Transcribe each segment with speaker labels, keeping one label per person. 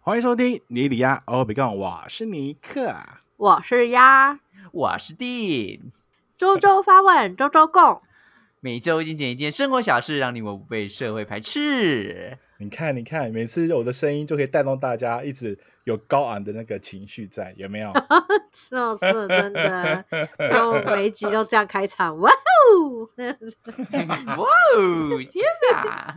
Speaker 1: 欢迎收听尼里亚哦欧比杠，我是尼克。啊
Speaker 2: 我是鸭，
Speaker 3: 我是 Dean，
Speaker 2: 周周发问，周周共。
Speaker 3: 每周精选一件生活小事，让你我不被社会排 斥。
Speaker 1: 你看，你看，每次我的声音就可以带动大家，一直有高昂的那个情绪在，有没有？
Speaker 2: 这次 真的，就每一集都这样开场，哇哦！
Speaker 3: 哇哦，天哪！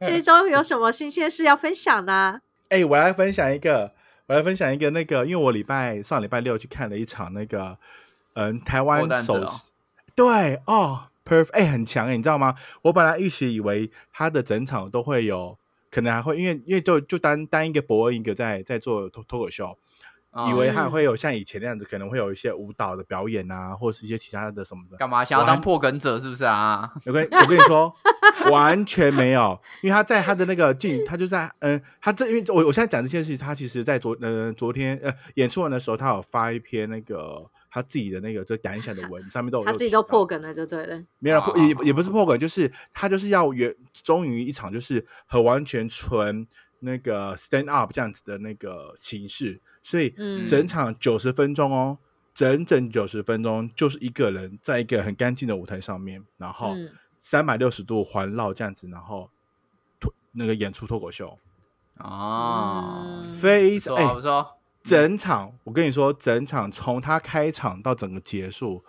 Speaker 2: 这周有什么新鲜事要分享呢？
Speaker 1: 哎、我来分享一个，我来分享一个那个，因为我礼拜上礼拜六去看了一场那个，嗯，台湾
Speaker 3: 破蛋
Speaker 1: 首
Speaker 3: 者哦
Speaker 1: 对哦，perfect，哎、很强哎，你知道吗？我本来预期以为他的整场都会有，可能还会因为因为就就单单一个伯恩一个在在做脱脱口秀，
Speaker 3: 哦
Speaker 1: 以为还
Speaker 2: 嗯
Speaker 1: 会有像以前那样子，可能会有一些舞蹈的表演啊，或是一些其他的什么的。
Speaker 3: 干嘛想要
Speaker 1: 我还
Speaker 3: 当破梗者是不是啊？
Speaker 1: 我跟我跟你说，完全没有，因为他在他的那个镜，他就在嗯，他这因为我我现在讲这件事情，他其实在昨呃昨天呃演出完的时候，他有发一篇那个他自己的那个就感想的文，上面都有啊
Speaker 2: 他
Speaker 1: 有
Speaker 2: 自己
Speaker 1: 提
Speaker 2: 都
Speaker 1: 到
Speaker 2: 破梗了，就对了。
Speaker 1: 没有啦
Speaker 3: 啊
Speaker 1: 破
Speaker 3: 啊
Speaker 1: 也
Speaker 3: 啊
Speaker 1: 也不是破梗，就是他就是要原终于一场就是很完全纯那个 stand up 这样子的那个形式，所以
Speaker 2: 嗯
Speaker 1: 整场九十分钟哦，整整九十分钟就是一个人在一个很干净的舞台上面，然后
Speaker 2: 嗯
Speaker 1: 三百六十度环绕这样子，然后脱那个演出脱口秀，嗯
Speaker 3: 哦，
Speaker 2: 嗯
Speaker 1: 非
Speaker 3: 不
Speaker 1: 常
Speaker 3: 错嗯
Speaker 1: 哎、
Speaker 3: 不错，
Speaker 1: 整场我跟你说，整场从他开场到整个结束，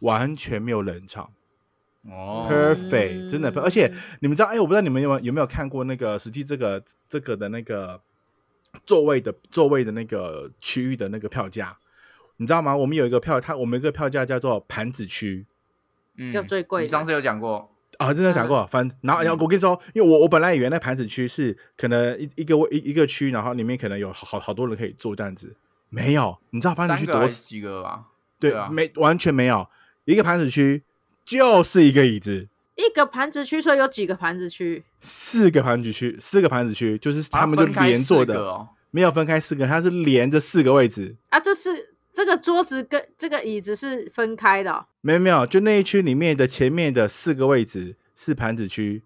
Speaker 1: 完全没有冷场。
Speaker 3: 哦
Speaker 1: perfect，、真的，
Speaker 2: 嗯
Speaker 1: 而且你们知道，哎、我不知道你们有没有有没有看过那个实际这个这个的那个座位的座位的那个区域的那个票价，你知道吗？我们有一个票，它我们有一个票价叫做盘子区
Speaker 3: 嗯
Speaker 2: 就最贵的
Speaker 3: 你上次有讲过，
Speaker 1: 啊，真的
Speaker 3: 嗯
Speaker 1: 讲过，反然后然后我跟你说，因为我我本来以为那盘子区是可能一一个位一一个区，然后里面可能有好好好多人可以坐这样子，没有，你知道盘子
Speaker 3: 三
Speaker 1: 区
Speaker 3: 个
Speaker 1: 多
Speaker 3: 还是几个吧？
Speaker 1: 对
Speaker 3: 对啊
Speaker 1: 没完全没有一个盘子区就是一个椅子。
Speaker 2: 一个盘子区，所以有几个盘子区？
Speaker 1: 四个盘子区，四个盘子区就是他们就
Speaker 3: 啊分开
Speaker 1: 连坐
Speaker 3: 四个
Speaker 1: 的，
Speaker 3: 哦。
Speaker 1: 没有分开四个，它是连着四个位置。
Speaker 2: 啊，这是这个桌子跟这个椅子是分开的哦、
Speaker 1: 没有没有，就那一区里面的前面的四个位置是盘子区，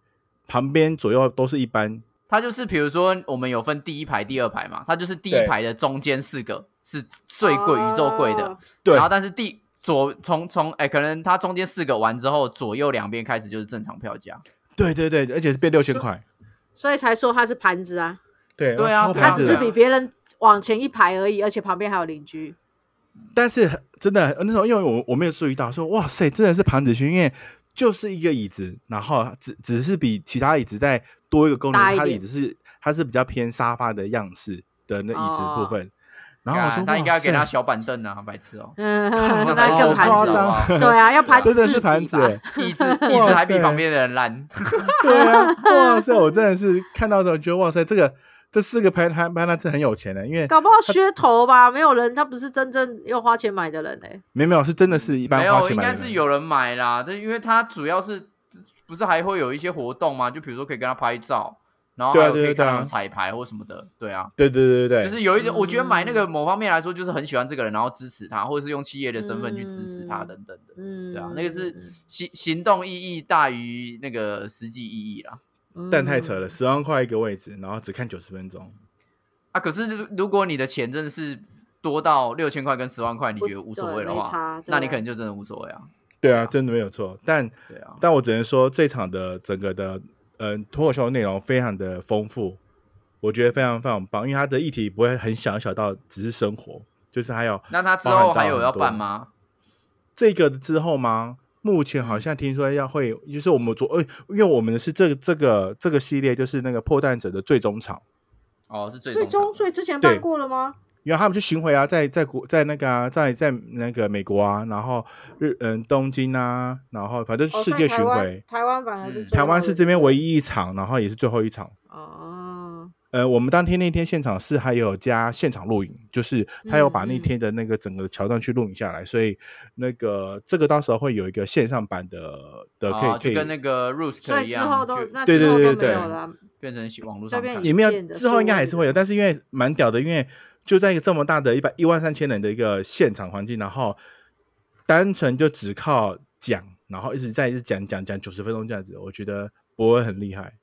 Speaker 1: 旁边左右都是一般。
Speaker 3: 它就是比如说我们有分第一排、第二排嘛，它就是第一
Speaker 1: 对
Speaker 3: 排的中间四个是最贵、宇宙贵的
Speaker 2: 哦，
Speaker 1: 对
Speaker 3: 然，后但是第左从从哎，可能它中间四个完之后，左右两边开始就是正常票价。
Speaker 1: 对对对，而且是变六千块。
Speaker 2: 所以才说它是盘子啊。
Speaker 1: 对
Speaker 3: 对啊
Speaker 1: 超
Speaker 3: 对
Speaker 1: 盘
Speaker 2: 它
Speaker 3: 啊
Speaker 2: 只
Speaker 1: 子
Speaker 2: 是
Speaker 1: 的，
Speaker 2: 比别人往前一排而已，而且旁边还有邻居。
Speaker 1: 但是很真的那时候，因为我我没有注意到，说哇塞，真的是盘子区，因为就是一个椅子，然后只只是比其他椅子再多一个功能，
Speaker 2: 大一
Speaker 1: 它的椅
Speaker 2: 点
Speaker 1: 子是它是比较偏沙发的样式的那椅子部
Speaker 2: 哦、
Speaker 1: 分。然后我说，
Speaker 3: 他啊应该要给
Speaker 1: 啊哇
Speaker 3: 他
Speaker 1: 塞
Speaker 3: 小板凳啊，白痴哦
Speaker 2: 嗯，
Speaker 1: 靠
Speaker 3: 这
Speaker 2: 那
Speaker 3: 样才
Speaker 2: 一
Speaker 3: 好
Speaker 2: 个盘
Speaker 1: 夸
Speaker 2: 子
Speaker 1: 张
Speaker 2: 哦，
Speaker 3: 啊
Speaker 2: 对啊，要盘子
Speaker 1: 真的
Speaker 2: 置
Speaker 1: 是
Speaker 2: 底
Speaker 1: 盘子
Speaker 2: 吧
Speaker 1: 欸，
Speaker 3: 椅子椅子还比旁边的人烂，
Speaker 1: 对啊，哇塞，我真的是看到的时候觉得哇塞，这个这四个排排排男是很有钱的，因为
Speaker 2: 搞不好噱头吧，没有人，他不是真正用花钱买的人欸嘞、
Speaker 1: 没有没有是真的是一般
Speaker 3: 没
Speaker 1: 花
Speaker 3: 有，
Speaker 1: 钱
Speaker 3: 应
Speaker 1: 买的
Speaker 3: 该
Speaker 1: 人
Speaker 3: 是有人买啦。但因为他主要是不是还会有一些活动嘛，就比如说可以跟他拍照，然后
Speaker 1: 对
Speaker 3: 还
Speaker 1: 啊
Speaker 3: 有可
Speaker 1: 对啊
Speaker 3: 以看
Speaker 1: 对啊
Speaker 3: 他们彩排或什么的，对啊。
Speaker 1: 对对对对对，
Speaker 3: 就是有一种，我觉得买那个
Speaker 2: 嗯
Speaker 3: 某方面来说，就是很喜欢这个人，然后支持他，或者是用企业的身份去支持他
Speaker 2: 嗯
Speaker 3: 等等的，
Speaker 2: 嗯，
Speaker 3: 对啊，那个是行行动意义大于那个实际意义啊啦。
Speaker 2: 嗯
Speaker 1: 但太扯了，。十万块一个位置，然后只看九十分钟，
Speaker 3: 啊，可是如如果你的钱真的是多到六千块跟十万块，你
Speaker 2: 不
Speaker 3: 觉得无所谓的
Speaker 2: 对没
Speaker 3: 话
Speaker 2: 差，
Speaker 3: 那你
Speaker 2: 对
Speaker 3: 可能就真的无所谓啊。
Speaker 1: 对啊，真的没有错，但
Speaker 3: 对啊，
Speaker 1: 但我只能说这场的整个的嗯、脱口秀内容非常的丰富，我觉得非常非常棒，因为它的议题不会很小小到只是生活，就是还有
Speaker 3: 那他之
Speaker 1: 包含
Speaker 3: 后
Speaker 1: 到
Speaker 3: 还有
Speaker 1: 很
Speaker 3: 要
Speaker 1: 多
Speaker 3: 办吗？
Speaker 1: 这个之后吗？目前好像听说要会，就是我们昨，呃，因为我们是这个这个这个系列，就是那个破蛋者的最终场，
Speaker 3: 哦，是最
Speaker 2: 最
Speaker 3: 终
Speaker 2: 终，
Speaker 3: 场的
Speaker 2: 所以之前
Speaker 1: 对
Speaker 2: 办过了吗？
Speaker 1: 因为他们去巡回啊，在在国在那个啊，在在那个美国啊，然后日嗯东京啊，然后反正
Speaker 2: 哦
Speaker 1: 世
Speaker 2: 在
Speaker 1: 界
Speaker 2: 台
Speaker 1: 巡
Speaker 2: 湾
Speaker 1: 回，
Speaker 2: 台湾反而是
Speaker 3: 嗯
Speaker 2: 最
Speaker 1: 台湾
Speaker 2: 后
Speaker 1: 是
Speaker 2: 一
Speaker 1: 这边
Speaker 2: 个
Speaker 1: 唯一一场，然后也是最后一场。
Speaker 2: 哦，
Speaker 1: 呃，我们当天那天现场是还有加现场录影，就是他有把
Speaker 2: 嗯
Speaker 1: 那
Speaker 2: 嗯
Speaker 1: 天的那个整个桥段去录影下来，所以那个这个到时候会有一个线上版的的可以、
Speaker 3: 哦
Speaker 1: 可
Speaker 3: 就
Speaker 1: 以
Speaker 3: 跟那个 Roost
Speaker 2: 所以
Speaker 3: 一
Speaker 2: 之
Speaker 3: 样
Speaker 2: 后都
Speaker 3: 就
Speaker 2: 那
Speaker 1: 对
Speaker 2: 之后
Speaker 1: 对对
Speaker 2: 都
Speaker 1: 对
Speaker 2: 没有了。
Speaker 3: 变成网络
Speaker 2: 这
Speaker 3: 上
Speaker 2: 边
Speaker 3: 看
Speaker 1: 也没有
Speaker 2: 变得
Speaker 1: 之后应该
Speaker 2: 数位
Speaker 1: 还是会有，
Speaker 2: 的
Speaker 1: 但是因为蛮屌的，因为就在一个这么大的一百一万三千人的一个现场环境，然后单纯就只靠讲，然后一直在一直讲讲讲九十分钟这样子，我觉得博文很厉害。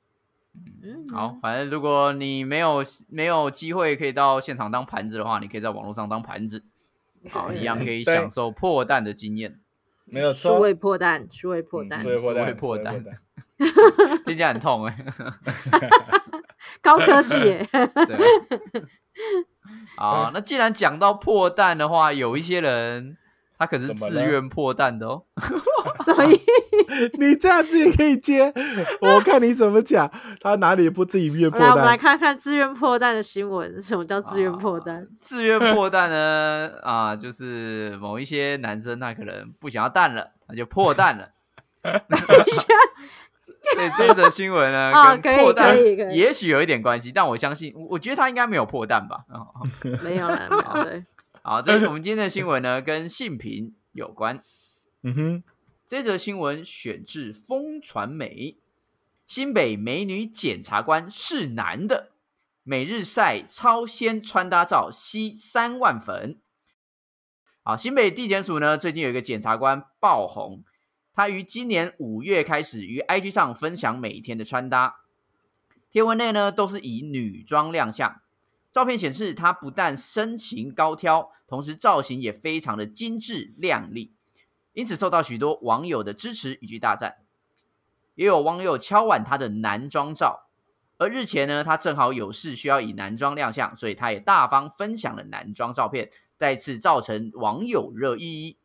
Speaker 2: 嗯，
Speaker 3: 好，，反正如果你没有没有机会可以到现场当盘子的话，你可以在网络上当盘子，好，一样可以
Speaker 1: 对
Speaker 3: 享受破蛋的经验，
Speaker 1: 没有
Speaker 2: 数
Speaker 1: 错，嗯
Speaker 2: 位破蛋，嗯数位破蛋
Speaker 1: 所，以破
Speaker 3: 所谓
Speaker 1: 蛋，
Speaker 3: 破
Speaker 1: 所以
Speaker 3: 蛋
Speaker 1: 破蛋，
Speaker 3: 听起来很痛哎、
Speaker 2: 高 科技耶，
Speaker 3: 对吧。 好，
Speaker 2: 嗯
Speaker 3: 那既然讲到破蛋的话，有一些人他可是
Speaker 1: 怎么
Speaker 3: 自
Speaker 1: 了
Speaker 3: 愿破蛋的哦。
Speaker 2: 所以
Speaker 1: 你这样子也可以接，我看你怎么讲，他哪里不自己越破
Speaker 2: 来我们来
Speaker 1: 蛋？
Speaker 2: 看看自愿破蛋的新闻，什么叫自愿破蛋？
Speaker 3: 自 愿破蛋呢，啊，就是某一些男生他可能不想要蛋了，他就破蛋 了。对这则新闻呢，
Speaker 2: 哦可
Speaker 3: 跟
Speaker 2: 以
Speaker 3: 破蛋
Speaker 2: 可以可以
Speaker 3: 也许有一点关系，但我相信，我我觉得他应该没有破蛋吧。哦
Speaker 2: 没有了，没有对，
Speaker 3: 好， 这是我们今天的新闻呢，跟性平有关。
Speaker 1: 嗯哼，
Speaker 3: 这则新闻选自《风传媒》，新北美女检察官是男的，每日晒超鲜穿搭照吸三万粉。好，新北地检署呢最近有一个检察官爆红，他于今年五月开始于 IG 上分享每天的穿搭，贴文内呢都是以女装亮相。照片显示，她不但身形高挑，同时造型也非常的精致靓丽。因此受到许多网友的支持以及大赞。也有网友敲碗他的男装照，而日前呢，他正好有事需要以男装亮相，所以他也大方分享了男装照片，再次造成网友热议。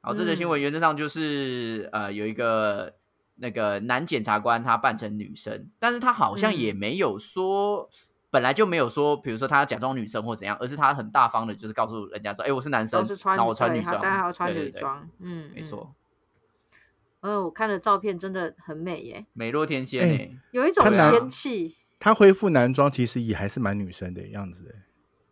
Speaker 3: 好，这则新闻原则上就是、呃，有一个那个男检察官他扮成女生，但是他好像
Speaker 2: 嗯
Speaker 3: 也没有说。本来就没有说，比如说他假装女生或怎样，而是他很大方的，就是告诉人家说：“哎、我是男生，
Speaker 2: 都哦是穿，
Speaker 3: 然后我穿
Speaker 2: 对
Speaker 3: 女
Speaker 2: 他
Speaker 3: 装，
Speaker 2: 当然要穿
Speaker 3: 对
Speaker 2: 女
Speaker 3: 对对
Speaker 2: 装，嗯，
Speaker 3: 没错，
Speaker 2: 嗯。呃，我看的照片真的很美耶，
Speaker 3: 美若天仙
Speaker 1: 哎
Speaker 3: 哎、
Speaker 2: 有一种
Speaker 1: 看
Speaker 3: 来
Speaker 2: 仙气，
Speaker 1: 他恢复男装其实也还是蛮女生的样子的，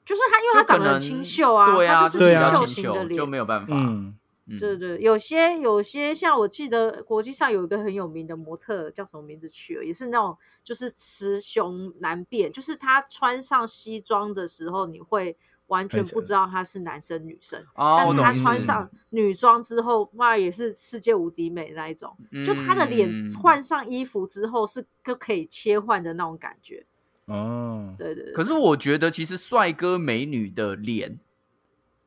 Speaker 2: 就是他，因为他
Speaker 3: 就可
Speaker 2: 长得
Speaker 3: 能
Speaker 2: 很清秀啊，
Speaker 3: 对
Speaker 2: 他
Speaker 3: 啊，
Speaker 2: 就是
Speaker 1: 对
Speaker 2: 清
Speaker 1: 啊
Speaker 2: 秀
Speaker 3: 秀
Speaker 2: 型的
Speaker 3: 就
Speaker 2: 脸，
Speaker 3: 没有办法，
Speaker 1: 嗯，
Speaker 3: 嗯
Speaker 2: 对对，有些有些像我记得国际上有一个很有名的模特叫什么名字去了，也是那种就是雌雄难辨，就是他穿上西装的时候，你会完全
Speaker 1: 看起
Speaker 2: 不
Speaker 1: 来
Speaker 2: 知道他是男生女生，
Speaker 3: 哦，
Speaker 2: 但
Speaker 3: 我
Speaker 2: 是
Speaker 3: 懂
Speaker 2: 他
Speaker 3: 意思
Speaker 2: 穿上女装之后，哇，也是世界无敌美那一种，就他的脸
Speaker 3: 嗯
Speaker 2: 换上衣服之后是都可以切换的那种感觉，
Speaker 1: 哦，
Speaker 2: 对对对，
Speaker 3: 可是我觉得其实帅哥美女的脸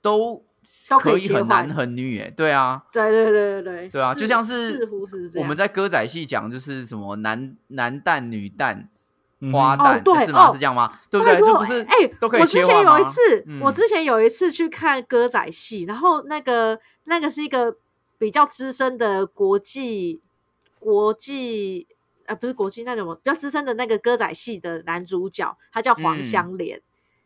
Speaker 3: 都
Speaker 2: 都可
Speaker 3: 可
Speaker 2: 以
Speaker 3: 以
Speaker 2: 切
Speaker 3: 很男
Speaker 2: 换
Speaker 3: 很女哎、对啊，
Speaker 2: 对对对对对，
Speaker 3: 对啊，就像
Speaker 2: 是
Speaker 3: 是
Speaker 2: 似乎是这
Speaker 3: 我
Speaker 2: 样
Speaker 3: 们。在歌仔戏讲就是什么男男蛋女蛋。
Speaker 1: 嗯
Speaker 3: 花
Speaker 2: 哦
Speaker 3: 旦、
Speaker 2: 对
Speaker 3: 是吗？
Speaker 2: 哦
Speaker 3: 是这样吗？对不
Speaker 2: 拜
Speaker 3: 对？
Speaker 2: 托
Speaker 3: 这不是
Speaker 2: 哎、
Speaker 3: 都可以
Speaker 2: 我之
Speaker 3: 切
Speaker 2: 前
Speaker 3: 换吗？
Speaker 2: 有一次，我
Speaker 3: 嗯
Speaker 2: 之前有一次去看歌仔戏，然后那个那个是一个比较资深的国际国际呃不是国际那种比较资深的那个歌仔戏的男主角，他叫黄
Speaker 3: 嗯
Speaker 2: 香莲，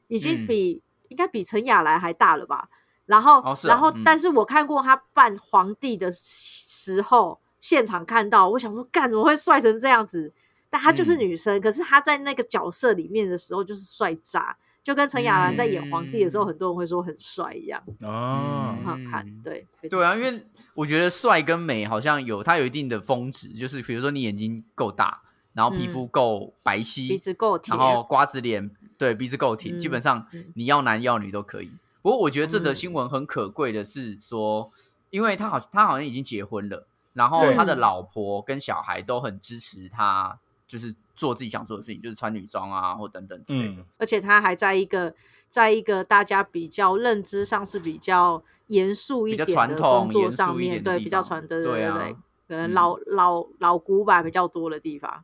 Speaker 2: 已经
Speaker 3: 嗯
Speaker 2: 比、应该比陈雅兰还大了吧？然后，
Speaker 3: 哦是
Speaker 2: 然
Speaker 3: 哦
Speaker 2: 后，
Speaker 3: 嗯
Speaker 2: 但是我看过他扮皇帝的时候，现场看到，我想说，干怎么会帅成这样子？但她就是
Speaker 3: 嗯
Speaker 2: 女生，可是她在那个角色里面的时候就是帅炸，就跟陈雅兰在演皇帝的时候，
Speaker 3: 嗯
Speaker 2: 很多人会说很帅一样，
Speaker 1: 哦
Speaker 2: 很，好看
Speaker 3: 嗯。
Speaker 2: 对，非常
Speaker 3: 对啊，因为我觉得帅跟美好像有它有一定的峰值，就是比如说你眼睛够大，然后皮
Speaker 2: 嗯
Speaker 3: 肤够白
Speaker 2: 鼻
Speaker 3: 皙，
Speaker 2: 子够挺
Speaker 3: 然，后瓜子脸，对，鼻子够挺，
Speaker 2: 嗯
Speaker 3: 基本上
Speaker 2: 嗯
Speaker 3: 你要男要女都可以。不过我觉得这则
Speaker 2: 嗯
Speaker 3: 新闻很可贵的是说，因为他好他好像已经结婚了，然后
Speaker 2: 对
Speaker 3: 他的老婆跟小孩都很支持他，就是做自己想做的事情，就是穿女装啊或等等之类的。
Speaker 1: 嗯，
Speaker 2: 而且她还在一个在一个大家比较认知上是比较严肃一
Speaker 3: 比较
Speaker 2: 点
Speaker 3: 传
Speaker 2: 的
Speaker 3: 统
Speaker 2: 工作上
Speaker 3: 严肃一
Speaker 2: 面，
Speaker 3: 点的
Speaker 2: 对，
Speaker 3: 地
Speaker 2: 比较
Speaker 3: 方
Speaker 2: 传，对
Speaker 3: 对
Speaker 2: 对
Speaker 3: 啊
Speaker 2: 对，可能
Speaker 3: 嗯
Speaker 2: 老老老古板比较多的地方，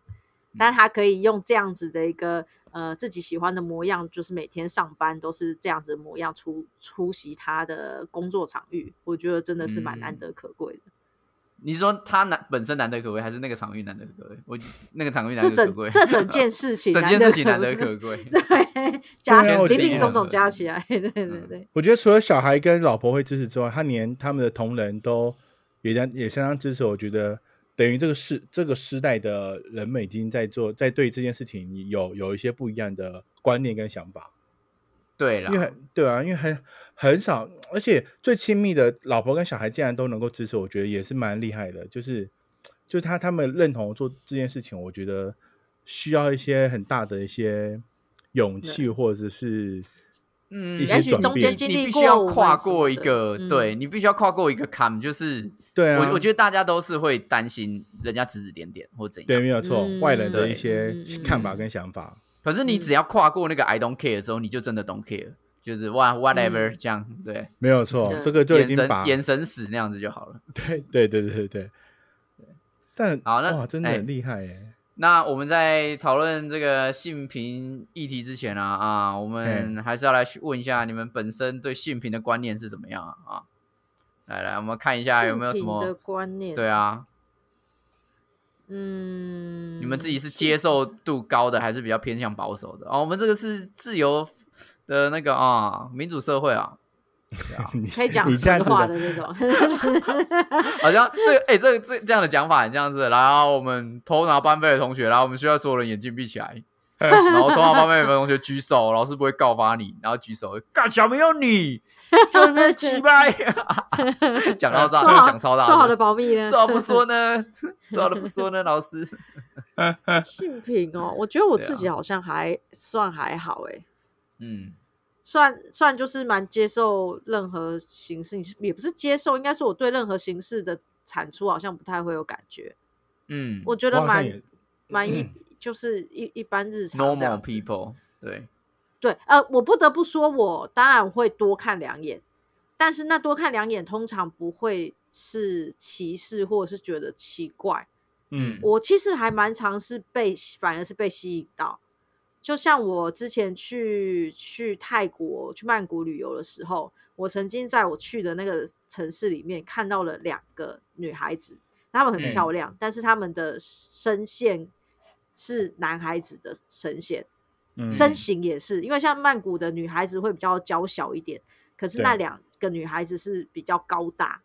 Speaker 2: 但她可以用这样子的一个呃自己喜欢的模样，就是每天上班都是这样子的模样出出席她的工作场域，我觉得真的是蛮难
Speaker 3: 嗯
Speaker 2: 得可贵的，
Speaker 3: 你是说他难本身难得可贵，还是那个场域难得可贵？我那个场域难
Speaker 2: 这
Speaker 3: 得可
Speaker 2: 整
Speaker 3: 贵，
Speaker 2: 这整 件事情，
Speaker 3: 整件事情难得可贵。
Speaker 2: 对，加
Speaker 1: 对啊
Speaker 2: 起
Speaker 1: 我
Speaker 2: 林
Speaker 1: 觉
Speaker 2: 林
Speaker 1: 得
Speaker 2: 总总加起来， 对对对
Speaker 3: 嗯
Speaker 2: 对。
Speaker 1: 我觉得除了小孩跟老婆会支持之外，他连他们的同仁都也相也相当支持。我觉得等于这个世这个时代的人们已经在做，在对这件事情有有一些不一样的观念跟想法。
Speaker 3: 对了
Speaker 1: 因为，很对啊，因为很很少，而且最亲密的老婆跟小孩竟然都能够支持，我觉得也是蛮厉害的。就是就是他他们认同做这件事情，我觉得需要一些很大的一些勇气，或者是
Speaker 3: 嗯
Speaker 1: 一些
Speaker 2: 也许
Speaker 1: 转
Speaker 2: 中
Speaker 1: 变
Speaker 2: 间经
Speaker 3: 你
Speaker 2: 历
Speaker 3: 必
Speaker 2: 过
Speaker 3: 须要
Speaker 2: 我们
Speaker 3: 跨
Speaker 2: 什么
Speaker 3: 过一
Speaker 2: 的
Speaker 3: 个，
Speaker 2: 嗯
Speaker 3: 对你必须要跨过一个坎，就是
Speaker 1: 对啊，
Speaker 3: 我我觉得大家都是会担心人家指指点点或怎
Speaker 1: 对，
Speaker 3: 样。
Speaker 1: 没有错，
Speaker 2: 嗯
Speaker 1: 外人的
Speaker 3: 对
Speaker 1: 一些
Speaker 2: 嗯嗯
Speaker 1: 看法
Speaker 3: 嗯
Speaker 1: 跟想法，
Speaker 3: 可是你
Speaker 2: 嗯
Speaker 3: 只要跨过那个 I don't care 的时候，你就真的 don't care，就是哇 whatever、
Speaker 2: 嗯
Speaker 3: 这样，对，
Speaker 1: 没有错
Speaker 2: 是，
Speaker 1: 这个就已
Speaker 3: 眼
Speaker 1: 经
Speaker 3: 神
Speaker 1: 把
Speaker 3: 眼神死那样子就好了。
Speaker 1: 对对对对对对。但
Speaker 3: 好那
Speaker 1: 哇，真的
Speaker 3: 哎
Speaker 1: 很厉害耶！
Speaker 3: 那我们在讨论这个性平议题之前啊啊，我们还是要来问一下你们本身对性平的观念是怎么样啊？啊来来，我们看一下啊有没有什
Speaker 2: 性平的
Speaker 3: 么
Speaker 2: 观念？
Speaker 3: 对，啊，
Speaker 2: 嗯，
Speaker 3: 你们自己是接受度高的，还是比较偏向保守的？哦，我们这个是自由的那个啊，民主社会啊，
Speaker 1: 你
Speaker 2: 可以讲
Speaker 1: 你这
Speaker 2: 实
Speaker 1: 样子
Speaker 2: 话
Speaker 1: 的
Speaker 2: 的那种，
Speaker 3: 好像这个哎、 这个这这样的讲法很像是，然后我们偷拿班费的同学，然后我们需要所有人眼睛闭起 来，然后偷拿班费的同学举手，老师不会告发你，然后举手，干小朋友 你就那边鸡 掰，讲到
Speaker 2: 说
Speaker 3: 大，
Speaker 2: 好
Speaker 3: 讲超大，
Speaker 2: 说好的保密 呢？
Speaker 3: 说好不说 呢？说好的不说呢？老师，
Speaker 2: 性平哦，我觉得我
Speaker 3: 对啊
Speaker 2: 自己好像还算还好哎、
Speaker 3: 嗯，
Speaker 2: 算算就是蛮接受任何形式，也不是接受，应该说我对任何形式的产出好像不太会有感觉。
Speaker 3: 嗯
Speaker 2: 我觉得
Speaker 1: 我好像
Speaker 2: 蛮
Speaker 1: 也
Speaker 2: 蛮一，就是一一般日常这样
Speaker 3: ，normal
Speaker 2: 子
Speaker 3: people，对，
Speaker 2: 对，呃，我不得不说，我当然会多看两眼，但是那多看两眼通常不会是歧视或者是觉得奇怪。
Speaker 1: 嗯
Speaker 2: 我其实还蛮常是被，反而是被吸引到。就像我之前去去泰国去曼谷旅游的时候，我曾经在我去的那个城市里面看到了两个女孩子，她们很漂亮，但是她们的声线是男孩子的声线，
Speaker 1: 嗯
Speaker 2: 身形也是，因为像曼谷的女孩子会比较娇小一点，可是
Speaker 1: 对
Speaker 2: 那两个女孩子是比较高大，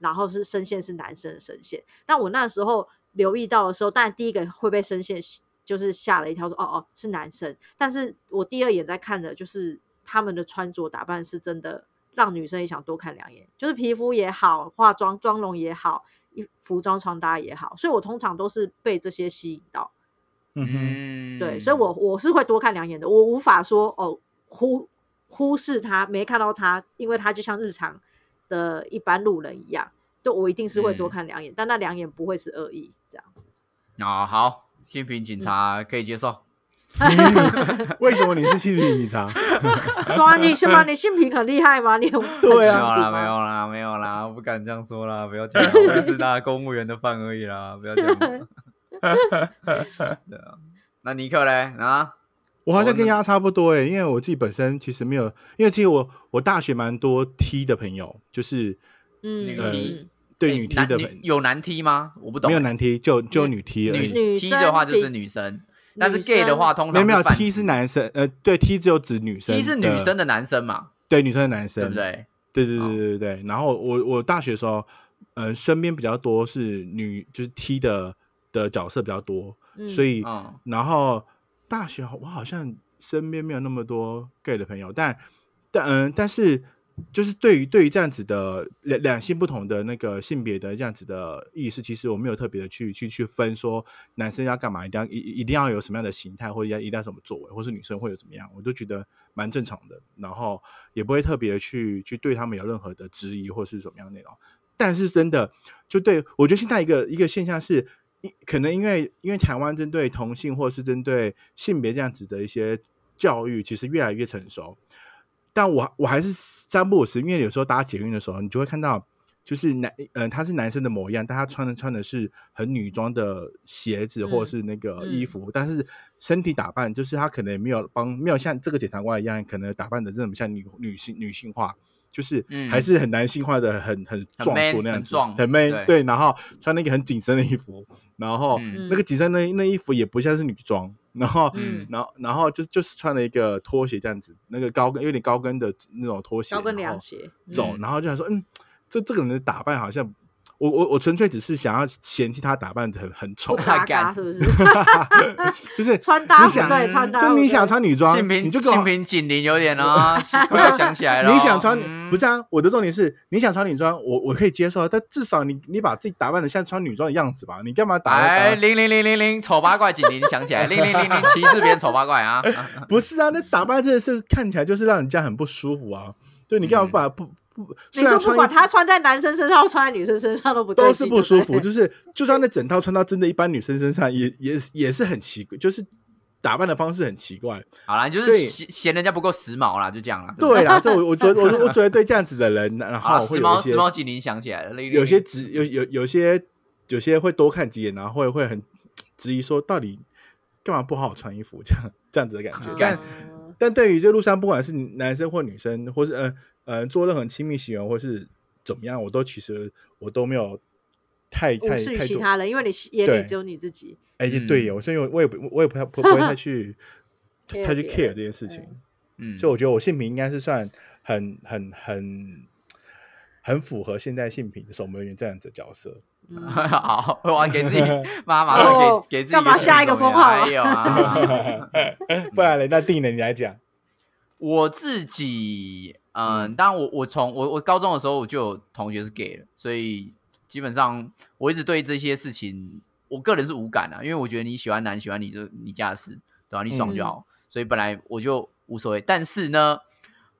Speaker 2: 然后是声线是男生的声线。那我那时候留意到的时候，当然第一个会被声线就是吓了一跳说，哦哦是男生。但是我第二眼在看的就是他们的穿着打扮是真的让女生也想多看两眼，就是皮肤也好，化妆妆容也好，衣服装穿搭也好，所以我通常都是被这些吸引到。
Speaker 1: 嗯
Speaker 3: 嗯
Speaker 2: 对，所以我我是会多看两眼的，我无法说哦忽忽视他，没看到他，因为他就像日常的一般路人一样，就我一定是会多
Speaker 3: 嗯
Speaker 2: 看两眼，但那两眼不会是恶意这样子。
Speaker 3: 啊、好，性平警
Speaker 2: 嗯
Speaker 3: 察可以接受。
Speaker 1: 哼，为什么你是心理警察？
Speaker 2: 对啊，你什么？你性平很厉害吗？你很
Speaker 1: 对
Speaker 3: 没有啦，
Speaker 1: 啊
Speaker 3: 没
Speaker 2: 有。
Speaker 3: 有啦，没有啦，我不敢这样说啦，不要 这样啦，
Speaker 2: 啊
Speaker 3: 我只是拿公务员的饭而已啦，不要这样啦。对啊，那尼克嘞啊，
Speaker 1: 我好像
Speaker 3: 哦
Speaker 1: 跟
Speaker 3: 那
Speaker 1: 丫差不多欸诶，因为我自己本身其实没有，因为其实我我大学蛮多 T 的朋友，就是呃
Speaker 2: 嗯，
Speaker 3: 女
Speaker 2: 嗯
Speaker 3: 踢
Speaker 1: 对
Speaker 3: 诶
Speaker 1: 女 T
Speaker 3: 男
Speaker 1: 的
Speaker 3: 女
Speaker 1: 朋
Speaker 3: 有男踢吗？我不懂
Speaker 1: 没
Speaker 3: 欸、
Speaker 1: 有男 T，就就
Speaker 2: 女
Speaker 1: 女 T 而
Speaker 3: 女
Speaker 1: 已。
Speaker 2: 女
Speaker 3: 踢
Speaker 2: 生
Speaker 3: 的话就是
Speaker 2: 比
Speaker 3: 女生，但是
Speaker 2: 女
Speaker 3: gay 的
Speaker 2: 生
Speaker 3: 话通
Speaker 1: 没
Speaker 3: 常
Speaker 1: 有没有
Speaker 3: 泛
Speaker 1: ，T
Speaker 3: 指
Speaker 1: 是男生，呃，对，T 只有指女生
Speaker 3: ，T 是女
Speaker 1: 的
Speaker 3: 生的男生嘛，
Speaker 1: 对，女生的男生，
Speaker 3: 对哦不？对？
Speaker 1: 对对
Speaker 3: 好
Speaker 1: 对对对。然后我我大学的时候，呃，身边比较多是女，就是 T 的的角色比较多，
Speaker 2: 嗯
Speaker 1: 所以
Speaker 3: 嗯
Speaker 1: 然后大学好我好像身边没有那么多 gay 的朋友，但但嗯、但是就是对于对于这样子的两两性不同的那个性别的这样子的意识，其实我没有特别的去去去分说男生要干嘛，一定要一一定要有什么样的形态，或者要一定要什么作为，或是女生会有怎么样，我都觉得蛮正常的，然后也不会特别去去对他们有任何的质疑或是怎么样的内容。但是真的，就对我觉得现在一个一个现象是，一可能因为因为台湾针对同性或是针对性别这样子的一些教育，其实越来越成熟。但我我还是三不五时，因为有时候搭捷运的时候，你就会看到，就是男，嗯、他是男生的模样，但他穿的穿的是很女装的鞋子
Speaker 2: 嗯
Speaker 1: 或者是那个
Speaker 2: 嗯
Speaker 1: 衣服，但是身体打扮就是他可能没有帮没有像这个检察官一样，可能打扮的这么像女女性女性化，就是
Speaker 3: 嗯
Speaker 1: 还是很男性化的，很很壮
Speaker 3: man，
Speaker 1: 硕那
Speaker 3: 很
Speaker 1: 样子，
Speaker 3: 壮
Speaker 1: 很 man，
Speaker 3: 对
Speaker 1: 然后穿那个很紧身的衣服，然后
Speaker 3: 嗯
Speaker 1: 那个紧身的那衣服也不像是女装，然后
Speaker 3: 嗯
Speaker 1: 然后然后就就是穿了一个拖鞋这样子，那个高跟有点高跟的那种拖鞋，
Speaker 2: 高跟
Speaker 1: 然后
Speaker 2: 凉鞋，嗯
Speaker 1: 走，
Speaker 3: 嗯
Speaker 1: 然后就想说，嗯，这这个人的打扮好像。我我我纯粹只是想要嫌弃她打扮的很很
Speaker 2: 不
Speaker 1: 丑，
Speaker 2: 搭嘎
Speaker 3: 干
Speaker 2: 是不是？
Speaker 1: 就是
Speaker 2: 穿搭
Speaker 1: 你
Speaker 2: 不
Speaker 1: 想
Speaker 2: 对，穿搭
Speaker 1: 就
Speaker 2: 不
Speaker 1: 你
Speaker 2: 对
Speaker 1: 想穿女装，
Speaker 3: 性
Speaker 1: 啊你
Speaker 3: 平
Speaker 1: 就给我
Speaker 3: 性平紧邻有点 啊，快要想起来了哦。
Speaker 1: 你想穿、
Speaker 3: 嗯
Speaker 1: 不是啊？我的重点是你想穿女装，我我可以接受，啊但至少你你把自己打扮的像穿女装的样子吧，你干嘛打扮？
Speaker 3: 哎，零零零零零，丑八怪警铃响起来，零零零零歧视别人丑八怪啊！
Speaker 1: 不是啊，那打扮真的是看起来就是让人家很不舒服啊。对你
Speaker 3: 嗯
Speaker 1: 干嘛把不不？
Speaker 2: 你
Speaker 1: 虽然
Speaker 2: 说
Speaker 1: 穿
Speaker 2: 不
Speaker 1: 一
Speaker 2: 管她穿在男生身上，穿在女生身上都不对
Speaker 1: 都是
Speaker 2: 劲
Speaker 1: 不舒 服，
Speaker 2: 对对
Speaker 1: 就是就算那整套穿到真的一般女生身上也也也是很奇怪，就是打扮的方式很奇怪。
Speaker 3: 好啦，你就
Speaker 1: 所
Speaker 3: 是
Speaker 1: 以
Speaker 3: 嫌嫌人家不够时髦啦，就这样啦。不
Speaker 1: 对啦，这我我觉得我我觉得对这样子的人，然
Speaker 3: 好啦，
Speaker 1: 后
Speaker 3: 时
Speaker 1: 会有
Speaker 3: 髦
Speaker 1: 一些
Speaker 3: 时髦警铃响起来了，000
Speaker 1: 有些质
Speaker 2: 啊
Speaker 1: 有有有些有些会多看几眼，然后会会很质疑说，到底干嘛不好好穿衣服这样这样子的感 觉。
Speaker 2: 嗯
Speaker 1: 但但对于这路上，不管是男生或女生，或是呃呃做任何亲密行为或是怎么样，我都其实我都没有太太
Speaker 2: 无视于
Speaker 1: 太
Speaker 2: 其
Speaker 1: 多。
Speaker 2: 他人，因为你眼里
Speaker 1: 对
Speaker 2: 只有你 自己。
Speaker 1: 而且
Speaker 3: 嗯
Speaker 1: 对有，所以我我也不我也不太不不会太 去
Speaker 2: Care
Speaker 1: 太去
Speaker 2: 别
Speaker 1: care 这件事情。
Speaker 3: 嗯，
Speaker 1: 所以我觉得我性平应该是算很很很很符合现代性平的守门员这样子的角色。
Speaker 2: 嗯
Speaker 3: 啊好，我给自 己妈马上
Speaker 2: 哦
Speaker 3: 给给自己
Speaker 2: 干嘛
Speaker 3: 个
Speaker 2: 下一个
Speaker 3: 形容
Speaker 2: 封号啊
Speaker 3: 哎呦 啊！
Speaker 1: 不然嘞，那定呢？你来讲。
Speaker 3: 我自己，嗯，当然我我从我我高中的时候我就有同学是 gay 了，所以基本上我一直对这些事情，我个人是无感的、啊因为我觉得你喜欢男喜欢你就你家的事，对吧、你爽就好，所以本来我就无所谓。但是呢，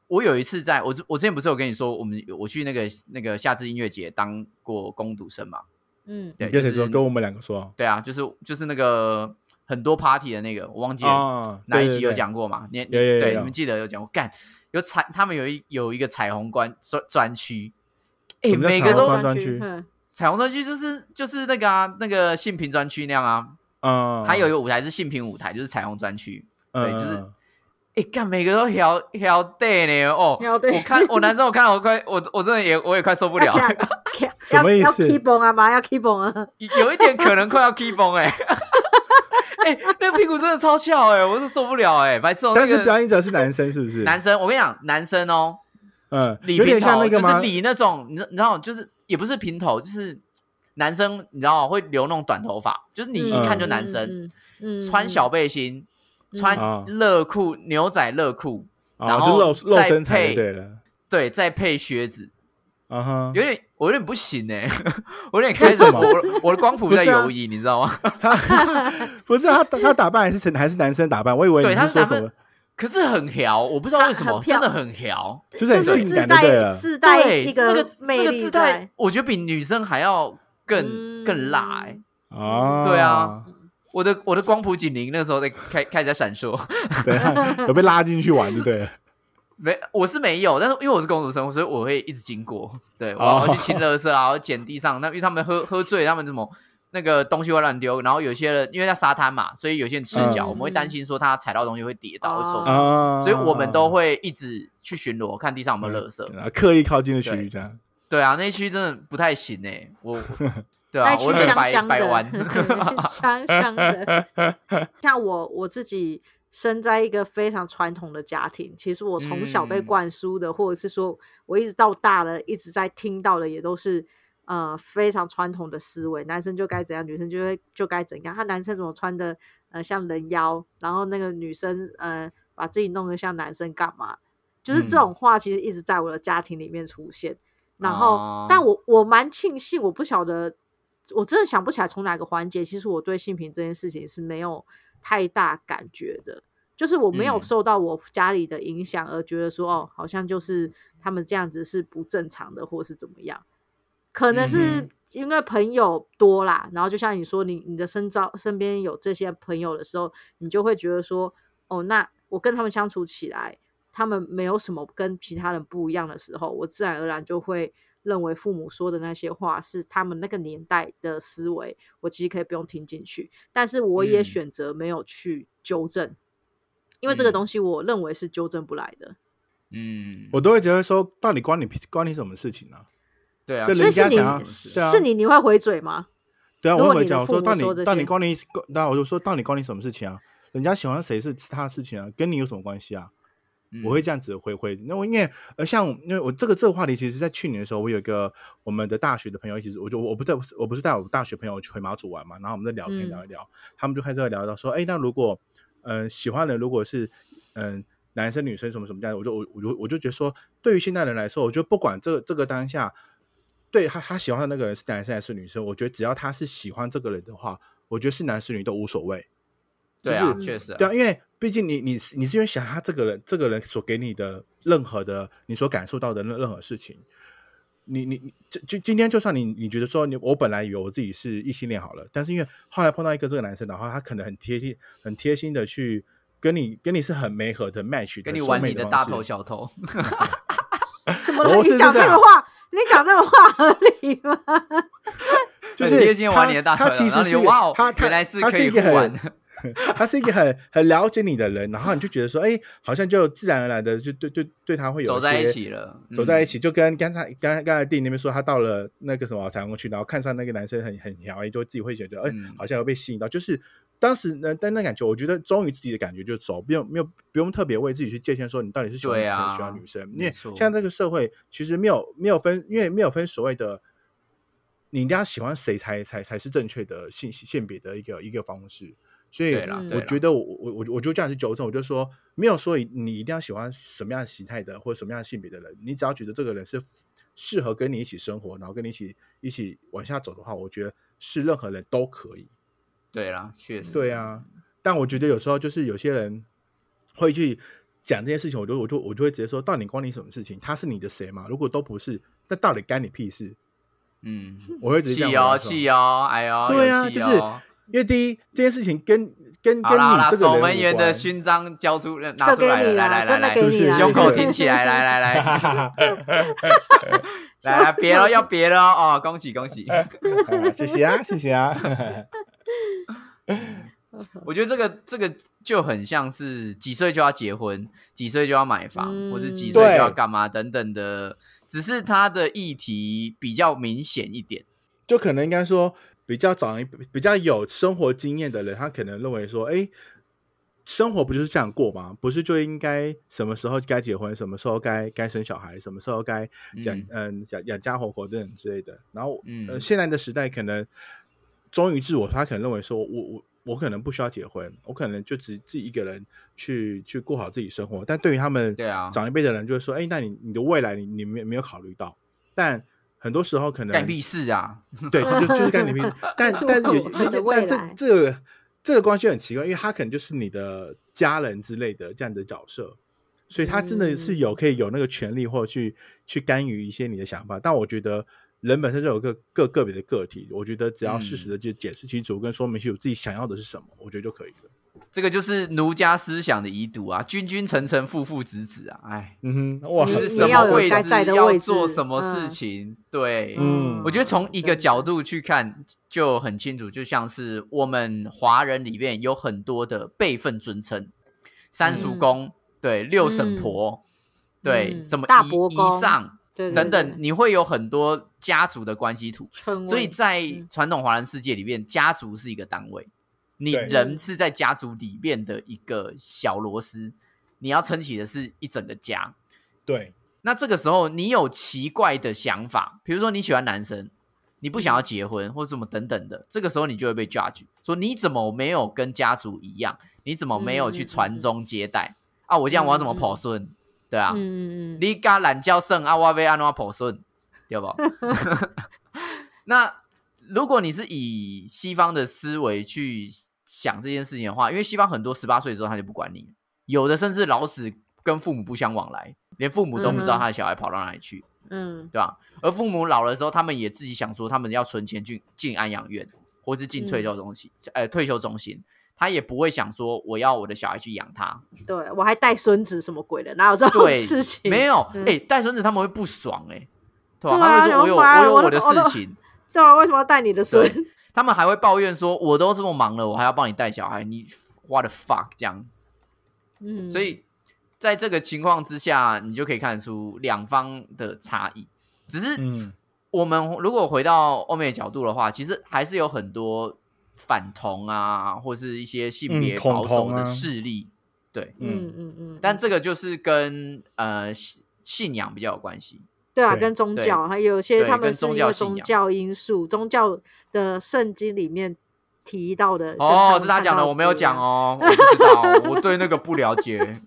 Speaker 3: 我有一次在我之我之前不是有跟你说，我们我去那个那个夏至音乐节当过攻读生嘛，
Speaker 2: 嗯，
Speaker 3: 对，
Speaker 1: 你跟谁
Speaker 3: 就是
Speaker 1: 说？跟我们两个说。
Speaker 3: 对啊，就是就是那个很多 party 的那个，我忘记了。
Speaker 1: 哦
Speaker 3: 哪一
Speaker 1: 对
Speaker 3: 集
Speaker 1: 对
Speaker 3: 有
Speaker 1: 对
Speaker 3: 讲过嘛？你你
Speaker 1: 有有有
Speaker 3: 对
Speaker 1: 有
Speaker 3: 你们记得有讲过，干有彩，他们有一有一个彩虹关专专区，哎、
Speaker 1: 什么叫
Speaker 3: 每
Speaker 1: 彩
Speaker 3: 个
Speaker 1: 虹
Speaker 3: 都
Speaker 1: 关
Speaker 2: 专
Speaker 1: 专区
Speaker 2: 嗯
Speaker 3: 彩虹专区就是就是那个啊，那个性平专区那样啊，
Speaker 1: 嗯，
Speaker 3: 还有一个舞台是性平舞台，就是彩虹专区。
Speaker 1: 嗯，
Speaker 3: 对就是
Speaker 1: 嗯
Speaker 3: 哎、干每个都挑挑对呢哦，
Speaker 2: 挑对
Speaker 3: 我看我男生我看了我快我我真的也我也快受不
Speaker 2: 啊
Speaker 3: 了，
Speaker 1: 什么意
Speaker 2: 要
Speaker 1: 思
Speaker 2: keep on 啊，妈要 keep on 啊，
Speaker 3: 有一点可能快要 k 崩哎。哎、那个屁股真的超翘哎、我是受不了哎、白痴哦、那
Speaker 1: 但是
Speaker 3: 个
Speaker 1: 表演者是男生，是不是？
Speaker 3: 男生，我跟你讲，男生哦、
Speaker 1: 嗯，
Speaker 3: 理
Speaker 1: 有
Speaker 3: 平
Speaker 1: 点
Speaker 3: 头，
Speaker 1: 像那
Speaker 3: 哦就
Speaker 1: 个
Speaker 3: 是
Speaker 1: 吗？
Speaker 3: 理那种，你知你知道，就是也不是平头，就是男生，你知道会留那种短头发，就是你一
Speaker 2: 嗯
Speaker 3: 看就男生，，
Speaker 2: 嗯
Speaker 3: 穿小，背心，
Speaker 2: 嗯
Speaker 3: 穿
Speaker 1: 啊
Speaker 3: 热裤，牛仔热裤，
Speaker 1: 哦
Speaker 3: 然后
Speaker 1: 就露露
Speaker 3: 再
Speaker 1: 身材
Speaker 3: 配
Speaker 1: 就对了。
Speaker 3: 对，再配靴子，
Speaker 1: 啊哈，
Speaker 3: 有点我有点不行哎、 我有点开始
Speaker 1: 为什么
Speaker 3: 我我的光谱
Speaker 1: 不
Speaker 3: 在
Speaker 1: 是啊
Speaker 3: 游移，你知道吗？
Speaker 1: 不是他他打扮还是还是男生打扮，我以为
Speaker 3: 对
Speaker 1: 你
Speaker 3: 他
Speaker 1: 是
Speaker 3: 是
Speaker 1: 说
Speaker 3: 打扮
Speaker 1: 什么，
Speaker 3: 可是很调，我不知道为什
Speaker 2: 很
Speaker 3: 么，
Speaker 2: 很
Speaker 3: 真
Speaker 2: 飘
Speaker 3: 的很调，
Speaker 1: 就
Speaker 2: 嗯
Speaker 1: 是很
Speaker 2: 就是
Speaker 1: 性
Speaker 2: 自
Speaker 1: 感就对
Speaker 2: 带
Speaker 1: 了。
Speaker 2: 自带
Speaker 3: 对，
Speaker 2: 一
Speaker 3: 那个
Speaker 2: 魅
Speaker 3: 那个
Speaker 2: 力
Speaker 3: 自
Speaker 2: 在
Speaker 3: 带，，我觉得比女生还要更更辣哎、
Speaker 2: 嗯
Speaker 1: 哦，
Speaker 3: 对啊，我的我的光谱警铃那时候在开开始在闪烁，
Speaker 1: 对啊，有被拉进去玩就对了。
Speaker 3: 没我是没有，但是因为我是公主生，所以我会一直经过， 对我
Speaker 1: 哦
Speaker 3: 要去清垃圾啊，我要捡地上那，因为他们喝喝醉，他们怎么那个东西会乱丢，然后有些人因为在沙滩嘛，所以有些人赤脚，
Speaker 2: 嗯
Speaker 3: 我们会担心说他踩到东西会跌
Speaker 2: 哦
Speaker 3: 倒会受伤，
Speaker 1: 啊，
Speaker 3: 所以我们都会一直去巡逻，看地上有没有垃圾。
Speaker 1: 啊刻意靠近的区域这样。
Speaker 3: 对啊，那一区真的不太行哎、 我对啊
Speaker 2: 那，
Speaker 3: 我
Speaker 2: 区
Speaker 3: 会
Speaker 2: 香
Speaker 3: 摆
Speaker 2: 香
Speaker 3: 摆
Speaker 2: 的，
Speaker 3: 弯，
Speaker 2: 香香的。像我我自己生在一个非常传统的家庭，其实我从小被
Speaker 3: 嗯
Speaker 2: 灌输的，或者是说我一直到大了一直在听到的，也都是呃非常传统的思维，男生就该怎样，女生就会就该怎样。他啊男生怎么穿的呃像人妖，然后那个女生呃把自己弄得像男生干嘛？就是这
Speaker 1: 嗯
Speaker 2: 种话，其实一直在我的家庭里面出现。然后，
Speaker 3: 哦
Speaker 2: 但我我蛮庆幸，我不晓得，我真的想不起来从哪个环节，其实我对性平这件事情是没有太大感觉的，就是我没有
Speaker 3: 嗯
Speaker 2: 受到我家里的影响而觉得说，哦，好像就是他们这样子是不正常的，或是怎么样，可能
Speaker 1: 嗯
Speaker 2: 是因为朋友多啦，然后就像你说，你你的身遭身边有这些朋友的时候，你就会觉得说，哦，那我跟他们相处起来，他们没有什么跟其他人不一样的时候，我自然而然就会认为父母说的那些话是他们那个年代的思维，我其实可以不用听进去，但是我也
Speaker 3: 嗯
Speaker 2: 选择没有去纠正，因为这个
Speaker 3: 嗯
Speaker 2: 东西我认为是纠正不来的。
Speaker 3: 嗯，
Speaker 1: 我都会觉得说，到底关你屁关你什么事情呢？
Speaker 3: 对啊，
Speaker 1: 这
Speaker 2: 所以
Speaker 1: 人
Speaker 2: 是
Speaker 1: 家
Speaker 2: 你
Speaker 1: 想要
Speaker 2: 是
Speaker 1: 对啊
Speaker 2: 是你你会回嘴吗？
Speaker 1: 对啊，
Speaker 2: 如
Speaker 1: 我
Speaker 2: 果
Speaker 1: 有
Speaker 2: 你的
Speaker 1: 讲，我
Speaker 2: 父
Speaker 1: 说
Speaker 2: 母
Speaker 1: 到
Speaker 2: 说这
Speaker 1: 你到
Speaker 2: 些
Speaker 1: 你关你，那我就说到你关你什么事情啊？人家喜欢谁是他的事情啊，跟你有什么关系啊？
Speaker 3: 嗯
Speaker 1: 我会这样子回回。那我因为呃，像因为我这个这个话题，其实在去年的时候，我有一个我们的大学的朋友一起，我就我不带我不是带我大学朋友去回马祖玩嘛，然后我们在聊天
Speaker 2: 嗯
Speaker 1: 聊一聊，他们就开始在聊到说，哎，那如果嗯、呃喜欢的人如果是嗯、男生女生什么什么这样，我就我我就我就觉得说，对于现代人来说，我觉得不管这这个当下，对他他喜欢的那个人是男生还是女生，我觉得只要他是喜欢这个人的话，我觉得是男是女都无所谓。
Speaker 3: 对啊，
Speaker 2: 就是
Speaker 3: 确实啊，
Speaker 1: 对啊，因为毕竟你你是你是因为想他这个人，这个人所给你的任何的你所感受到的任任何事情，你你你就就今天就算你你觉得说你我本来以为我自己是异性恋好了，但是因为后来碰到一个这个男生，然后他可能很贴心很贴心的去跟你跟你是很媒合的 match 的，
Speaker 3: 跟你玩你的大头
Speaker 1: 小。
Speaker 3: 小头，
Speaker 2: 什么？
Speaker 1: 我是
Speaker 2: 你讲
Speaker 1: 这
Speaker 2: 这
Speaker 1: 样
Speaker 2: 个话，你讲这个话合理吗？
Speaker 1: 就
Speaker 3: 很
Speaker 1: 是
Speaker 3: 贴心地
Speaker 1: 他
Speaker 3: 玩你的大
Speaker 1: 他
Speaker 3: 腿
Speaker 1: 其
Speaker 3: 然后
Speaker 1: 实
Speaker 3: 你
Speaker 1: 是
Speaker 3: 哇哦
Speaker 1: 他他
Speaker 3: 原来是
Speaker 1: 他
Speaker 3: 可
Speaker 1: 是
Speaker 3: 以
Speaker 1: 一个
Speaker 3: 互
Speaker 1: 很
Speaker 3: 玩
Speaker 1: 他是一个很很了解你的人，然后你就觉得说，哎、好像就自然而然的就对对对他会有
Speaker 3: 走在一
Speaker 1: 些
Speaker 3: 起了，嗯
Speaker 1: 走在一起，就跟刚才刚刚才电影那边说，他到了那个什么彩虹区，然后看上那个男生很很摇，就自己会觉得，哎、
Speaker 3: 嗯
Speaker 1: 好像有被吸引到，就是。当时呢，但那感觉，我觉得忠于自己的感觉就走，不用没有不用特别为自己去界限，说你到底是喜欢
Speaker 3: 对
Speaker 1: 男生、
Speaker 3: 啊
Speaker 1: 喜欢女生，因
Speaker 3: 没
Speaker 1: 为
Speaker 3: 错
Speaker 1: 像这个社会其实没有没有分，因为没有分所谓的你一定要喜欢谁才才才是正确的性性别的一个一个方式。所以
Speaker 3: 对啦对
Speaker 1: 我
Speaker 3: 啦
Speaker 1: 觉得我我我我就这样去纠正，我就说没有说你一定要喜欢什么样的形态的或者什么样的性别的人，你只要觉得这个人是适合跟你一起生活，然后跟你一起一起往下走的话，我觉得是任何人都可以。
Speaker 3: 对啦，确实，
Speaker 1: 对啊，但我觉得有时候就是有些人会去讲这件事情，我就我就我就会直接说，到底关你什么事情？他是你的谁嘛？如果都不是，那到底干你屁事？
Speaker 3: 嗯，
Speaker 1: 我会直接这样
Speaker 3: 气
Speaker 1: 跟他
Speaker 3: 哦
Speaker 1: 说
Speaker 3: 气哦，哎呦，
Speaker 1: 对啊，
Speaker 3: 有气
Speaker 1: 就是
Speaker 3: 哦
Speaker 1: 因为第一这件事情跟跟跟
Speaker 3: 好啦好啦，
Speaker 1: 你这个
Speaker 3: 守
Speaker 1: 人
Speaker 3: 门员
Speaker 1: 无
Speaker 3: 的
Speaker 1: 关
Speaker 3: 勋章交出拿出
Speaker 2: 给
Speaker 3: 来了，
Speaker 2: 你
Speaker 3: 来
Speaker 2: 啦
Speaker 3: 来来
Speaker 2: 真的
Speaker 3: 来，
Speaker 2: 给
Speaker 1: 你啦
Speaker 3: 胸口
Speaker 1: 对
Speaker 3: 挺起来，来来来来来，
Speaker 2: 胸口
Speaker 3: 别了要别了哦，恭喜恭喜！
Speaker 1: 谢谢啊，谢谢啊。
Speaker 3: 我觉得这个这个就很像是几岁就要结婚，几岁就要买房，
Speaker 2: 嗯
Speaker 3: 或是几岁就要
Speaker 1: 对
Speaker 3: 干嘛等等的，只是它的议题比较明显一点。
Speaker 1: 就可能应该说比较早一比较有生活经验的人，他可能认为说，哎、生活不就是这样过吗？不是就应该什么时候该结婚，什么时候该该生小孩，什么时候该养
Speaker 3: 嗯
Speaker 1: 嗯养养家活口等等之类的。然后，
Speaker 3: 嗯
Speaker 1: 呃，现在的时代可能忠于自我，他可能认为说我我。我可能不需要结婚，我可能就只自己一个人去去过好自己生活。但对于他们
Speaker 3: 对啊
Speaker 1: 长一辈的人，就会说：“哎、那你你的未来你你没没有考虑到。”但很多时候可能
Speaker 3: 干屁事啊！
Speaker 1: 对，就就是干你屁 事。但
Speaker 2: 是
Speaker 1: 但
Speaker 2: 我
Speaker 1: 有
Speaker 2: 我的
Speaker 1: 但
Speaker 2: 未
Speaker 1: 这
Speaker 2: 来
Speaker 1: 这个这个关系很奇怪，因为他可能就是你的家人之类的这样的角色，所以他真的是
Speaker 2: 嗯
Speaker 1: 有可以有那个权利或去去干预一些你的想法。但我觉得人本身就有个个个别的个体，我觉得只要适时
Speaker 2: 嗯
Speaker 1: 的去解释清楚跟说明清楚自己想要的是什么，我觉得就可以了。
Speaker 3: 这个就是儒家思想的遗毒啊，君君臣臣，父父子子啊，哎，
Speaker 1: 嗯哼，哇，
Speaker 2: 你
Speaker 3: 就是
Speaker 2: 你
Speaker 3: 什
Speaker 2: 要
Speaker 3: 么
Speaker 2: 有
Speaker 3: 位置
Speaker 2: 该在的
Speaker 3: 要
Speaker 2: 位置
Speaker 3: 做什么事
Speaker 2: 嗯
Speaker 3: 情，对，
Speaker 1: 嗯
Speaker 3: 我觉得从一个角，度去看就很清楚，就像是我们华人里面有很多的辈分尊称，三叔公，对，六婶婆，对，
Speaker 2: 嗯
Speaker 3: 什么
Speaker 2: 大
Speaker 3: 姨
Speaker 2: 伯公
Speaker 3: 姨丈
Speaker 2: 真的对对
Speaker 3: 等等，
Speaker 2: 对
Speaker 3: 你会有很多家族的关系图，
Speaker 2: 称
Speaker 3: 所以
Speaker 2: 谓
Speaker 3: 在
Speaker 2: 嗯
Speaker 3: 传统华人世界里面，家族是一个单位，你
Speaker 1: 对
Speaker 3: 人是在家族里面的一个小螺丝，你要撑起的是一整个家。
Speaker 1: 对，
Speaker 3: 那这个时候，你有奇怪的想法，比如说你喜欢男生，你不想要结婚或什么等等的，这个时候你就会被 judge，说你怎么没有跟家族一样？你怎么没有
Speaker 2: 嗯
Speaker 3: 去传宗接代、啊？我这样我要怎么跑孙？对啊，
Speaker 2: 嗯嗯嗯，
Speaker 3: 你甲懒教圣啊，我要安怎么抱孙，对不？ 那如果你是以西方的思维去想这件事情的话，因为西方很多十八岁之后他就不管你，有的甚至老死跟父母不相往来，连父母都不知道他的小孩跑到哪里去，
Speaker 2: 嗯
Speaker 3: 对吧？而父母老了之后，他们也自己想说，他们要存钱去进安养院，或是进退休中心，呃，退休中心，他也不会想说我要我的小孩去养他，
Speaker 2: 对我还带孙子什么鬼的，哪有这种
Speaker 3: 对
Speaker 2: 事情？
Speaker 3: 没有，
Speaker 2: 嗯
Speaker 3: 哎、带孙子他们会不爽哎、对吧、
Speaker 2: 对
Speaker 3: 他
Speaker 2: 啊
Speaker 3: 们会说我有
Speaker 2: 然后妈
Speaker 3: 我有
Speaker 2: 我
Speaker 3: 我的
Speaker 2: 都我
Speaker 3: 事
Speaker 2: 都
Speaker 3: 情，
Speaker 2: 对啊，为什么要带你的孙？
Speaker 3: 他们还会抱怨说我都这么忙了，我还要帮你带小孩，你 what the fuck 这样。
Speaker 2: 嗯，
Speaker 3: 所以在这个情况之下，你就可以看得出两方的差异。只是
Speaker 1: 嗯，
Speaker 3: 我们如果回到欧美的角度的话，其实还是有很多反同啊，或是一些性别
Speaker 1: 嗯恐
Speaker 3: 保守
Speaker 1: 同啊
Speaker 3: 的势力，对，
Speaker 1: 嗯
Speaker 2: 嗯嗯嗯，
Speaker 3: 但这个就是跟呃信信仰比较有关系。
Speaker 2: 对啊，
Speaker 1: 对
Speaker 2: 跟宗
Speaker 3: 对
Speaker 2: 教，还有些
Speaker 3: 对
Speaker 2: 他们
Speaker 3: 跟
Speaker 2: 是
Speaker 3: 宗
Speaker 2: 因
Speaker 3: 教
Speaker 2: 为
Speaker 3: 信
Speaker 2: 宗
Speaker 3: 仰
Speaker 2: 教因素，宗教的圣经里面提到的。 跟
Speaker 3: 哦，
Speaker 2: 们
Speaker 3: 是他
Speaker 2: 看
Speaker 3: 讲
Speaker 2: 到
Speaker 3: 的，我没有
Speaker 2: 不一样
Speaker 3: 讲。哦，我不知道， 我对那个不了解。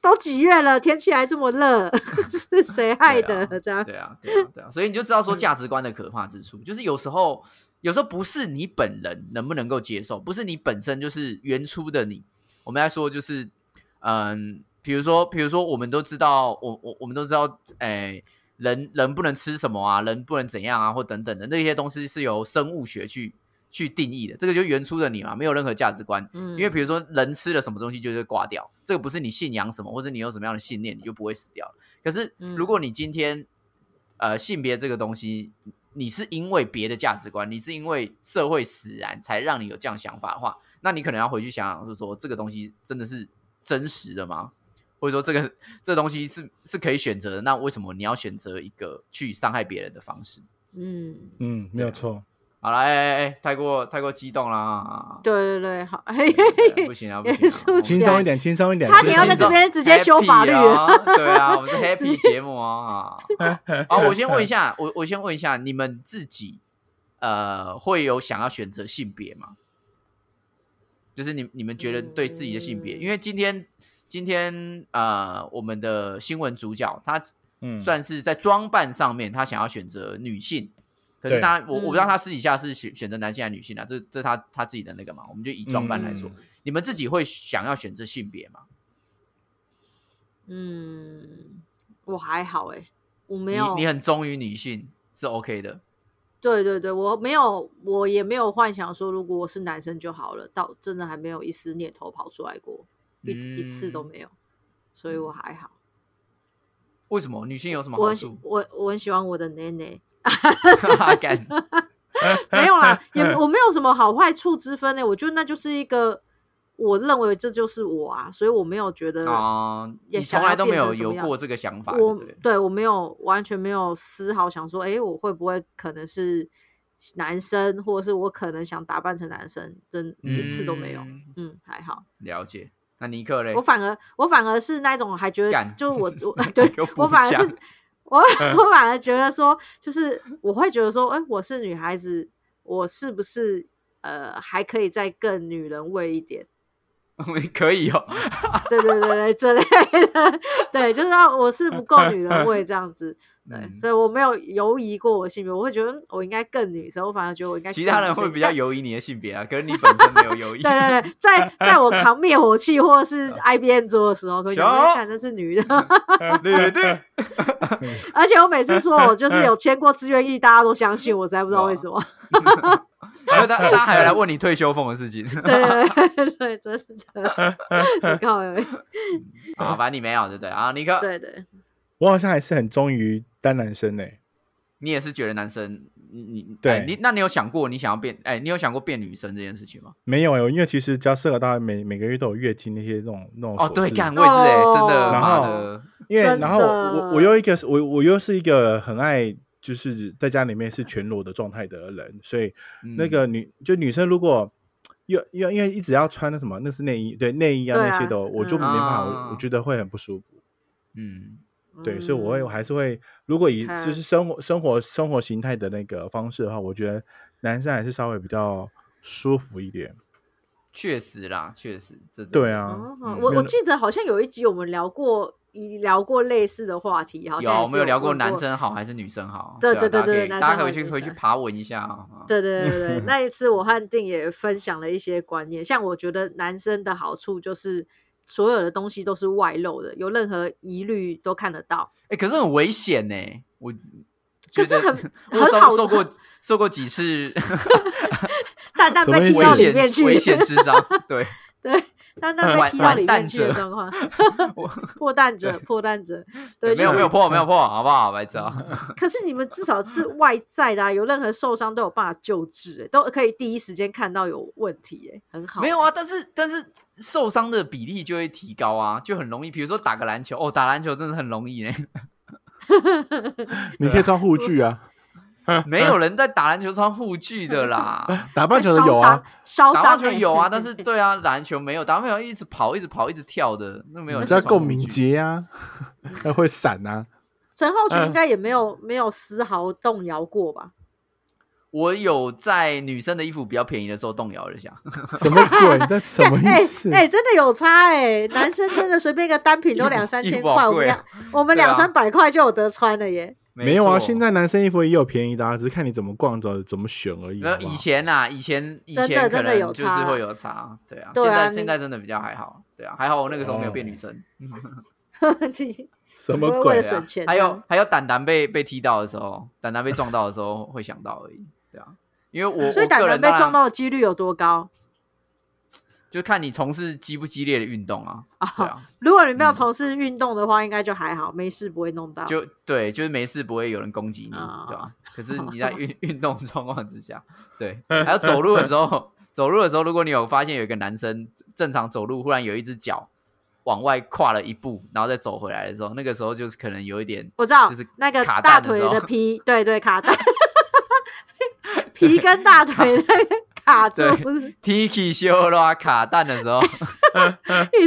Speaker 2: 都几月了，天气还这么热， 是谁害
Speaker 3: 对
Speaker 2: 的
Speaker 3: 啊？
Speaker 2: 这样
Speaker 3: 对啊，对啊，对啊，所以你就知道
Speaker 2: 嗯
Speaker 3: 说价值观的可怕之处，就是有时候，有时候不是你本人能不能够接受，不是你本身就是原初的你。我们来说就是，嗯，比如说，比如说，我们都知道，我我我们都知道，哎，人人不能吃什么啊，人不能怎样啊，或等等的那些东西是由生物学去去定义的，这个就是原初的你嘛，没有任何价值观。
Speaker 2: 嗯，
Speaker 3: 因为比如说人吃了什么东西就会挂掉，这个不是你信仰什么，或者你有什么样的信念，你就不会死掉。可是
Speaker 2: 嗯
Speaker 3: 如果你今天呃性别这个东西，你是因为别的价值观，你是因为社会使然才让你有这样想法的话，那你可能要回去想想，是说这个东西真的是真实的吗？或者说这个这东西是是可以选择的，那为什么你要选择一个去伤害别人的方式？
Speaker 2: 嗯，
Speaker 1: 嗯，没有错。
Speaker 3: 好了，哎哎哎，太过太过激动了啊，
Speaker 2: 对对对，好，
Speaker 3: 对不行啊，不行啊，我们
Speaker 1: 轻松一点，轻松一点。
Speaker 2: 差点要在这边直接修法律了。
Speaker 3: Happy 啊对啊，我 们是 Happy 节目啊。好，我先问一下，我我先问一下，你们自己呃会有想要选择性别吗？就是你你们觉得对自己的性别，
Speaker 2: 嗯
Speaker 3: 因为今天今天呃我们的新闻主角他
Speaker 1: 嗯
Speaker 3: 算是在装扮上面，他想要选择女性。可是
Speaker 1: 对
Speaker 3: 他，我我不知道
Speaker 2: 嗯
Speaker 3: 他私底下是选选择男性还是女性啊，这这他他自己的那个嘛，我们就以装扮来说，
Speaker 1: 嗯
Speaker 3: 你们自己会想要选择性别吗？
Speaker 2: 嗯，我还好哎、我没
Speaker 3: 你
Speaker 2: 有
Speaker 3: 你很忠于女性是 OK 的，
Speaker 2: 对对对，我没有，我也没有幻想说如果我是男生就好了，到真的还没有一丝念头跑出来过，一、一次都
Speaker 3: 嗯
Speaker 2: 没有，所以我还好。
Speaker 3: 为什么女性有什么
Speaker 2: 我
Speaker 3: 好
Speaker 2: 很喜
Speaker 3: 处？
Speaker 2: 我我很喜欢我的奶奶，
Speaker 3: 干
Speaker 2: 没有啦，也我没有什么好坏处之分呢、我觉得那就是一个，我认为这就是我啊，所以我没有觉得
Speaker 3: 啊！
Speaker 2: 也
Speaker 3: 你
Speaker 2: 想
Speaker 3: 从
Speaker 2: 要
Speaker 3: 来都没有
Speaker 2: 变成什
Speaker 3: 有
Speaker 2: 么样
Speaker 3: 过这个想法，
Speaker 2: 我
Speaker 3: 对不对
Speaker 2: 对我没有完全没有丝毫想说，哎、我会不会可能是男生，或者是我可能想打扮成男生，真一次都没有。嗯
Speaker 3: 嗯
Speaker 2: 还好，
Speaker 3: 了解。那尼克嘞
Speaker 2: 我？反而我反而是那种还觉得
Speaker 3: 干，
Speaker 2: 就是我我对
Speaker 3: 给我补
Speaker 2: 我反而
Speaker 3: 讲
Speaker 2: 是我我反而觉得说，就是我会觉得说，哎、我是女孩子，我是不是呃还可以再更女人味一点？
Speaker 3: 可以哦，
Speaker 2: 对对对对，之类的，对，就是让我是不够女人味这样 子。对，
Speaker 3: 嗯
Speaker 2: 所以我没有犹疑过我性别，我会觉得嗯我应该更女生，我反而觉得我应该
Speaker 3: 其
Speaker 2: 更
Speaker 3: 他
Speaker 2: 女
Speaker 3: 人会
Speaker 2: 生
Speaker 3: 比较。犹疑你的性别啊，可是你本身没有 犹疑。嗯
Speaker 2: 但对对对，在在我扛灭火器或 者是 IBM 桌的时候，会觉
Speaker 3: 小
Speaker 2: 得看这是女的，
Speaker 3: 对对对，
Speaker 2: 而且我每次说我 就是有签过自愿役，大家都相信我，实在不知道为什么。
Speaker 3: 然后大大家还有来问你退休俸的事情
Speaker 2: 对对对对，真 的，你靠，
Speaker 3: 啊，反正你没有，对不对？啊，尼克，
Speaker 2: 对对，
Speaker 1: 我好像还是很忠于单男生呢。
Speaker 3: 你也是觉得男生，你你
Speaker 1: 对
Speaker 3: 哎你，那你有想过你想要变，哎，你有想过变女生这件事情吗？
Speaker 1: 没有哎，因为其实交社交大每每个月都有月经那些那种那种
Speaker 3: 哦，
Speaker 1: 琐
Speaker 3: 对，
Speaker 1: 事
Speaker 3: 干我也是哎，真的，
Speaker 2: 哦
Speaker 3: 妈的，
Speaker 1: 因为
Speaker 2: 真
Speaker 1: 然后我
Speaker 2: 的
Speaker 1: 我我又一个是我我又是一个很爱就是在家里面是全裸的状态的人，所以
Speaker 3: 嗯
Speaker 1: 那个女、就女生如果又又因为一直要穿那什么那是内衣对内衣啊
Speaker 2: 对啊
Speaker 1: 那些的，我就
Speaker 2: 嗯
Speaker 1: 没办法，
Speaker 3: 啊
Speaker 1: 我我觉得会很不舒服。
Speaker 3: 嗯，
Speaker 1: 对，所以我会我
Speaker 2: 嗯
Speaker 1: 还是会，如果以就
Speaker 2: 看
Speaker 1: 是生活生活生活形态的那个方式的话，我觉得男生还是稍微比较舒服一点。
Speaker 3: 确实啦，确实，这真的
Speaker 1: 对，啊，
Speaker 2: 哦，
Speaker 3: 嗯
Speaker 2: 我
Speaker 1: 没有
Speaker 2: 我
Speaker 1: 那
Speaker 2: 记得好像有一集我们聊过，一聊过类似的话题，好像
Speaker 3: 有
Speaker 2: 也是
Speaker 3: 没有聊过
Speaker 2: 问
Speaker 3: 男？生好还是女生好？
Speaker 2: 对
Speaker 3: 啊
Speaker 2: 对对
Speaker 3: 大家可以
Speaker 2: 对男
Speaker 3: 大家
Speaker 2: 生
Speaker 3: 可
Speaker 2: 好
Speaker 3: 以去
Speaker 2: 女
Speaker 3: 回去
Speaker 2: 生
Speaker 3: 爬文一下啊。啊
Speaker 2: 对对对对， 对那一次我和定也分享了一些观念，像我觉得男生的好处就是所有的东西都是外露的，有任何疑虑都看得到。
Speaker 3: 哎，可是很危险呢，我。
Speaker 2: 可是很
Speaker 3: 我
Speaker 2: 很
Speaker 3: 受
Speaker 2: 好
Speaker 3: 受过受过几次
Speaker 2: 蛋蛋
Speaker 1: 什么
Speaker 2: 被
Speaker 1: 意
Speaker 2: 踢
Speaker 1: 思
Speaker 2: 到
Speaker 3: 危
Speaker 2: 里
Speaker 3: 险
Speaker 2: 面 去，
Speaker 3: 危险 智商，对，
Speaker 2: 对，蛋蛋被
Speaker 3: 完
Speaker 2: 踢到
Speaker 3: 完
Speaker 2: 里
Speaker 3: 蛋
Speaker 2: 面去的
Speaker 3: 者
Speaker 2: 状况，
Speaker 3: 我
Speaker 2: 破蛋者，破 蛋者，对，
Speaker 3: 没有
Speaker 2: 就是嗯
Speaker 3: 没有破没有破，好不好，白痴啊？
Speaker 2: 可是你们至少是外在的、啊，有任何受伤都有办法救治、欸，都可以第一时间看到有问题、欸，很好。
Speaker 3: 没有啊，但是但是受伤的比例就会提高啊，就很容易，比如说打个篮球，哦，打篮球真的很容易呢。
Speaker 1: 你可以穿护具啊，
Speaker 3: 没有人在打篮球穿护具的啦。
Speaker 1: 打棒
Speaker 2: 哎
Speaker 1: 球的有啊，
Speaker 2: 烧欸
Speaker 3: 打
Speaker 2: 打
Speaker 3: 棒球有 啊，但是对啊，篮球没有，打棒球一直跑，一直跑，一直跳的，那没有人
Speaker 1: 就要
Speaker 3: 穿
Speaker 1: 够
Speaker 3: 护
Speaker 1: 敏
Speaker 3: 具。
Speaker 1: 捷啊， 要会闪啊。
Speaker 2: 陈浩群
Speaker 1: 嗯
Speaker 2: 应该也没有、没有丝毫动摇过吧？
Speaker 3: 我有在女生的衣服比较便宜的时候动摇了一下，
Speaker 1: 什么鬼？那什么
Speaker 2: 哎
Speaker 1: 意思？
Speaker 2: 哎、真的有差哎、男生真的随便一个单品
Speaker 3: 衣
Speaker 2: 都
Speaker 3: 服
Speaker 2: 两三
Speaker 3: 衣
Speaker 2: 千
Speaker 3: 服好
Speaker 2: 块，我们
Speaker 3: 贵
Speaker 2: 两我们
Speaker 3: 对啊
Speaker 2: 两三百块就有得穿了耶。
Speaker 1: 没有啊，
Speaker 3: 错
Speaker 1: 现在男生衣服也有便宜的啊，只是看你怎么逛着怎么选而已。
Speaker 3: 没
Speaker 1: 好
Speaker 3: 有
Speaker 1: 不好
Speaker 3: 以前啊，以前以
Speaker 2: 真的
Speaker 3: 前可
Speaker 2: 真的
Speaker 3: 能
Speaker 2: 有
Speaker 3: 就是
Speaker 2: 差
Speaker 3: 会有差，对啊。
Speaker 2: 对
Speaker 3: 现
Speaker 2: 啊
Speaker 3: 在
Speaker 2: 你
Speaker 3: 现在真的比较还好，对啊，还好我那个时候没有变
Speaker 1: 哦
Speaker 3: 女生。
Speaker 1: 什
Speaker 2: 我
Speaker 1: 么
Speaker 2: 会
Speaker 1: 鬼
Speaker 2: 为了
Speaker 1: 啊？
Speaker 2: 省钱
Speaker 3: 还
Speaker 2: 这
Speaker 3: 有
Speaker 2: 样
Speaker 3: 还有胆胆被被踢到的时候，胆胆被撞到的时候会想到而已，对啊。因为我
Speaker 2: 所以
Speaker 3: 我
Speaker 2: 胆
Speaker 3: 个
Speaker 2: 囊
Speaker 3: 人
Speaker 2: 被
Speaker 3: 当然
Speaker 2: 撞到的几率有多高？
Speaker 3: 就看你从事激不激烈的运动啊，
Speaker 2: 哦
Speaker 3: 对啊，
Speaker 2: 如果你没有从事运动的话，应该就还好，没事不会弄到。
Speaker 3: 就对，就是没事不会有人攻击你，
Speaker 2: 哦
Speaker 3: 对吧？可是你在 运运动状况之下，对，还有走路的时候，走路的时候，如果你有发现有一个男生正常走路，忽然有一只脚往外跨了一步，然后再走回来的时候，那个时候就是可能有一点
Speaker 2: 我知道，
Speaker 3: 就是
Speaker 2: 那个
Speaker 3: 卡
Speaker 2: 大
Speaker 3: 蛋的
Speaker 2: 腿
Speaker 3: 时候
Speaker 2: 的皮，对对，卡带， 皮跟大腿的 卡住。
Speaker 3: 对
Speaker 2: 不是
Speaker 3: Tiki 修啦卡蛋的时 候，
Speaker 2: 你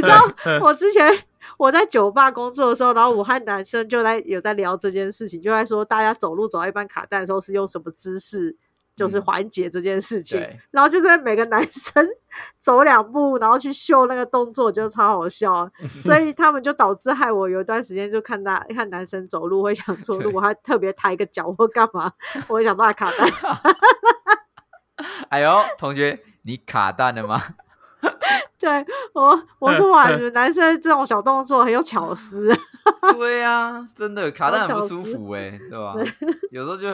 Speaker 2: 知道，我之前我在酒吧工作的时候，然后我和男生就在有在聊这件事情，就在说大家走路走到一半卡带的时候是用什么姿势，就是
Speaker 3: 嗯
Speaker 2: 缓解这件事情。
Speaker 3: 对
Speaker 2: 然后就在每个男生 走两步，然后去秀那个动作，我觉得超 好笑，啊所以他们就导致害我有一段时间就看他看男生走路会想说，
Speaker 3: 对
Speaker 2: 如果他特别抬个脚或干嘛，我会想把他卡带。
Speaker 3: 哎呦，同学，你卡蛋了吗？
Speaker 2: 对我我说哇，你们男生这种小动作很有巧思，
Speaker 3: 对啊，真的卡蛋很不舒服哎、对吧？有时候就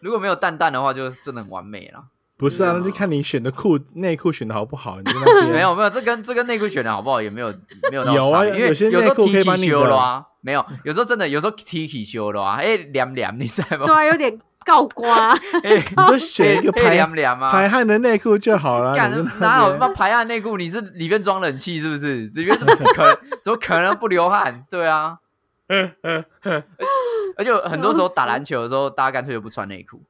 Speaker 3: 如果没有蛋蛋的话，就真的很完美了。
Speaker 1: 不是啊，
Speaker 3: 对啊
Speaker 1: 那就看你选的裤内裤选的好不好。你在 那边
Speaker 3: 没有没有，这跟这跟内裤选的好不好也没有没有到
Speaker 1: 有啊
Speaker 3: 差别因为
Speaker 1: 有些
Speaker 3: 有时候
Speaker 1: 内裤
Speaker 3: T
Speaker 1: 可以
Speaker 3: K
Speaker 1: 帮你的
Speaker 3: 修了啊，没有，有时候真的有时候 T K 修了啊，哎凉凉，你知道
Speaker 2: 对
Speaker 3: 吗？
Speaker 2: 啊，有点告瓜。
Speaker 3: 哎，
Speaker 1: 你就选一个
Speaker 3: 哎
Speaker 1: 排
Speaker 3: 凉凉
Speaker 1: 排
Speaker 3: 啊。
Speaker 1: 汗的内裤就好 了。
Speaker 3: 干
Speaker 1: 你在
Speaker 3: 哪
Speaker 1: 那
Speaker 3: 有
Speaker 1: 边
Speaker 3: 那排汗内裤？你是里面装冷气是不是？里面怎么可能怎么可能不流汗？对啊，而且很多时候打篮球的时候，大家干脆就不穿内裤。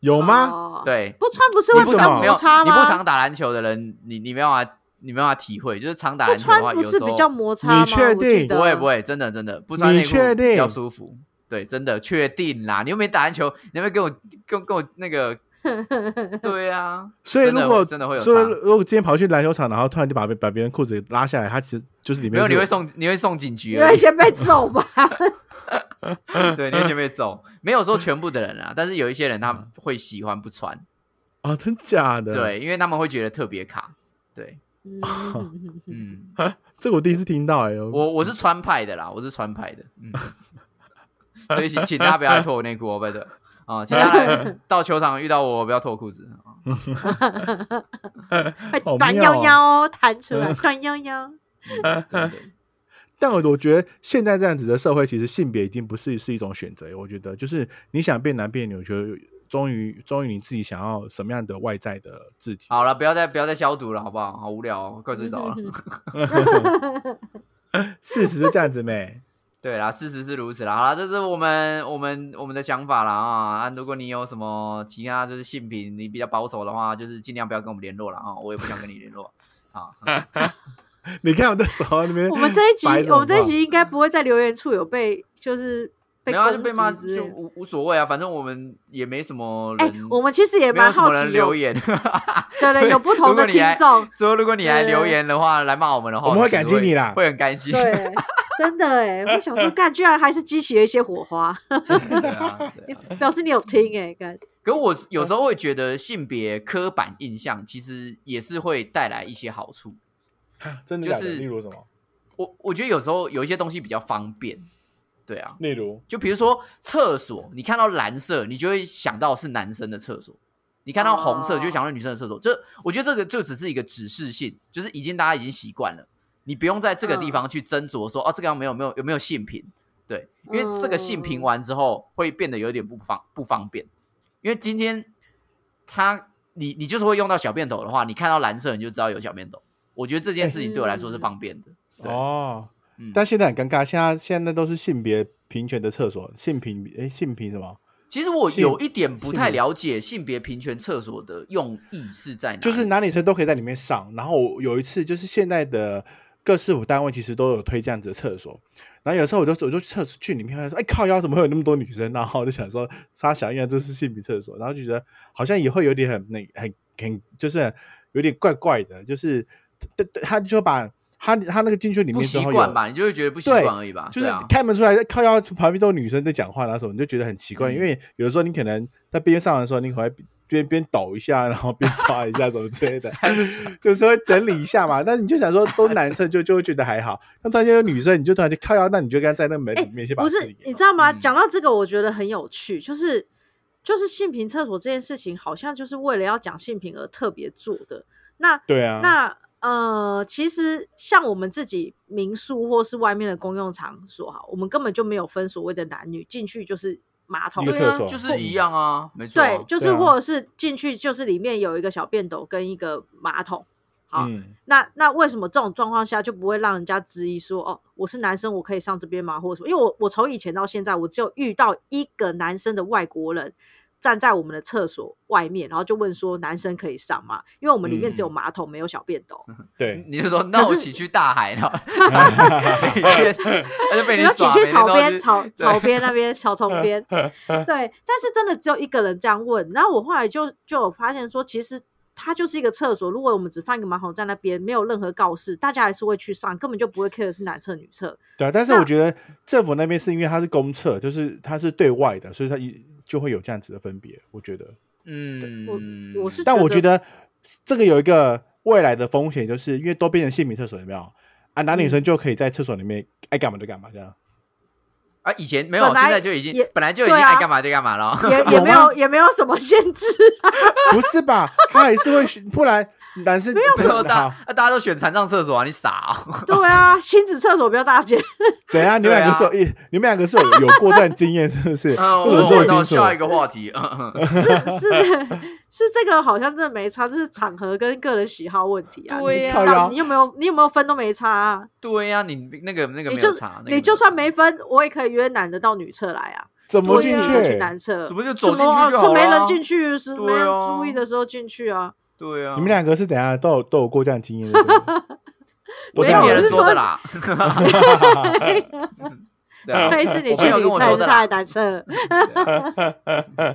Speaker 1: 有吗？
Speaker 2: 哦，
Speaker 3: 对，
Speaker 2: 不穿不是
Speaker 3: 你
Speaker 2: 会
Speaker 1: 为
Speaker 3: 不
Speaker 1: 什
Speaker 2: 比
Speaker 1: 么
Speaker 2: 较
Speaker 3: 常
Speaker 2: 摩
Speaker 3: 没有
Speaker 2: 擦
Speaker 3: 你不
Speaker 2: 吗？
Speaker 3: 常打篮球的人，你你没有办法，你没有办法体会，就是常打
Speaker 2: 不
Speaker 3: 篮球的话，
Speaker 2: 穿不
Speaker 3: 有时
Speaker 2: 是
Speaker 3: 候
Speaker 2: 比较摩擦吗？
Speaker 1: 你确
Speaker 2: 我记
Speaker 1: 定
Speaker 2: 得
Speaker 3: 不会不，会，真的真的不穿
Speaker 1: 你
Speaker 3: 内裤
Speaker 1: 确定
Speaker 3: 比较舒服。对，真的确定啦，你又没打篮球，你有没有跟我跟跟我那 个？对啊，
Speaker 1: 所以
Speaker 3: 真的
Speaker 1: 如果
Speaker 3: 会真的会有
Speaker 1: 所以
Speaker 3: 差
Speaker 1: 如果今天跑去篮球场，然后突然就把把别人裤子拉下来，他其实就是里面
Speaker 3: 没有你
Speaker 1: 就
Speaker 3: 会送你会送警局
Speaker 2: 因
Speaker 3: 而
Speaker 2: 为
Speaker 3: 已，
Speaker 2: 先被 揍吧。
Speaker 3: 对，你会先被揍。没有说全部的人 啊，但是有一些人他会喜欢不穿，
Speaker 1: 哦，真假的？，
Speaker 3: 对，因为他们会觉得特别卡。对，
Speaker 2: 嗯
Speaker 3: 嗯，
Speaker 1: 这个我第一次听到哎、我
Speaker 3: 我我是川派的啦，我是川派的， 嗯，所以请请大家不要来脱我内裤哦，拜托啊，请大家来到球场遇到我不要脱裤子啊，
Speaker 2: 哎
Speaker 1: 好
Speaker 2: 短
Speaker 1: 妙
Speaker 2: 腰
Speaker 1: 哦
Speaker 2: 腰哦弹出来，短腰腰。
Speaker 3: 嗯对对
Speaker 1: 但我我觉得现在这样子的社会，其实性别已经不是是一种选择。我觉得就是你想变男变女，我觉得终于终于你自己想要什么样的外在的自己。
Speaker 3: 好了，不要再不要再消毒了，好不好？好无聊、哦，快睡着
Speaker 2: 嗯
Speaker 3: 了。
Speaker 1: 事实是这样子没？
Speaker 3: 对啦，事实是如此啦。好啦，这是我们我们我们的想法啦啊。啊如果你有什么其他就是性品你比较保守的话，就是尽量不要跟我们联络了啊。我也不想跟你联络 啊。
Speaker 1: 你看我的手那边，
Speaker 2: 我们这一集
Speaker 1: 白，了
Speaker 2: 我们这一
Speaker 1: 好不好
Speaker 2: 集应该不会在留言处有被就是被
Speaker 3: 没有啊，就被骂
Speaker 2: 攻击之
Speaker 3: 就
Speaker 2: 类的。
Speaker 3: 无无所谓啊，反正我们也没什么
Speaker 2: 哎、
Speaker 3: 人，
Speaker 2: 我们其实也
Speaker 3: 没有
Speaker 2: 蛮
Speaker 3: 什
Speaker 2: 好
Speaker 3: 么
Speaker 2: 奇
Speaker 3: 人
Speaker 2: 有
Speaker 3: 留，言。
Speaker 2: 对对，有不同
Speaker 3: 如果
Speaker 2: 的
Speaker 3: 你
Speaker 2: 听
Speaker 3: 还
Speaker 2: 众，
Speaker 3: 说如果你来
Speaker 2: 对
Speaker 3: 留言的话，来骂我们的话，
Speaker 1: 我们会
Speaker 3: 其实
Speaker 1: 感激你啦
Speaker 3: 会很开心。
Speaker 2: 对，真的哎，我想说，干，居然还是激起了一些火花，
Speaker 3: 对啊，对啊。
Speaker 2: 表示你有听哎，干，
Speaker 3: 可我有时候会觉得性别刻板印象其实也是会带来一些好处。
Speaker 1: 真的
Speaker 3: 就
Speaker 1: 假的
Speaker 3: 是
Speaker 1: 例如什么？
Speaker 3: 我我觉得有时候有一些东西比较方便，对啊，
Speaker 1: 例如
Speaker 3: 就比如说厕所，你看到蓝色，你就会想到是男生的厕所；你看到红色，
Speaker 2: 哦
Speaker 3: 就会想到女生的厕所。这我觉得这个就只是一个指示性，就是已经大家已经习惯了，你不用在这个
Speaker 2: 嗯
Speaker 3: 地方去斟酌说、哦，这个有没有没有有没有性平？对，因为这个性平
Speaker 2: 嗯
Speaker 3: 完之后会变得有点不方不方便，因为今天他你你就是会用到小便斗的话，你看到蓝色你就知道有小便斗。我觉得这件事情对我来说是
Speaker 2: 嗯
Speaker 3: 方便的。对
Speaker 1: 哦
Speaker 3: 嗯，
Speaker 1: 但现在很尴尬，现在现在都是性别平权的厕所，性平哎性平什么？
Speaker 3: 其实我
Speaker 1: 性
Speaker 3: 有一点不太
Speaker 1: 性别
Speaker 3: 了解性别平权厕所的用意是在哪里，
Speaker 1: 就是男女生都可以在里面上。然后有一次，就是现在的各市府单位其实都有推这样子的厕所。然后有时候我就我就去厕所去里面，发现说：“哎靠腰，怎么会有那么多女生？”然后我就想说，沙小燕这是性别厕所，然后就觉得好像也会有点很那很很就是有点怪怪的，就是对对，他就把他他那个进去里
Speaker 3: 不
Speaker 1: 面之
Speaker 3: 习
Speaker 1: 后
Speaker 3: 惯
Speaker 1: 有。
Speaker 3: 吧，你就会觉得不习
Speaker 1: 对
Speaker 3: 惯而已吧，
Speaker 1: 就是
Speaker 3: 对啊
Speaker 1: 开门出来，靠腰旁边都有女生在讲话，然后什么，你就觉得很奇怪。
Speaker 3: 嗯
Speaker 1: 因为有的时候你可能在边上的时候，你可能会边边抖一下，然后边抓一下什么之 类的，就是会整理一下嘛。但你就想说，都男 生就就会觉得还好，那突然间有女生，你就突然间靠腰，那你就跟她在那门里面先把
Speaker 2: 哎不
Speaker 1: 自
Speaker 2: 是
Speaker 1: 己，
Speaker 2: 你知道吗？
Speaker 3: 嗯
Speaker 2: 讲到这个，我觉得很有趣，就是就是性平厕所这件事情，好像就是为了要讲性平而特别做的。那
Speaker 1: 对啊，
Speaker 2: 那呃，其实像我们自己民宿或是外面的公用场所哈，我们根本就没有分所谓的男女，进去就是马桶
Speaker 1: 一个
Speaker 3: 对
Speaker 1: 厕
Speaker 3: 啊
Speaker 1: 所
Speaker 3: 就是一样啊，没错啊，
Speaker 2: 对，就是
Speaker 1: 对啊
Speaker 2: 或者是进去就是里面有一个小便斗跟一个马桶。好，
Speaker 1: 嗯，
Speaker 2: 那那为什么这种状况下就不会让人家质疑说，哦，我是男生，我可以上这边吗？或者什么？因为我我从以前到现在，我只有遇到一个男生的外国人站在我们的厕所外面，然后就问说，男生可以上吗？因为我们里面只有
Speaker 3: 嗯
Speaker 2: 马桶，没有小便斗。嗯
Speaker 1: 对，
Speaker 3: 你是说那我
Speaker 2: 可是
Speaker 3: 起去大海 了？每天他就被你
Speaker 2: 你要
Speaker 3: 耍
Speaker 2: 请去草
Speaker 3: 每天都
Speaker 2: 边、
Speaker 3: 是
Speaker 2: 草
Speaker 3: 对
Speaker 2: 草边那边、草丛 边，对。但是真的只有一个人这样问，然后我后来就就有发现说，其实它就是一个厕所。如果我们只放一个马桶在那边，没有任何告示，大家还是会去上，根本就不会 care 是男厕女厕。
Speaker 1: 对啊。但是
Speaker 2: 那
Speaker 1: 我觉得政府那边是因为它是公厕，就是它是对外的，所以它一就会有这样子的分别，我觉得。
Speaker 3: 嗯，
Speaker 2: 我是
Speaker 1: 但我
Speaker 2: 觉
Speaker 1: 觉得这个有一个未来的风险，就是因为都变成性别厕所，有没有？啊，
Speaker 3: 嗯
Speaker 1: 男女生就可以在厕所里面爱干嘛就干嘛，这样
Speaker 3: 啊，以前没有，
Speaker 2: 本来
Speaker 3: 现在就已经
Speaker 2: 也
Speaker 3: 本来就已经
Speaker 2: 对啊
Speaker 3: 爱干嘛就干嘛了。
Speaker 2: 也也
Speaker 1: 有
Speaker 2: 没
Speaker 1: 吗
Speaker 2: 有也没有什么限制，
Speaker 1: 不是吧？他还是会选，不然男生没
Speaker 3: 最后大
Speaker 1: 好，
Speaker 3: 啊大家都选残障厕所啊，你傻哦、
Speaker 2: 对啊， 亲子厕所不要大姐，
Speaker 1: 怎样？你们两个是有，一你们两个是有有过这样经验，是不是？
Speaker 3: 啊，
Speaker 1: 或者
Speaker 3: 我
Speaker 1: 说
Speaker 3: 们
Speaker 1: 已
Speaker 3: 到
Speaker 1: 经
Speaker 3: 下一个话题。嗯嗯
Speaker 2: 是是是这个好像真的没差，这是场合跟个人喜好问题啊。你
Speaker 3: 对呀、
Speaker 1: 靠
Speaker 2: 到底
Speaker 1: 腰
Speaker 2: 你有没有你有没有分都没差、啊，
Speaker 3: 对呀、你那个那个
Speaker 2: 你
Speaker 3: 没
Speaker 2: 就
Speaker 3: 有差，那个没有
Speaker 2: 你就算
Speaker 3: 差
Speaker 2: 没分，我也可以约男的到女厕来啊。
Speaker 1: 怎么
Speaker 2: 我
Speaker 3: 多
Speaker 1: 进
Speaker 2: 进
Speaker 3: 一
Speaker 1: 去
Speaker 3: 个
Speaker 2: 去去？男厕，
Speaker 3: 怎么就
Speaker 2: 怎
Speaker 3: 走进去
Speaker 2: 么啊
Speaker 3: 就好
Speaker 2: 趁没人
Speaker 3: 啦
Speaker 2: 进去时，没
Speaker 3: 对
Speaker 2: 人
Speaker 3: 啊
Speaker 2: 注意的时候进去啊。
Speaker 3: 对啊，
Speaker 1: 你们两个是怎样都有都有过这样经验的？ 对不对都
Speaker 2: 没
Speaker 1: 这
Speaker 2: 有
Speaker 1: 样
Speaker 3: 被别
Speaker 2: 我
Speaker 3: 人
Speaker 2: 是
Speaker 3: 说
Speaker 2: 说
Speaker 3: 的 啦。对啊
Speaker 2: 所以是你
Speaker 3: 我
Speaker 2: 去
Speaker 3: 朋友
Speaker 2: 女
Speaker 3: 跟我
Speaker 2: 厕还
Speaker 3: 说
Speaker 2: 是
Speaker 3: 的
Speaker 2: 他
Speaker 3: 啦
Speaker 2: 的。男厕？
Speaker 3: 对啊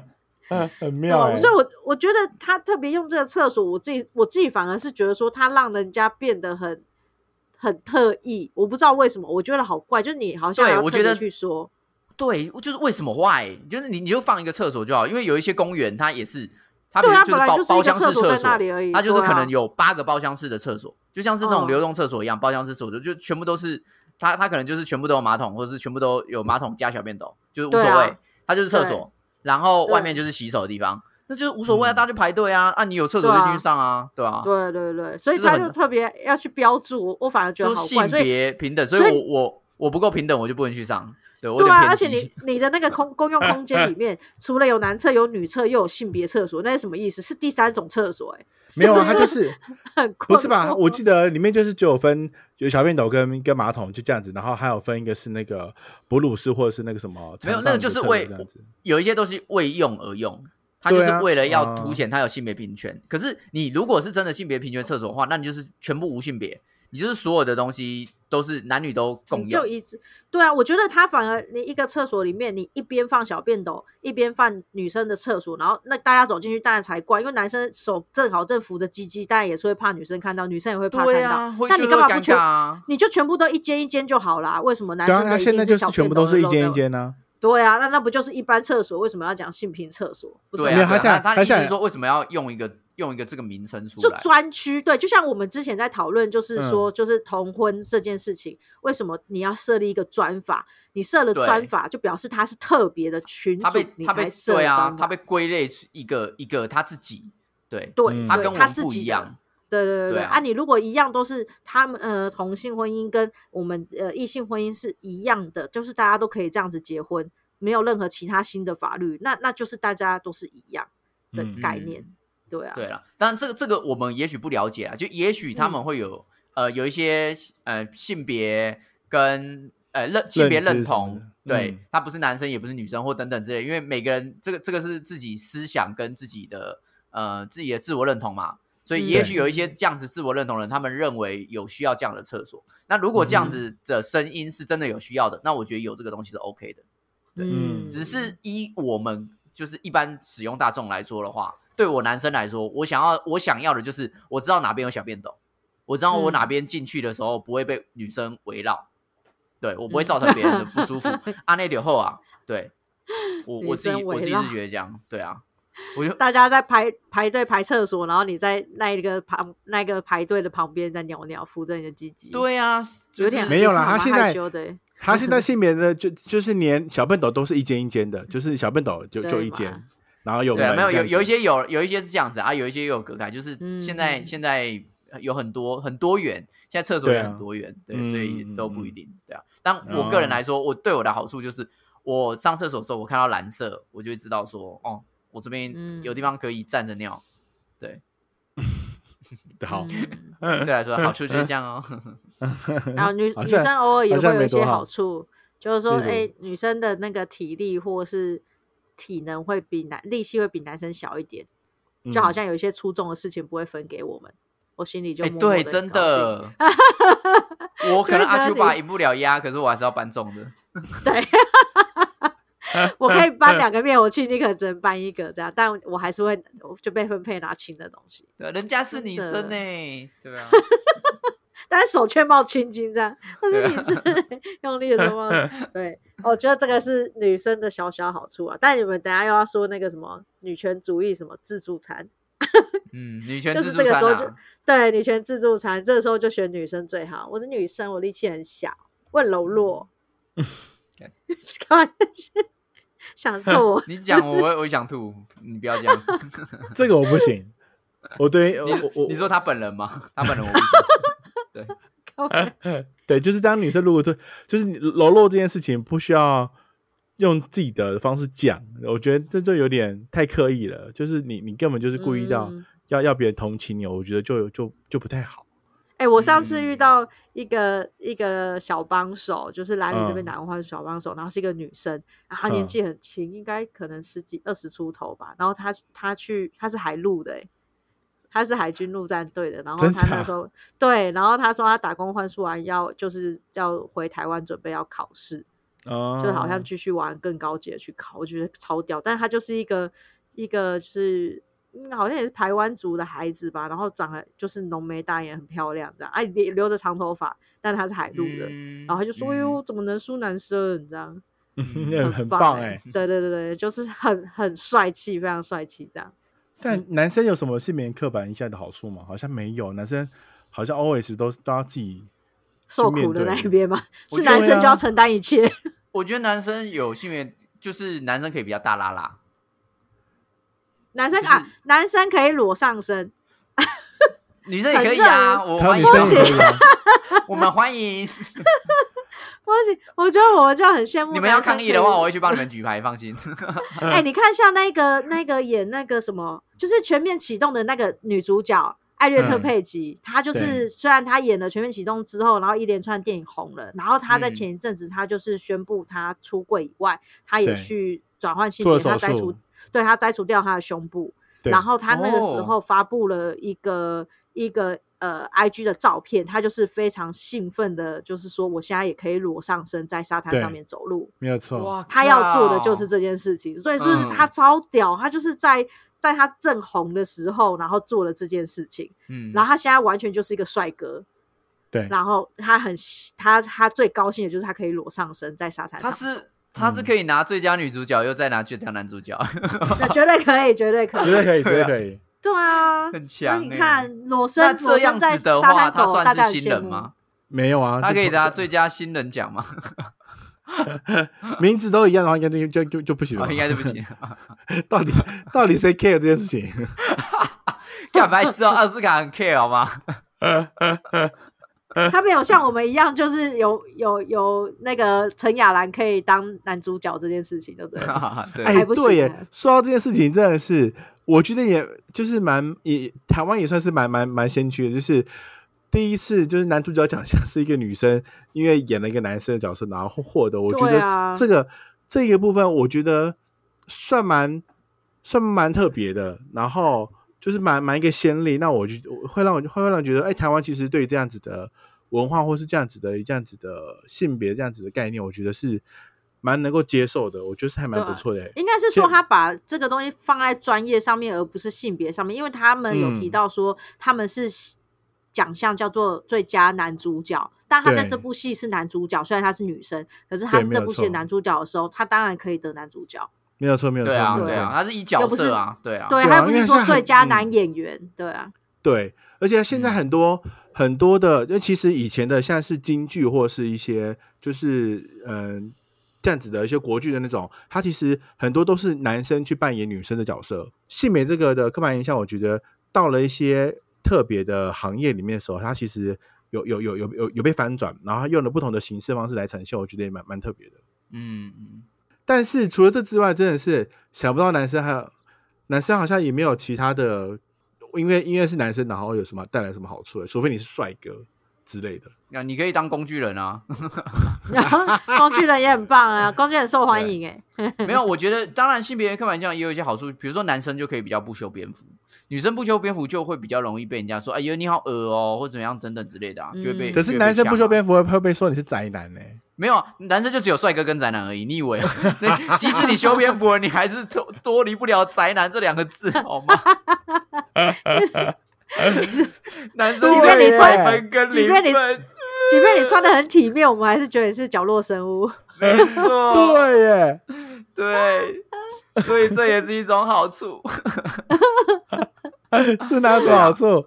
Speaker 1: 很
Speaker 2: 对
Speaker 1: 妙
Speaker 2: 吧？
Speaker 1: 欸。
Speaker 2: 哦
Speaker 3: 哎
Speaker 2: 所以我我觉得他特别用这个厕所，我自己我自己反而是觉得说他让人家变得很很特意，我不知道为什么，我觉得好怪，就是你好像
Speaker 3: 对
Speaker 2: 还要
Speaker 3: 我
Speaker 2: 特
Speaker 3: 觉
Speaker 2: 别
Speaker 3: 得
Speaker 2: 去说，
Speaker 3: 对，就是为什么坏？就是你你就放一个厕所就好，因为有一些公园它也是，它比
Speaker 2: 对，
Speaker 3: 如
Speaker 2: 他
Speaker 3: 就是
Speaker 2: 本来
Speaker 3: 包
Speaker 2: 就是一
Speaker 3: 包
Speaker 2: 个
Speaker 3: 厢式
Speaker 2: 厕所
Speaker 3: 厕
Speaker 2: 在那
Speaker 3: 所，
Speaker 2: 里而已，
Speaker 3: 它就是
Speaker 2: 对啊
Speaker 3: 可能有八个包厢式的厕所，就像是那种
Speaker 2: 嗯
Speaker 3: 流动厕所一样，包厢式厕所就全部都是它，它可能就是全部都有马桶，或者是全部都有马桶加小便斗，就是无所
Speaker 2: 对啊
Speaker 3: 谓，它就是厕
Speaker 2: 对
Speaker 3: 所，然后外
Speaker 2: 对
Speaker 3: 面就是洗手的地方，那就是无所谓啊，
Speaker 1: 嗯
Speaker 3: 大家就排队啊，啊你有厕所
Speaker 2: 对
Speaker 3: 就
Speaker 2: 啊
Speaker 3: 进去上啊，对啊，
Speaker 2: 对对对，所以
Speaker 3: 就是
Speaker 2: 他
Speaker 3: 很
Speaker 2: 就特别要去标注，我反而觉
Speaker 3: 说
Speaker 2: 得好
Speaker 3: 性
Speaker 2: 怪，所以
Speaker 3: 别平等，所以
Speaker 2: 所以
Speaker 3: 我我我不够平等，我就不能去上，对我有
Speaker 2: 对
Speaker 3: 点
Speaker 2: 啊，
Speaker 3: 偏
Speaker 2: 而且
Speaker 3: 激
Speaker 2: 你你的那个空公用空间里面，除了有男厕、有女厕，又有性别厕所，那是什么意思？是第三种厕所、欸，
Speaker 1: 没有啊，
Speaker 2: 这
Speaker 1: 他
Speaker 2: 不
Speaker 1: 就是是
Speaker 2: 很困
Speaker 1: 不是吧？
Speaker 2: 惑
Speaker 1: 我记得里面就是只有分有小便斗跟跟马桶就这样子，然后还有分一个是那个哺乳室或者是那个什么
Speaker 3: 没有
Speaker 1: 残障
Speaker 3: 那个就是
Speaker 1: 者厕所
Speaker 3: 为
Speaker 1: 这样子
Speaker 3: 有一些都是为用而用，它就
Speaker 1: 对
Speaker 3: 是
Speaker 1: 啊
Speaker 3: 为了要凸显它有性别平权。可是你如果是真的性别平权厕所的话，那你就是全部无性别，你就是所有的东西都是男女都共
Speaker 2: 你就
Speaker 3: 用。
Speaker 2: 一直对啊，我觉得他反而你一个厕所里面，你一边放小便斗，一边放女生的厕所，然后那大家走进去当然才怪，因为男生手正好正扶着鸡鸡，当然也是会怕女生看到，女生也会怕
Speaker 3: 对
Speaker 2: 看到，
Speaker 3: 啊，会
Speaker 2: 那你
Speaker 3: 就
Speaker 2: 干
Speaker 3: 会
Speaker 2: 嘛
Speaker 3: 尴
Speaker 2: 不全
Speaker 3: 尬？啊？
Speaker 2: 你就全部都一间一间就好啦，为什么男
Speaker 1: 对啊，
Speaker 2: 生
Speaker 1: 他
Speaker 2: 的一
Speaker 1: 现
Speaker 2: 定
Speaker 1: 在就是
Speaker 2: 小
Speaker 1: 全
Speaker 2: 便
Speaker 1: 部
Speaker 2: 斗
Speaker 1: 都是一
Speaker 2: 跟
Speaker 1: 间
Speaker 2: 漏
Speaker 1: 一
Speaker 2: 斗？
Speaker 1: 间 呢、
Speaker 2: 对啊，那那不就是一般厕所？为什么要讲性平厕所？不知
Speaker 3: 对
Speaker 2: 道
Speaker 1: 没
Speaker 3: 啊，对
Speaker 1: 有他
Speaker 3: 啊
Speaker 1: 现在
Speaker 3: 那他
Speaker 1: 他
Speaker 3: 意思
Speaker 1: 现
Speaker 3: 是
Speaker 1: 在
Speaker 3: 说为什么要用一个用一个这个名称出
Speaker 2: 就
Speaker 3: 来？
Speaker 2: 专区对，就像我们之前在讨论，就是
Speaker 3: 嗯
Speaker 2: 说，就是同婚这件事情，为什么你要设立一个专法？你设了
Speaker 3: 对
Speaker 2: 专法，就表示它是特别的群
Speaker 3: 他
Speaker 2: 组
Speaker 3: 被，
Speaker 2: 你
Speaker 3: 他被
Speaker 2: 才设
Speaker 3: 对啊
Speaker 2: 专，
Speaker 3: 他
Speaker 2: 法。
Speaker 3: 被归类出一个一个他自己，对，
Speaker 2: 对，
Speaker 1: 嗯
Speaker 3: 他
Speaker 2: 对
Speaker 3: 跟我
Speaker 2: 他
Speaker 3: 们
Speaker 2: 自
Speaker 3: 不
Speaker 2: 己
Speaker 3: 一
Speaker 2: 的
Speaker 3: 样，
Speaker 2: 对对对
Speaker 3: 对
Speaker 2: 对
Speaker 3: 啊
Speaker 2: 啊！你如果一样都是他们呃同性婚姻跟我们呃异性婚姻是一样的，就是大家都可以这样子结婚，没有任何其他新的法律，那那就是大家都是一样的
Speaker 1: 嗯
Speaker 2: 概念，对啊，嗯
Speaker 3: 对了，当然这个这个我们也许不了解啊，就也许他们会有、呃有一些呃性别跟呃认性别
Speaker 1: 认知
Speaker 3: 认
Speaker 1: 什么
Speaker 3: 同
Speaker 1: 的，
Speaker 3: 对
Speaker 1: 嗯
Speaker 3: 他不是男生也不是女生或等等之类，因为每个人这个这个是自己思想跟自己的呃自己的自我认同嘛，所以
Speaker 2: 嗯
Speaker 3: 也许有一些这样子自我认同的人，他们认为有需要这样的厕所。那如果这
Speaker 1: 嗯
Speaker 3: 样子的声音是真的有需要的，那我觉得有这个东西是 OK 的。
Speaker 1: 嗯
Speaker 3: 只是依我们就是一般使用大众来说的话，对我男生来说，我想要我想要的就是我知道哪边有小便斗，我知道我
Speaker 2: 嗯
Speaker 3: 哪边进去的时候不会被女生围绕，对我不
Speaker 2: 嗯
Speaker 3: 会造成别人的不 舒服。啊，那点后啊，对我我自己
Speaker 2: 女生围
Speaker 3: 我
Speaker 2: 绕
Speaker 3: 自己是觉得这样，对啊，我就
Speaker 2: 大家在排排队排厕所，然后你在那一个旁那个排队的旁边在尿尿，扶着你的鸡鸡，，
Speaker 3: 对啊，就是
Speaker 2: 有点
Speaker 1: 没有啦
Speaker 2: 也是
Speaker 1: 他
Speaker 2: 蛮
Speaker 1: 现
Speaker 2: 害
Speaker 1: 在
Speaker 2: 羞的，
Speaker 1: 他现在性别的就就是连小笨斗都是一间一间的，就是小笨斗就
Speaker 2: 对
Speaker 1: 就一
Speaker 2: 嘛
Speaker 1: 间，然后有
Speaker 3: 对啊，
Speaker 1: 门
Speaker 3: 没有
Speaker 1: 这
Speaker 3: 有
Speaker 1: 样子
Speaker 3: 有一些有有一些是这样子啊，有一些也有隔开，就是
Speaker 2: 嗯
Speaker 3: 现在、
Speaker 2: 嗯
Speaker 3: 现在有很多很多元，现在厕所也
Speaker 1: 对啊
Speaker 3: 很多元，对,、
Speaker 1: 嗯
Speaker 3: 所以
Speaker 1: 嗯
Speaker 3: 都不一
Speaker 1: 嗯哦
Speaker 3: 定，对啊。但我个人来说，我对我的好处就是，我上厕所的时候我看到蓝色，我就会知道说，哦，我这边
Speaker 2: 嗯
Speaker 3: 有地方可以站着尿，
Speaker 1: 好，
Speaker 2: 嗯
Speaker 3: 对来说好处就是这样 哦。
Speaker 2: 然后女
Speaker 1: 好
Speaker 2: 女
Speaker 1: 像
Speaker 2: 生偶尔也
Speaker 1: 好
Speaker 2: 会
Speaker 1: 像
Speaker 2: 有一
Speaker 1: 没多
Speaker 2: 些
Speaker 1: 好
Speaker 2: 好处，就是说，
Speaker 1: 例如
Speaker 2: 哎、女生的那个体力或是体能会比男力气会比男生小一点，
Speaker 3: 嗯
Speaker 2: 就
Speaker 1: 嗯
Speaker 2: 好像有一些出众的事情不会分给我们，我心里就
Speaker 3: 哎、
Speaker 2: 默默
Speaker 3: 对，
Speaker 2: 地
Speaker 3: 真
Speaker 2: 很高兴，
Speaker 3: 的， 我可能
Speaker 2: 就会觉得
Speaker 3: 阿丘爸
Speaker 2: 你
Speaker 3: 赢不了压，可是我还是要搬重的。
Speaker 2: 我可以搬两个灭火器，你可能只能搬一个这样，但我还是会我就被分配拿轻的东西，
Speaker 3: 对，啊人家是
Speaker 2: 真
Speaker 3: 女
Speaker 2: 的
Speaker 3: 生呢、对 啊，
Speaker 2: 但是手却冒青筋这样，或
Speaker 3: 对
Speaker 2: 者
Speaker 3: 啊
Speaker 2: 你是用力的时候，对，哦我觉得这个是女生的小小好处啊。但你们等一下又要说那个什么女权主义什么自助餐，
Speaker 3: 嗯，女权
Speaker 2: 就
Speaker 3: 自助
Speaker 2: 是这个
Speaker 3: 餐
Speaker 2: 时候
Speaker 3: 啊，
Speaker 2: 就对女权自助餐，这个时候就选女生最好。我是女生，我力气很小，我很柔弱
Speaker 3: 干，
Speaker 2: 开玩笑，想揍 我
Speaker 3: 你讲我我我想吐，你不要这样。
Speaker 1: 嗯这个我不行，我对于我我
Speaker 3: 你说他本人 吗？他本人我不行。
Speaker 2: 靠背
Speaker 1: 对，就是当女生如果对，就是你柔弱这件事情不需要用自己的方式讲，我觉得这就有点太刻意了。就是你你根本就是故意要、
Speaker 2: 嗯
Speaker 1: 要要别人同情你，我觉得就就就不太好。
Speaker 2: 哎、我上次遇
Speaker 3: 嗯
Speaker 2: 到一个、一个小帮手，就是来你这边
Speaker 1: 嗯
Speaker 2: 打工换小帮手，然后是一个女生，然后她年
Speaker 1: 嗯
Speaker 2: 纪很轻，应该可能十几二十出头吧。然后她她去她是海陆的、欸，她是海军陆战队的。然后
Speaker 1: 真
Speaker 2: 她那
Speaker 1: 假
Speaker 2: 时候对，然后她说她打工换宿完要就是要回台湾准备要考试，
Speaker 1: 哦，
Speaker 2: 就 是
Speaker 3: 嗯
Speaker 2: 好像继续往更高级的去考，我觉得超屌。但他就是一个一个就是、嗯、好像也是台湾族的孩子吧，然后长得就是浓眉大眼，很漂亮这样，哎、留留着长头发，但他是海陆的，
Speaker 3: 嗯
Speaker 2: 然后他就说：“哎呦，，怎么能输男生？”这样，
Speaker 1: 很很
Speaker 2: 棒欸
Speaker 1: 棒哎、
Speaker 3: 欸
Speaker 2: 对对对对，就是很很帅气，非常帅气这样。
Speaker 1: 但
Speaker 2: 嗯
Speaker 1: 男生有什么性别刻板印象的好处吗？好像没有，男生好像 always 都都要自己
Speaker 2: 受
Speaker 1: 面
Speaker 2: 苦的
Speaker 1: 对
Speaker 2: 那一边嘛，
Speaker 3: 我
Speaker 2: 是
Speaker 3: 觉得
Speaker 2: 男生就
Speaker 1: 啊
Speaker 2: 要承担一切。
Speaker 3: 我觉得男生有性别，就是男生可以比较大拉拉，
Speaker 2: 男生、
Speaker 3: 就
Speaker 2: 啊
Speaker 3: 是，
Speaker 2: 男生可以裸上身，
Speaker 3: 女生也可以啊。我
Speaker 1: 他
Speaker 3: 欢
Speaker 1: 女
Speaker 3: 迎，
Speaker 1: 生也可以啊，
Speaker 3: 我们欢 迎。
Speaker 2: 我喜我觉得我就很羡慕。
Speaker 3: 你们要抗议的话，我会去帮你们举牌， 放心。
Speaker 2: 哎、你看像那个那个演那个什么，就是《全面启动》的那个女主角艾略特
Speaker 1: 嗯
Speaker 2: 佩吉，她就是
Speaker 1: 对
Speaker 2: 虽然她演了《全面启动》之后，然后一连串电影红了，然后她在
Speaker 3: 嗯
Speaker 2: 前一阵子她就是宣布她出柜以外，她也
Speaker 1: 对
Speaker 2: 去转换性
Speaker 1: 做
Speaker 2: 别，
Speaker 1: 了
Speaker 2: 她
Speaker 1: 手
Speaker 2: 摘除
Speaker 1: 术，
Speaker 2: 对她摘除掉她的胸部，
Speaker 1: 对
Speaker 2: 然后她那个时
Speaker 3: 哦
Speaker 2: 候发布了一个、一个。呃，IG 的照片，她就是非常兴奋的，就是说我现在也可以裸上身在沙滩上
Speaker 1: 对
Speaker 2: 面走路，
Speaker 1: 没有错。
Speaker 3: 哇，哦
Speaker 2: 他要做的就是这件事情，所以是不是
Speaker 3: 嗯
Speaker 2: 他超屌？他就是在在他正红的时候，然后做了这件事情，
Speaker 3: 嗯，
Speaker 2: 然后他现在完全就是一个帅哥，
Speaker 1: 对，
Speaker 2: 然后他很喜他他最高兴的就是他可以裸上身在沙滩
Speaker 3: 他
Speaker 2: 上，
Speaker 3: 是他是可以拿最佳女主角，又再拿最佳男主角，
Speaker 2: 那绝对可以，绝对可
Speaker 1: 绝
Speaker 2: 以，
Speaker 1: 对可以，绝
Speaker 3: 对
Speaker 1: 对
Speaker 3: 啊
Speaker 1: 可以。
Speaker 2: 对啊。
Speaker 3: 很
Speaker 2: 所以
Speaker 3: 强。欸
Speaker 2: 你，看，裸
Speaker 3: 那
Speaker 2: 身裸
Speaker 3: 这样
Speaker 2: 身在
Speaker 3: 子的
Speaker 2: 沙
Speaker 3: 话，他
Speaker 2: 滩走，大
Speaker 3: 算
Speaker 2: 家
Speaker 3: 是
Speaker 2: 很
Speaker 3: 新
Speaker 2: 羡
Speaker 3: 人
Speaker 2: 慕。
Speaker 3: 吗？
Speaker 1: 没有啊，
Speaker 3: 他可以
Speaker 1: 就
Speaker 3: 拿最佳新人奖吗？
Speaker 1: 名字都一样的话，应该就就就就不行了吧。
Speaker 3: 哦啊应该是不行。
Speaker 1: 到底到底谁 care 这件事情？
Speaker 3: 干白痴哦，奥斯卡很 care 好吗？
Speaker 2: 他没有像我们一样，就是有有有那个陈雅兰可以当男主角这件事情，对不对？
Speaker 3: 对，
Speaker 1: 哎，
Speaker 2: 还不
Speaker 1: 对
Speaker 2: 行啊
Speaker 1: 耶，说到这件事情，真的是我觉得也就是蛮也台湾也算是蛮蛮蛮先驱的，就是第一次就是男主角奖项是一个女生，因为演了一个男生的角色，然后获得。我觉
Speaker 2: 对
Speaker 1: 得
Speaker 2: 啊
Speaker 1: 这个、这个部分，我觉得算蛮算蛮特别的，然后就是蛮蛮一个先例。那我就我会让我会让人觉得，哎，台湾其实对于这样子的文化，或是这样子的这样子的性别这样子的概念，我觉得是蛮能够接受的。我觉得是还蛮不
Speaker 2: 对啊
Speaker 1: 错的、哎
Speaker 2: 应该是说
Speaker 1: 现
Speaker 2: 他把这个东西放在专业上面，而不是性别上面，因为他们有提
Speaker 1: 嗯
Speaker 2: 到说他们是奖项叫做最佳男主角，但他在
Speaker 1: 对
Speaker 2: 这部戏是男主角，虽然他是女生，可是
Speaker 1: 对
Speaker 2: 他是
Speaker 1: 没
Speaker 2: 这
Speaker 1: 有
Speaker 2: 部戏的
Speaker 1: 错
Speaker 2: 男主角的时候，他当然可以得男主角。
Speaker 1: 没有错，没有错，
Speaker 3: 对啊，
Speaker 1: 没有
Speaker 3: 对
Speaker 1: 错
Speaker 3: 啊，他是以角
Speaker 2: 又不是
Speaker 3: 色啊，对啊，
Speaker 2: 对，
Speaker 1: 对
Speaker 2: 他
Speaker 1: 啊
Speaker 2: 又不
Speaker 1: 因为
Speaker 2: 是说
Speaker 1: 像
Speaker 2: 最
Speaker 1: 很
Speaker 2: 佳
Speaker 1: 嗯
Speaker 2: 男演员，对啊，
Speaker 1: 对，而且现在
Speaker 3: 嗯
Speaker 1: 很多、很多的，因为其实以前的像是京剧或是一些就是嗯、这样子的一些国剧的那种，它其实很多都是男生去扮演女生的角色。性别这个的刻板印象，我觉得到了一些特别的行业里面的时候，它其实有有有有有有被翻转，然后它用了不同的形式方式来呈现，我觉得也蛮蛮特别的。
Speaker 3: 嗯嗯，
Speaker 1: 但是除了这之外，真的是想不到男生还有男生好像也没有其他的，因为因为是男生，然后有什么带来什么好处？除非你是帅哥之类的。
Speaker 3: 那啊你可以当工具人啊，
Speaker 2: 然后工具人也很棒 啊，工具人受欢
Speaker 1: 对
Speaker 2: 迎哎、
Speaker 3: 没有，我觉得当然性别刻板印象也有一些好处，比如说男生就可以比较不修边幅，女生不修边幅就会比较容易被人家说哎呦你好恶哦、或怎么样等等之类的、啊，就会被。
Speaker 1: 可
Speaker 2: 嗯
Speaker 3: 就会
Speaker 1: 是
Speaker 3: 被
Speaker 1: 男生不
Speaker 3: 呛
Speaker 1: 修
Speaker 3: 啊
Speaker 1: 边幅会会被说你是宅男呢、
Speaker 3: 没有啊，男生就只有帅哥跟宅男而已。你以为 啊？那即使你修边幅了，你还是脱脱离不了宅男这两个字，好吗？ 男生
Speaker 1: 即便你穿
Speaker 3: 百分跟
Speaker 2: 即
Speaker 3: 零
Speaker 2: 便你
Speaker 3: 分，
Speaker 2: 即便你穿的很体面，我们还是觉得你是角落生物。
Speaker 3: 没错，
Speaker 1: 对耶，
Speaker 3: 对，所以这也是一种好处。
Speaker 1: 这哪有什么好处？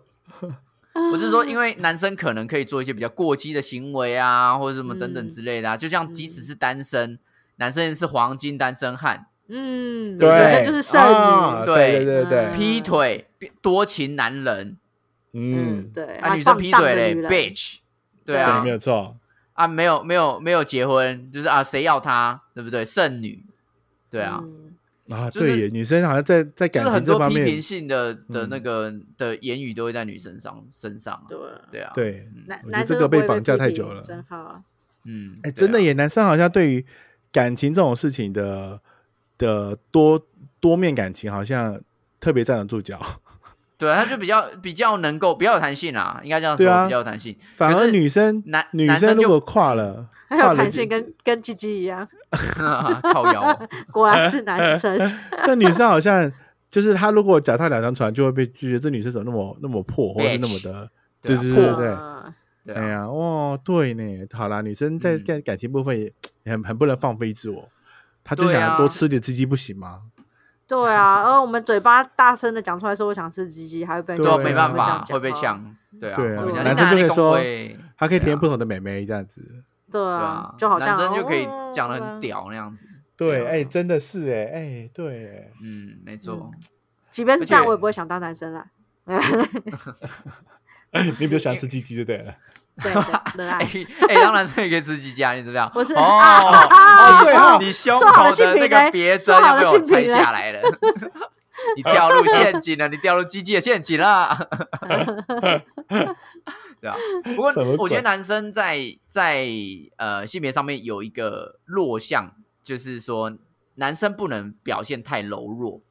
Speaker 3: 我是说，因为男生可能可以做一些比较过激的行为啊，或者什么等等之类的、啊。就像即使是单身，男生是黄金单身汉，
Speaker 2: 嗯，
Speaker 3: 对
Speaker 2: 有些就是剩女，
Speaker 1: 啊对对对
Speaker 2: 嗯
Speaker 1: 对，
Speaker 3: 劈腿多情男人，
Speaker 2: 嗯
Speaker 1: 嗯，，
Speaker 2: 对，
Speaker 3: 啊，
Speaker 2: 还
Speaker 3: 女生
Speaker 2: 哎放
Speaker 3: 劈
Speaker 2: 荡
Speaker 3: 腿
Speaker 2: 的
Speaker 3: 嘞
Speaker 2: 女人
Speaker 3: ，bitch。对
Speaker 2: 对
Speaker 3: 啊
Speaker 1: 对，没，有错。
Speaker 3: 啊，没有没有没有结婚，就是啊，谁要她，对不对？剩女，对啊，
Speaker 2: 嗯
Speaker 1: 啊，
Speaker 3: 就是
Speaker 1: 对耶，女生好像在在
Speaker 3: 就
Speaker 1: 感
Speaker 3: 是很
Speaker 1: 情这
Speaker 3: 多
Speaker 1: 方
Speaker 3: 批
Speaker 1: 面
Speaker 3: 评，性的的
Speaker 1: 嗯
Speaker 3: 那个的言语都会在女生上身上啊，
Speaker 2: 对啊
Speaker 3: 对啊，，
Speaker 1: 对，
Speaker 2: 男
Speaker 1: 嗯我觉得
Speaker 2: 男
Speaker 1: 这
Speaker 2: 生
Speaker 1: 个
Speaker 2: 都不
Speaker 1: 被
Speaker 2: 会
Speaker 1: 绑架
Speaker 2: 批
Speaker 1: 太
Speaker 2: 评
Speaker 1: 久了
Speaker 2: 真好 啊。
Speaker 3: 嗯，对
Speaker 1: 哎、
Speaker 3: 啊
Speaker 1: 真的耶，男生好像对于感情这种事情的的多多面感情，好像特别站得住脚。
Speaker 3: 对啊，他就比较比较能够比较有弹性啊，应该这样说，
Speaker 1: 对啊
Speaker 3: 比较有弹性。
Speaker 1: 反
Speaker 3: 可
Speaker 1: 而
Speaker 3: 是
Speaker 1: 女生
Speaker 3: 男
Speaker 1: 女
Speaker 3: 男
Speaker 1: 生
Speaker 3: 生
Speaker 1: 如
Speaker 3: 就
Speaker 1: 果跨了，
Speaker 2: 还
Speaker 1: 跨
Speaker 2: 有
Speaker 1: 了
Speaker 2: 弹
Speaker 1: 就
Speaker 2: 性跟跟鸡鸡一样，
Speaker 3: 靠腰哦，
Speaker 2: 果然是男生。
Speaker 1: 但女生好像就是她如果脚踏两条船，就会被拒绝。这女生怎么那么那么破，或者是那么
Speaker 3: Bitch
Speaker 1: 的？
Speaker 3: 对啊
Speaker 1: 对
Speaker 3: 破
Speaker 1: 对对
Speaker 2: 啊
Speaker 3: 对
Speaker 1: 哎
Speaker 3: 啊，
Speaker 1: 呀，哦，对呢。好啦，女生在
Speaker 3: 嗯
Speaker 1: 感感情部分也也很很不能放飞自我，她就
Speaker 3: 对
Speaker 1: 想
Speaker 3: 啊
Speaker 1: 多吃点鸡鸡不行吗？
Speaker 2: 对啊，而我们嘴巴大声的讲出来说我想吃鸡鸡，还会被人
Speaker 1: 对
Speaker 3: 都
Speaker 1: 啊
Speaker 2: 家
Speaker 3: 没
Speaker 2: 说
Speaker 3: 办
Speaker 2: 怎么这
Speaker 3: 法
Speaker 2: 样，讲
Speaker 3: 会
Speaker 2: 哦
Speaker 3: 被
Speaker 2: 话。
Speaker 3: 呛。对啊，
Speaker 1: 对啊
Speaker 3: 会被呛
Speaker 2: 男
Speaker 1: 生就可
Speaker 3: 你哪里
Speaker 1: 以说
Speaker 3: 恭维
Speaker 1: 她可以体
Speaker 3: 对
Speaker 1: 验
Speaker 3: 啊
Speaker 1: 不同的美眉这样子。
Speaker 2: 对
Speaker 3: 对
Speaker 2: 啊
Speaker 3: 啊，，
Speaker 2: 就好
Speaker 3: 男
Speaker 2: 像
Speaker 3: 生就可以
Speaker 2: 哦
Speaker 3: 讲的很屌那样子。
Speaker 1: 对，
Speaker 3: 啊
Speaker 1: 哎，真的是哎哎，对哎。
Speaker 3: 嗯，没错。
Speaker 2: 即便是这样，
Speaker 3: 而且
Speaker 2: 我也不会想当男生啦。
Speaker 1: 你比较喜欢吃鸡鸡就对了。
Speaker 2: 对，对热
Speaker 3: 哎
Speaker 2: 爱。
Speaker 3: 哎，当然是也可以吃鸡架，你知不知道？
Speaker 2: 我是
Speaker 3: 哦
Speaker 2: 啊
Speaker 1: 啊对啊
Speaker 3: 哦，你你胸口的那个别针
Speaker 2: 说好
Speaker 3: 要
Speaker 2: 的
Speaker 3: 被
Speaker 2: 性
Speaker 3: 我
Speaker 2: 平
Speaker 3: 拆下来了， 你掉 入陷阱了，你掉入鸡鸡的陷阱了。对啊，不过
Speaker 1: 什么鬼
Speaker 3: 我觉得男生在在呃性别上面有一个弱项，就是说男生不能表现太柔弱。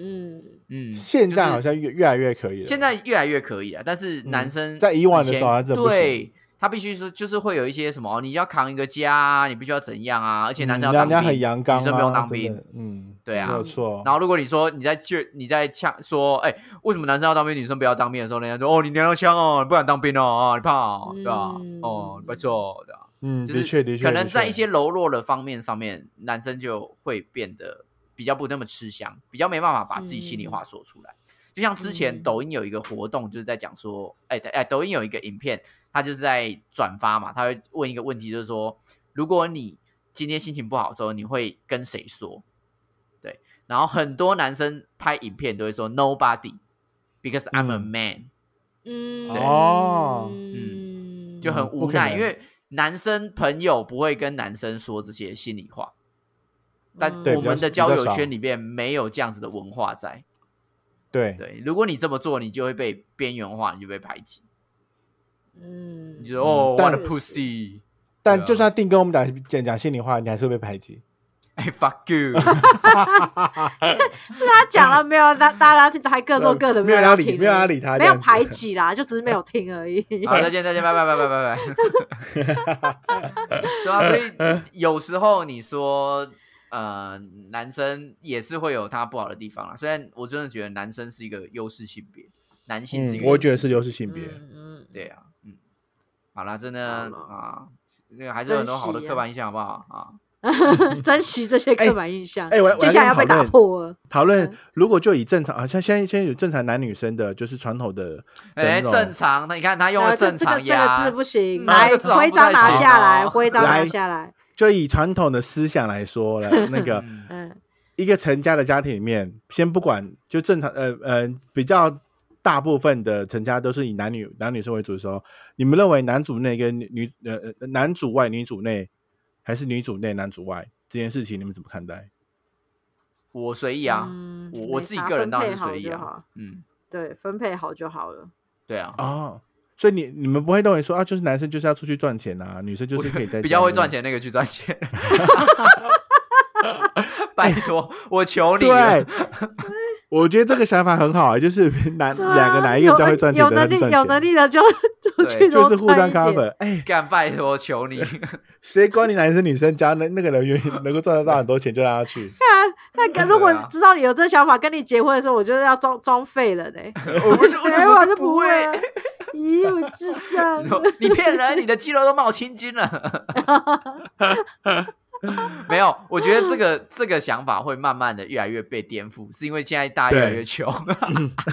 Speaker 2: 嗯，
Speaker 3: 嗯，
Speaker 1: 现在
Speaker 3: 就是
Speaker 1: 好像越越来越可以了。
Speaker 3: 现在越来越可以啊了，但是男生、
Speaker 1: 嗯在以往的时候还真不行
Speaker 3: 对他必须说就是会有一些什么，哦你要扛一个家啊，你必须要怎样啊，而且男生要
Speaker 1: 人
Speaker 3: 当
Speaker 1: 家
Speaker 3: 兵，
Speaker 1: 很阳刚啊，
Speaker 3: 女生不用当
Speaker 1: 真
Speaker 3: 兵
Speaker 1: 的。，嗯，
Speaker 3: 对啊
Speaker 1: 没有错。
Speaker 3: 然后如果你说你在就你在呛说，哎、为什么男生要当兵，女生不要当兵的时候，人家说哦，你娘要枪哦，你不敢当兵哦，哦你怕哦，对吧、
Speaker 2: 嗯
Speaker 3: 哦，不错，对吧、
Speaker 1: 嗯，
Speaker 3: 就
Speaker 1: 的确的
Speaker 3: 是
Speaker 1: 确，
Speaker 3: 可能
Speaker 1: 的
Speaker 3: 在
Speaker 1: 确
Speaker 3: 一些柔弱的方面上面，男生就会变得比较不那么吃香，比较没办法把自己心里
Speaker 1: 嗯
Speaker 3: 话说出来。就像之前
Speaker 2: 嗯
Speaker 3: 抖音有一个活动，就是在讲说，哎、对哎、抖音有一个影片，它就是在转发嘛，他会问一个问题，就是说，如果你今天心情不好的时候，你会跟谁说？对，然后很多男生拍影片都会说 nobody，because I'm a
Speaker 1: 嗯
Speaker 3: man、
Speaker 2: 嗯，
Speaker 1: 对哦
Speaker 2: 嗯
Speaker 3: 就很
Speaker 1: 不
Speaker 3: 无
Speaker 1: 可
Speaker 3: 奈，
Speaker 1: 能
Speaker 3: 因为男生朋友不会跟男生说这些心里话，但
Speaker 2: 嗯
Speaker 1: 对
Speaker 3: 我
Speaker 1: 比较
Speaker 3: 们的
Speaker 1: 比较
Speaker 3: 交友
Speaker 1: 少
Speaker 3: 圈里面没有这样子的文化在。
Speaker 1: 对
Speaker 3: 对，如果你这么做，你就会被边缘化，你就被排挤。
Speaker 2: 嗯
Speaker 4: 你，就哦，what a
Speaker 2: 但
Speaker 4: pussy，
Speaker 1: 但就算定跟我们讲讲讲心里话，你还是会被排挤。
Speaker 4: 哎 fuck you，
Speaker 2: 是他讲了没有？大大家还各
Speaker 1: 没
Speaker 2: 说各的，
Speaker 1: 没有人
Speaker 2: 人
Speaker 1: 要
Speaker 2: 要
Speaker 1: 理，
Speaker 2: 听，
Speaker 1: 没有人要理他，
Speaker 2: 没
Speaker 1: 这
Speaker 2: 有
Speaker 1: 样子
Speaker 2: 排。挤啦，就只是没有听而已。
Speaker 3: 好，再见，再见，拜拜，拜拜，拜拜。 对啊，所以有时候你说，呃，男生也是会有他不好的地方啦。虽然我真的觉得男生是一个优势性别，男性是一
Speaker 1: 嗯，
Speaker 3: 个、
Speaker 1: 我觉得是优势性别。
Speaker 2: 嗯嗯，
Speaker 3: 对啊，嗯，好啦，真的
Speaker 2: 好啦
Speaker 3: 啊，那个还是有很多好的
Speaker 2: 珍惜啊
Speaker 3: 刻板印象，好不好啊？
Speaker 2: 珍惜嗯这些刻板印象，
Speaker 1: 哎，我
Speaker 2: 接下来要被打。嗯破了。
Speaker 1: 讨论如果就以正常啊，像现在现在有正常男女生的，就是传统的，
Speaker 3: 哎，
Speaker 1: 的那种
Speaker 3: 正常，那你看他用
Speaker 2: 呃
Speaker 3: 了
Speaker 2: 这
Speaker 3: 正
Speaker 2: 这个
Speaker 3: 常
Speaker 2: 这个
Speaker 3: 呀，
Speaker 2: 字不行，
Speaker 3: 嗯
Speaker 2: 来
Speaker 3: 这个字好像
Speaker 2: 徽
Speaker 3: 不太
Speaker 2: 章拿
Speaker 3: 行
Speaker 2: 下
Speaker 3: 哦
Speaker 2: 来，徽章拿
Speaker 1: 来
Speaker 2: 下来。
Speaker 1: 就以传统的思想来说了，那 个
Speaker 3: 嗯
Speaker 2: 嗯，
Speaker 1: 一个成家的家庭里面，先不管就正常，呃呃，比较大部分的成家都是以男女男女生为主的时候，你们认为男主内跟女女呃呃男主外女主内，还是女主内男主外这件事情，你们怎么看待？
Speaker 3: 我随意啊，
Speaker 2: 嗯
Speaker 3: 我我
Speaker 2: 没
Speaker 3: 自己
Speaker 2: 差
Speaker 3: 个人当然是
Speaker 2: 分配好
Speaker 3: 随意
Speaker 2: 就
Speaker 3: 啊
Speaker 2: 好，
Speaker 3: 嗯，
Speaker 2: 对，分配好就好了。
Speaker 3: 对啊，
Speaker 1: 哦，所以你你们不会认为说啊，就是男生就是要出去赚钱啊，女生就是可以在
Speaker 3: 比较会
Speaker 1: 家里面
Speaker 3: 赚钱那个去赚 钱。拜托，我求你了
Speaker 1: 对， 我觉得这个想法很好啊，就是 男
Speaker 2: 对啊
Speaker 1: 两个男一个比较会赚钱
Speaker 2: 有
Speaker 1: 的，他
Speaker 2: 能
Speaker 1: 就
Speaker 2: 力
Speaker 1: 赚
Speaker 2: 有能
Speaker 1: 钱，
Speaker 2: 力的就就
Speaker 3: 对
Speaker 2: 去
Speaker 1: 就是
Speaker 2: 多
Speaker 1: 互相
Speaker 2: 赚一点
Speaker 1: cover。哎，
Speaker 3: 干拜托，求你。
Speaker 1: 谁管你男生女生，只要那那个人愿意能够赚得到很多钱，就让他 去。
Speaker 3: 啊
Speaker 2: 那个如果
Speaker 3: 对啊
Speaker 2: 知道你有这想法，跟你结婚的时候，我就是要装 装废了呢。
Speaker 3: 我不是，我
Speaker 2: 没
Speaker 3: 怎
Speaker 2: 有，
Speaker 3: 么
Speaker 2: 我
Speaker 3: 都
Speaker 2: 就
Speaker 3: 不
Speaker 2: 会
Speaker 3: 会
Speaker 2: 啊。。咦，我智障
Speaker 3: 你。说你骗人，你的肌肉都冒青筋 了。没有，我觉得这个这个想法会慢慢的越来越被颠覆，是因为现在大家越来越穷。
Speaker 2: 嗯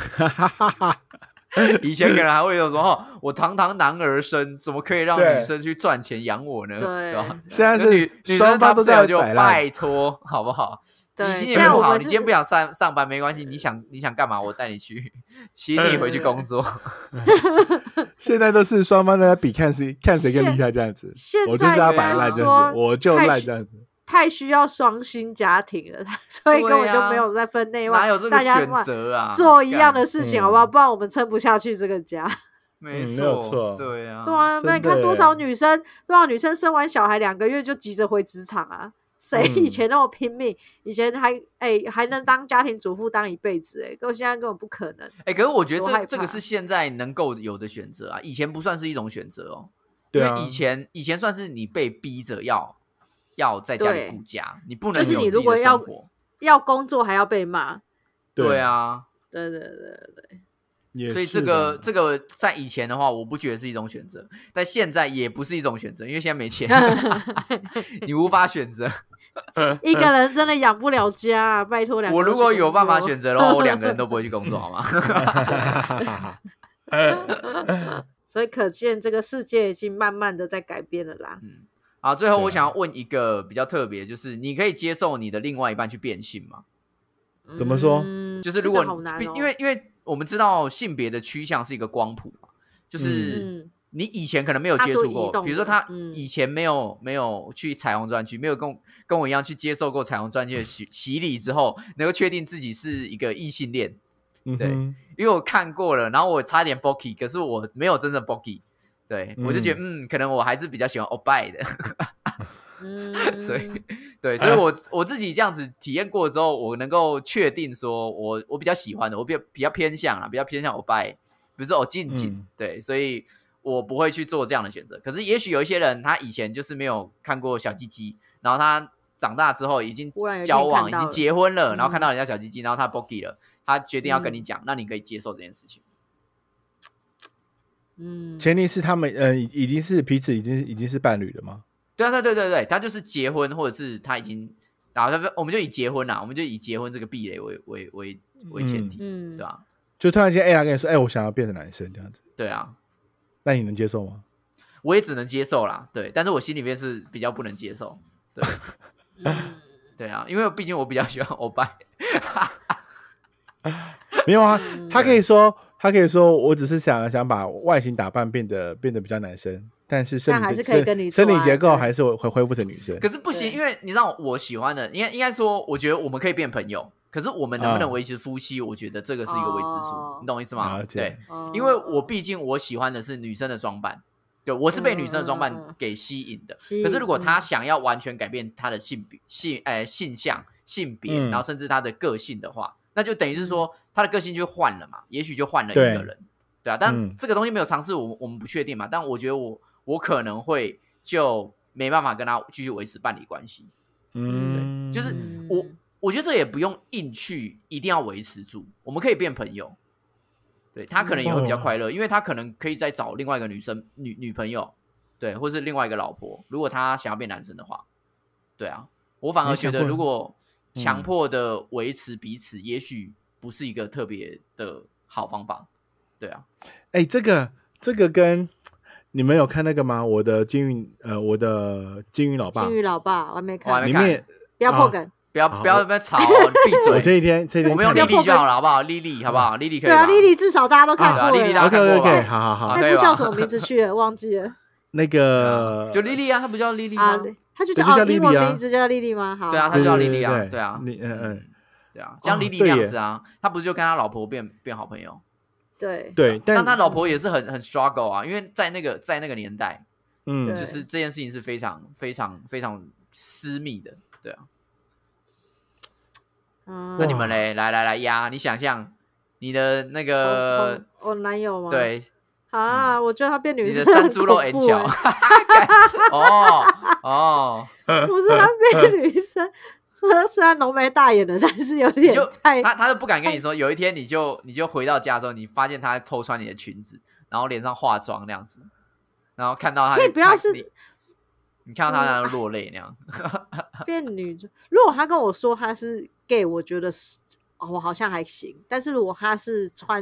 Speaker 3: 以前可能还会有说，哦，我堂堂男儿身，怎么可以让
Speaker 1: 对
Speaker 3: 女生去赚钱养我呢？
Speaker 2: 对
Speaker 3: 吧？
Speaker 1: 现在
Speaker 3: 那女
Speaker 1: 是
Speaker 3: 女
Speaker 1: 双
Speaker 3: 生她
Speaker 1: 方
Speaker 3: 不
Speaker 1: 都
Speaker 3: 是有
Speaker 1: 在
Speaker 3: 就
Speaker 1: 摆烂，
Speaker 3: 拜托，好不好？
Speaker 2: 对，
Speaker 3: 你心
Speaker 2: 现
Speaker 3: 情
Speaker 2: 在
Speaker 3: 不
Speaker 2: 我
Speaker 3: 好，
Speaker 2: 们
Speaker 3: 你
Speaker 2: 是
Speaker 3: 今天不想上上班没关系，你想你想干嘛，我带你去，请你回去工作。
Speaker 1: 现在都是双方在比看谁看谁更厉害这样子。
Speaker 2: 现
Speaker 1: 我就是
Speaker 2: 在
Speaker 1: 要
Speaker 2: 有
Speaker 1: 摆
Speaker 2: 人
Speaker 1: 烂这样
Speaker 2: 说
Speaker 1: 子，我就
Speaker 2: 太
Speaker 1: 烂
Speaker 2: 虚
Speaker 1: 这样子。
Speaker 2: 太需要双薪家庭了， 所以
Speaker 3: 对
Speaker 2: 根本就
Speaker 3: 啊
Speaker 2: 没有在分内
Speaker 3: 哪
Speaker 2: 外，
Speaker 3: 有这个
Speaker 2: 大家
Speaker 3: 选择啊？
Speaker 2: 做一样
Speaker 3: 干嗯啊
Speaker 2: 的，事情，好不好？不然我们撑不下去这个家。
Speaker 3: 没
Speaker 1: 嗯
Speaker 3: 错，
Speaker 1: 没有错
Speaker 3: 对啊，
Speaker 2: 对啊，那你
Speaker 1: 真的欸
Speaker 2: 看多少
Speaker 1: 耶
Speaker 2: 女生，多少女生生完小孩两个月就急着回职场啊？谁
Speaker 1: 嗯
Speaker 2: 以前那么拼命？以前还哎、还能当家庭主妇当一辈子、哎，可我现在根本不可能。
Speaker 3: 哎、可是我觉得
Speaker 2: 多
Speaker 3: 这
Speaker 2: 害
Speaker 3: 这个
Speaker 2: 怕
Speaker 3: 是现在能够有的选择啊，以前不算是一种选择哦，
Speaker 1: 对
Speaker 3: 因
Speaker 1: 啊
Speaker 3: 为，以前以前算是你被逼着要要在家里
Speaker 2: 对
Speaker 3: 顾家，你不能
Speaker 2: 就是
Speaker 3: 有
Speaker 2: 你
Speaker 3: 自己
Speaker 2: 如果
Speaker 3: 的
Speaker 2: 要
Speaker 3: 生活
Speaker 2: 要工作还要被骂，
Speaker 3: 对，啊，
Speaker 2: 对对对对，
Speaker 1: 也
Speaker 3: 所以
Speaker 1: 是
Speaker 3: 这个
Speaker 1: 啦
Speaker 3: 这个在以前的话，我不觉得是一种选择，但现在也不是一种选择，因为现在没 钱，你无法选择。
Speaker 2: 一个人真的养不了家、啊，拜托两个
Speaker 3: 我
Speaker 2: 人
Speaker 3: 如果
Speaker 2: 去
Speaker 3: 有
Speaker 2: 工
Speaker 3: 办法
Speaker 2: 作
Speaker 3: 选择的话，我两个人都不会 去工作，好吗？
Speaker 2: 所以可见这个世界已经慢慢的在改变了啦。
Speaker 3: 好，最后
Speaker 1: 对
Speaker 3: 我
Speaker 1: 啊
Speaker 3: 想要问一个比较特别，就是你可以接受你的另外一半去变性吗？
Speaker 1: 怎么说
Speaker 2: 嗯
Speaker 3: 就是
Speaker 2: 这
Speaker 3: 如
Speaker 2: 个
Speaker 3: 果
Speaker 2: 好难
Speaker 3: 毕
Speaker 2: 哦
Speaker 3: 因为因为我们知道性别的趋向是一个光谱嘛，就是
Speaker 2: 嗯，
Speaker 3: 你以前可能没有
Speaker 2: 它
Speaker 3: 接
Speaker 2: 属于
Speaker 3: 触过
Speaker 2: 移，动
Speaker 3: 比如说
Speaker 2: 的
Speaker 3: 他
Speaker 2: 嗯
Speaker 3: 以前没有没有去彩虹专区，没有跟我跟我一样去接受过彩虹专区的洗 洗礼之后，能够确定自己是一个异性恋，
Speaker 1: 嗯
Speaker 3: 对
Speaker 1: 哼
Speaker 3: 因为我看过了，然后我差点 b o k y 可是我没有真的 b o k y 对，我就觉得嗯，可能我还是比较喜欢 o b y 的，
Speaker 2: 嗯，
Speaker 3: 所以对，
Speaker 1: 哎
Speaker 3: 所以我我自己这样子体验过之后，我能够确定说我我比较喜欢的，我比较比较偏向啊，比较偏向欧拜，比如说我近景，
Speaker 1: 嗯
Speaker 3: 对，所以我不会去做这样的选择。可是也许有一些人，他以前就是没有看过小鸡鸡，然后他长大之后已经
Speaker 2: 忽然有一天
Speaker 3: 交往，
Speaker 2: 看
Speaker 3: 已
Speaker 2: 到
Speaker 3: 经
Speaker 2: 了
Speaker 3: 结婚了，
Speaker 2: 嗯
Speaker 3: 然后看到人家小鸡鸡，然后他 b o g y 了，他决定要跟你
Speaker 2: 嗯
Speaker 3: 讲，那你可以接受这件事情。
Speaker 2: 嗯，
Speaker 1: 前提是他们呃已已经是彼此已经已经是伴侣了吗？
Speaker 3: 对啊，对对对对，他就是结婚，或者是他已经，然后他我们就以结婚啦，啊我们就以结婚这个壁垒为为为为前
Speaker 1: 嗯
Speaker 3: 提，
Speaker 2: 嗯
Speaker 3: 对吧、
Speaker 1: 就突然间 A 来跟你说，哎，我想要变成男生这样子，
Speaker 3: 对啊，
Speaker 1: 那你能接受吗？
Speaker 3: 我也只能接受啦，对，但是我心里面是比较不能接受，
Speaker 2: 嗯
Speaker 3: 对啊，因为毕竟我比较喜欢欧巴，
Speaker 1: 没有啊，
Speaker 2: 嗯
Speaker 1: 他可以说，他可以说，我只是想想把外形打扮变得变得比较男生，但是生
Speaker 2: 但
Speaker 1: 理
Speaker 2: 还
Speaker 1: 结
Speaker 2: 是可以跟你
Speaker 1: 生
Speaker 2: 做
Speaker 1: 理
Speaker 2: 啊
Speaker 1: 结构
Speaker 2: 对
Speaker 1: 还是会恢恢复成女生
Speaker 3: 可。是不行，
Speaker 2: 对
Speaker 3: 因为你知道我喜欢的，应该应该说，我觉得我们可以变朋友，可是我们能不能
Speaker 1: 嗯
Speaker 3: 维持夫妻，我觉得这个是一个未知数
Speaker 2: 哦，
Speaker 3: 你懂我意思吗？
Speaker 1: 了解
Speaker 3: 对，
Speaker 2: 哦
Speaker 3: 因为我毕竟我喜欢的是女生的装扮，对我是被女生的装
Speaker 2: 嗯嗯嗯
Speaker 3: 扮
Speaker 2: 嗯
Speaker 3: 给吸引的。
Speaker 2: 吸
Speaker 3: 可是如果
Speaker 2: 引
Speaker 3: 她
Speaker 2: 嗯
Speaker 3: 想要完全改变她的性别、性呃性向、性别，
Speaker 1: 嗯
Speaker 3: 然后甚至她的个性的话，那就等于是说她的个性就换了嘛，也许就换了一个
Speaker 1: 对
Speaker 3: 人，对啊。
Speaker 1: 嗯
Speaker 3: 但这个东西没有尝试，我我们不确定嘛。但我觉得我我可能会就没办法跟她继续维持伴侣关系。
Speaker 1: 嗯，
Speaker 3: 就是
Speaker 2: 嗯
Speaker 3: 我我觉得这也不用硬去一定要维持住，我们可以变朋友。对他可能也会比
Speaker 1: 哦
Speaker 3: 较快乐，因为他可能可以再找另外一个女生女女朋友，对，或是另外一个老婆。如果他想要变男生的话，对啊，我反而觉
Speaker 1: 没想
Speaker 3: 得
Speaker 1: 过
Speaker 3: 如果
Speaker 1: 嗯
Speaker 3: 强迫的维持彼此，也许不是一个特别的好方法。对啊，
Speaker 1: 哎、这个这个跟你们有看那个吗？我的金鱼，呃，我的金鱼老爸
Speaker 2: 金鱼老爸，我还没
Speaker 3: 我还
Speaker 2: 看
Speaker 3: 没，
Speaker 1: 里
Speaker 3: 看
Speaker 1: 面，
Speaker 2: 不要
Speaker 1: 啊
Speaker 2: 破梗。
Speaker 3: 不要
Speaker 1: 好
Speaker 3: 不要不要吵哦，
Speaker 1: 我
Speaker 3: 闭
Speaker 1: 这
Speaker 3: 嘴。
Speaker 1: 一天这一天
Speaker 3: 我们用
Speaker 1: 看
Speaker 3: 莉
Speaker 1: 了
Speaker 3: 莉就好了，好不好？莉莉，好不好？莉莉可以
Speaker 2: 对啊，
Speaker 3: 吧？
Speaker 2: 莉莉至少大家都看
Speaker 1: 啊
Speaker 2: 过
Speaker 3: 莉莉
Speaker 2: 了
Speaker 3: 大家。
Speaker 1: OK
Speaker 3: 看过
Speaker 1: OK，
Speaker 3: 吧
Speaker 1: OK，好好好，
Speaker 3: 啊可
Speaker 2: 那
Speaker 3: 以
Speaker 2: 部
Speaker 3: 吧
Speaker 2: 叫什么名字去了？忘记了
Speaker 1: 那个
Speaker 3: 就莉莉啊，她不叫莉莉
Speaker 2: 啊
Speaker 3: 吗？，
Speaker 2: 他就
Speaker 1: 对
Speaker 2: 叫
Speaker 1: 就叫
Speaker 2: 哦，
Speaker 1: 莉莉
Speaker 2: 英文
Speaker 1: 啊
Speaker 2: 名字叫莉莉吗？好，
Speaker 3: 对啊，
Speaker 2: 好
Speaker 3: 他叫莉
Speaker 1: 对
Speaker 3: 莉
Speaker 1: 对
Speaker 3: 啊，
Speaker 1: 对
Speaker 3: 对啊，
Speaker 1: 莉嗯嗯，
Speaker 3: 对啊，
Speaker 1: 哦
Speaker 3: 像莉莉
Speaker 1: 对
Speaker 3: 那样
Speaker 1: 耶
Speaker 3: 子啊，他不是就跟他老婆变变好朋友？
Speaker 2: 对
Speaker 1: 对，但
Speaker 3: 但他老婆也是很很 struggle 啊，因为在那个在那个年代，
Speaker 1: 嗯
Speaker 2: 对
Speaker 3: 就是这件事情是非常非常非常私密的，对啊。
Speaker 2: 嗯
Speaker 3: 那你们嘞，来来来呀，你想象你的那个
Speaker 2: 我我我男友吗？
Speaker 3: 对嗯
Speaker 2: 啊，我觉得他变女
Speaker 3: 你
Speaker 2: 生
Speaker 3: 的
Speaker 2: 很
Speaker 3: 山猪肉
Speaker 2: 恐
Speaker 3: N
Speaker 2: 怖
Speaker 3: 角
Speaker 2: 欸，
Speaker 3: 干哦哦，
Speaker 2: 不是他变 女生， 虽然虽然浓眉大眼的，但是有
Speaker 3: 你
Speaker 2: 点
Speaker 3: 就
Speaker 2: 太
Speaker 3: 他他都不敢跟你说，有一天你就你就回到家之后，你发现他偷穿你的裙子，然后脸上化妆那样子，然后看到他
Speaker 2: 可以不要
Speaker 3: 他
Speaker 2: 是
Speaker 3: 你你看到他那样落泪那样，
Speaker 2: 变女装。如果他跟我说他是 gay，我觉得是哦，我好像还行。但是如果他是穿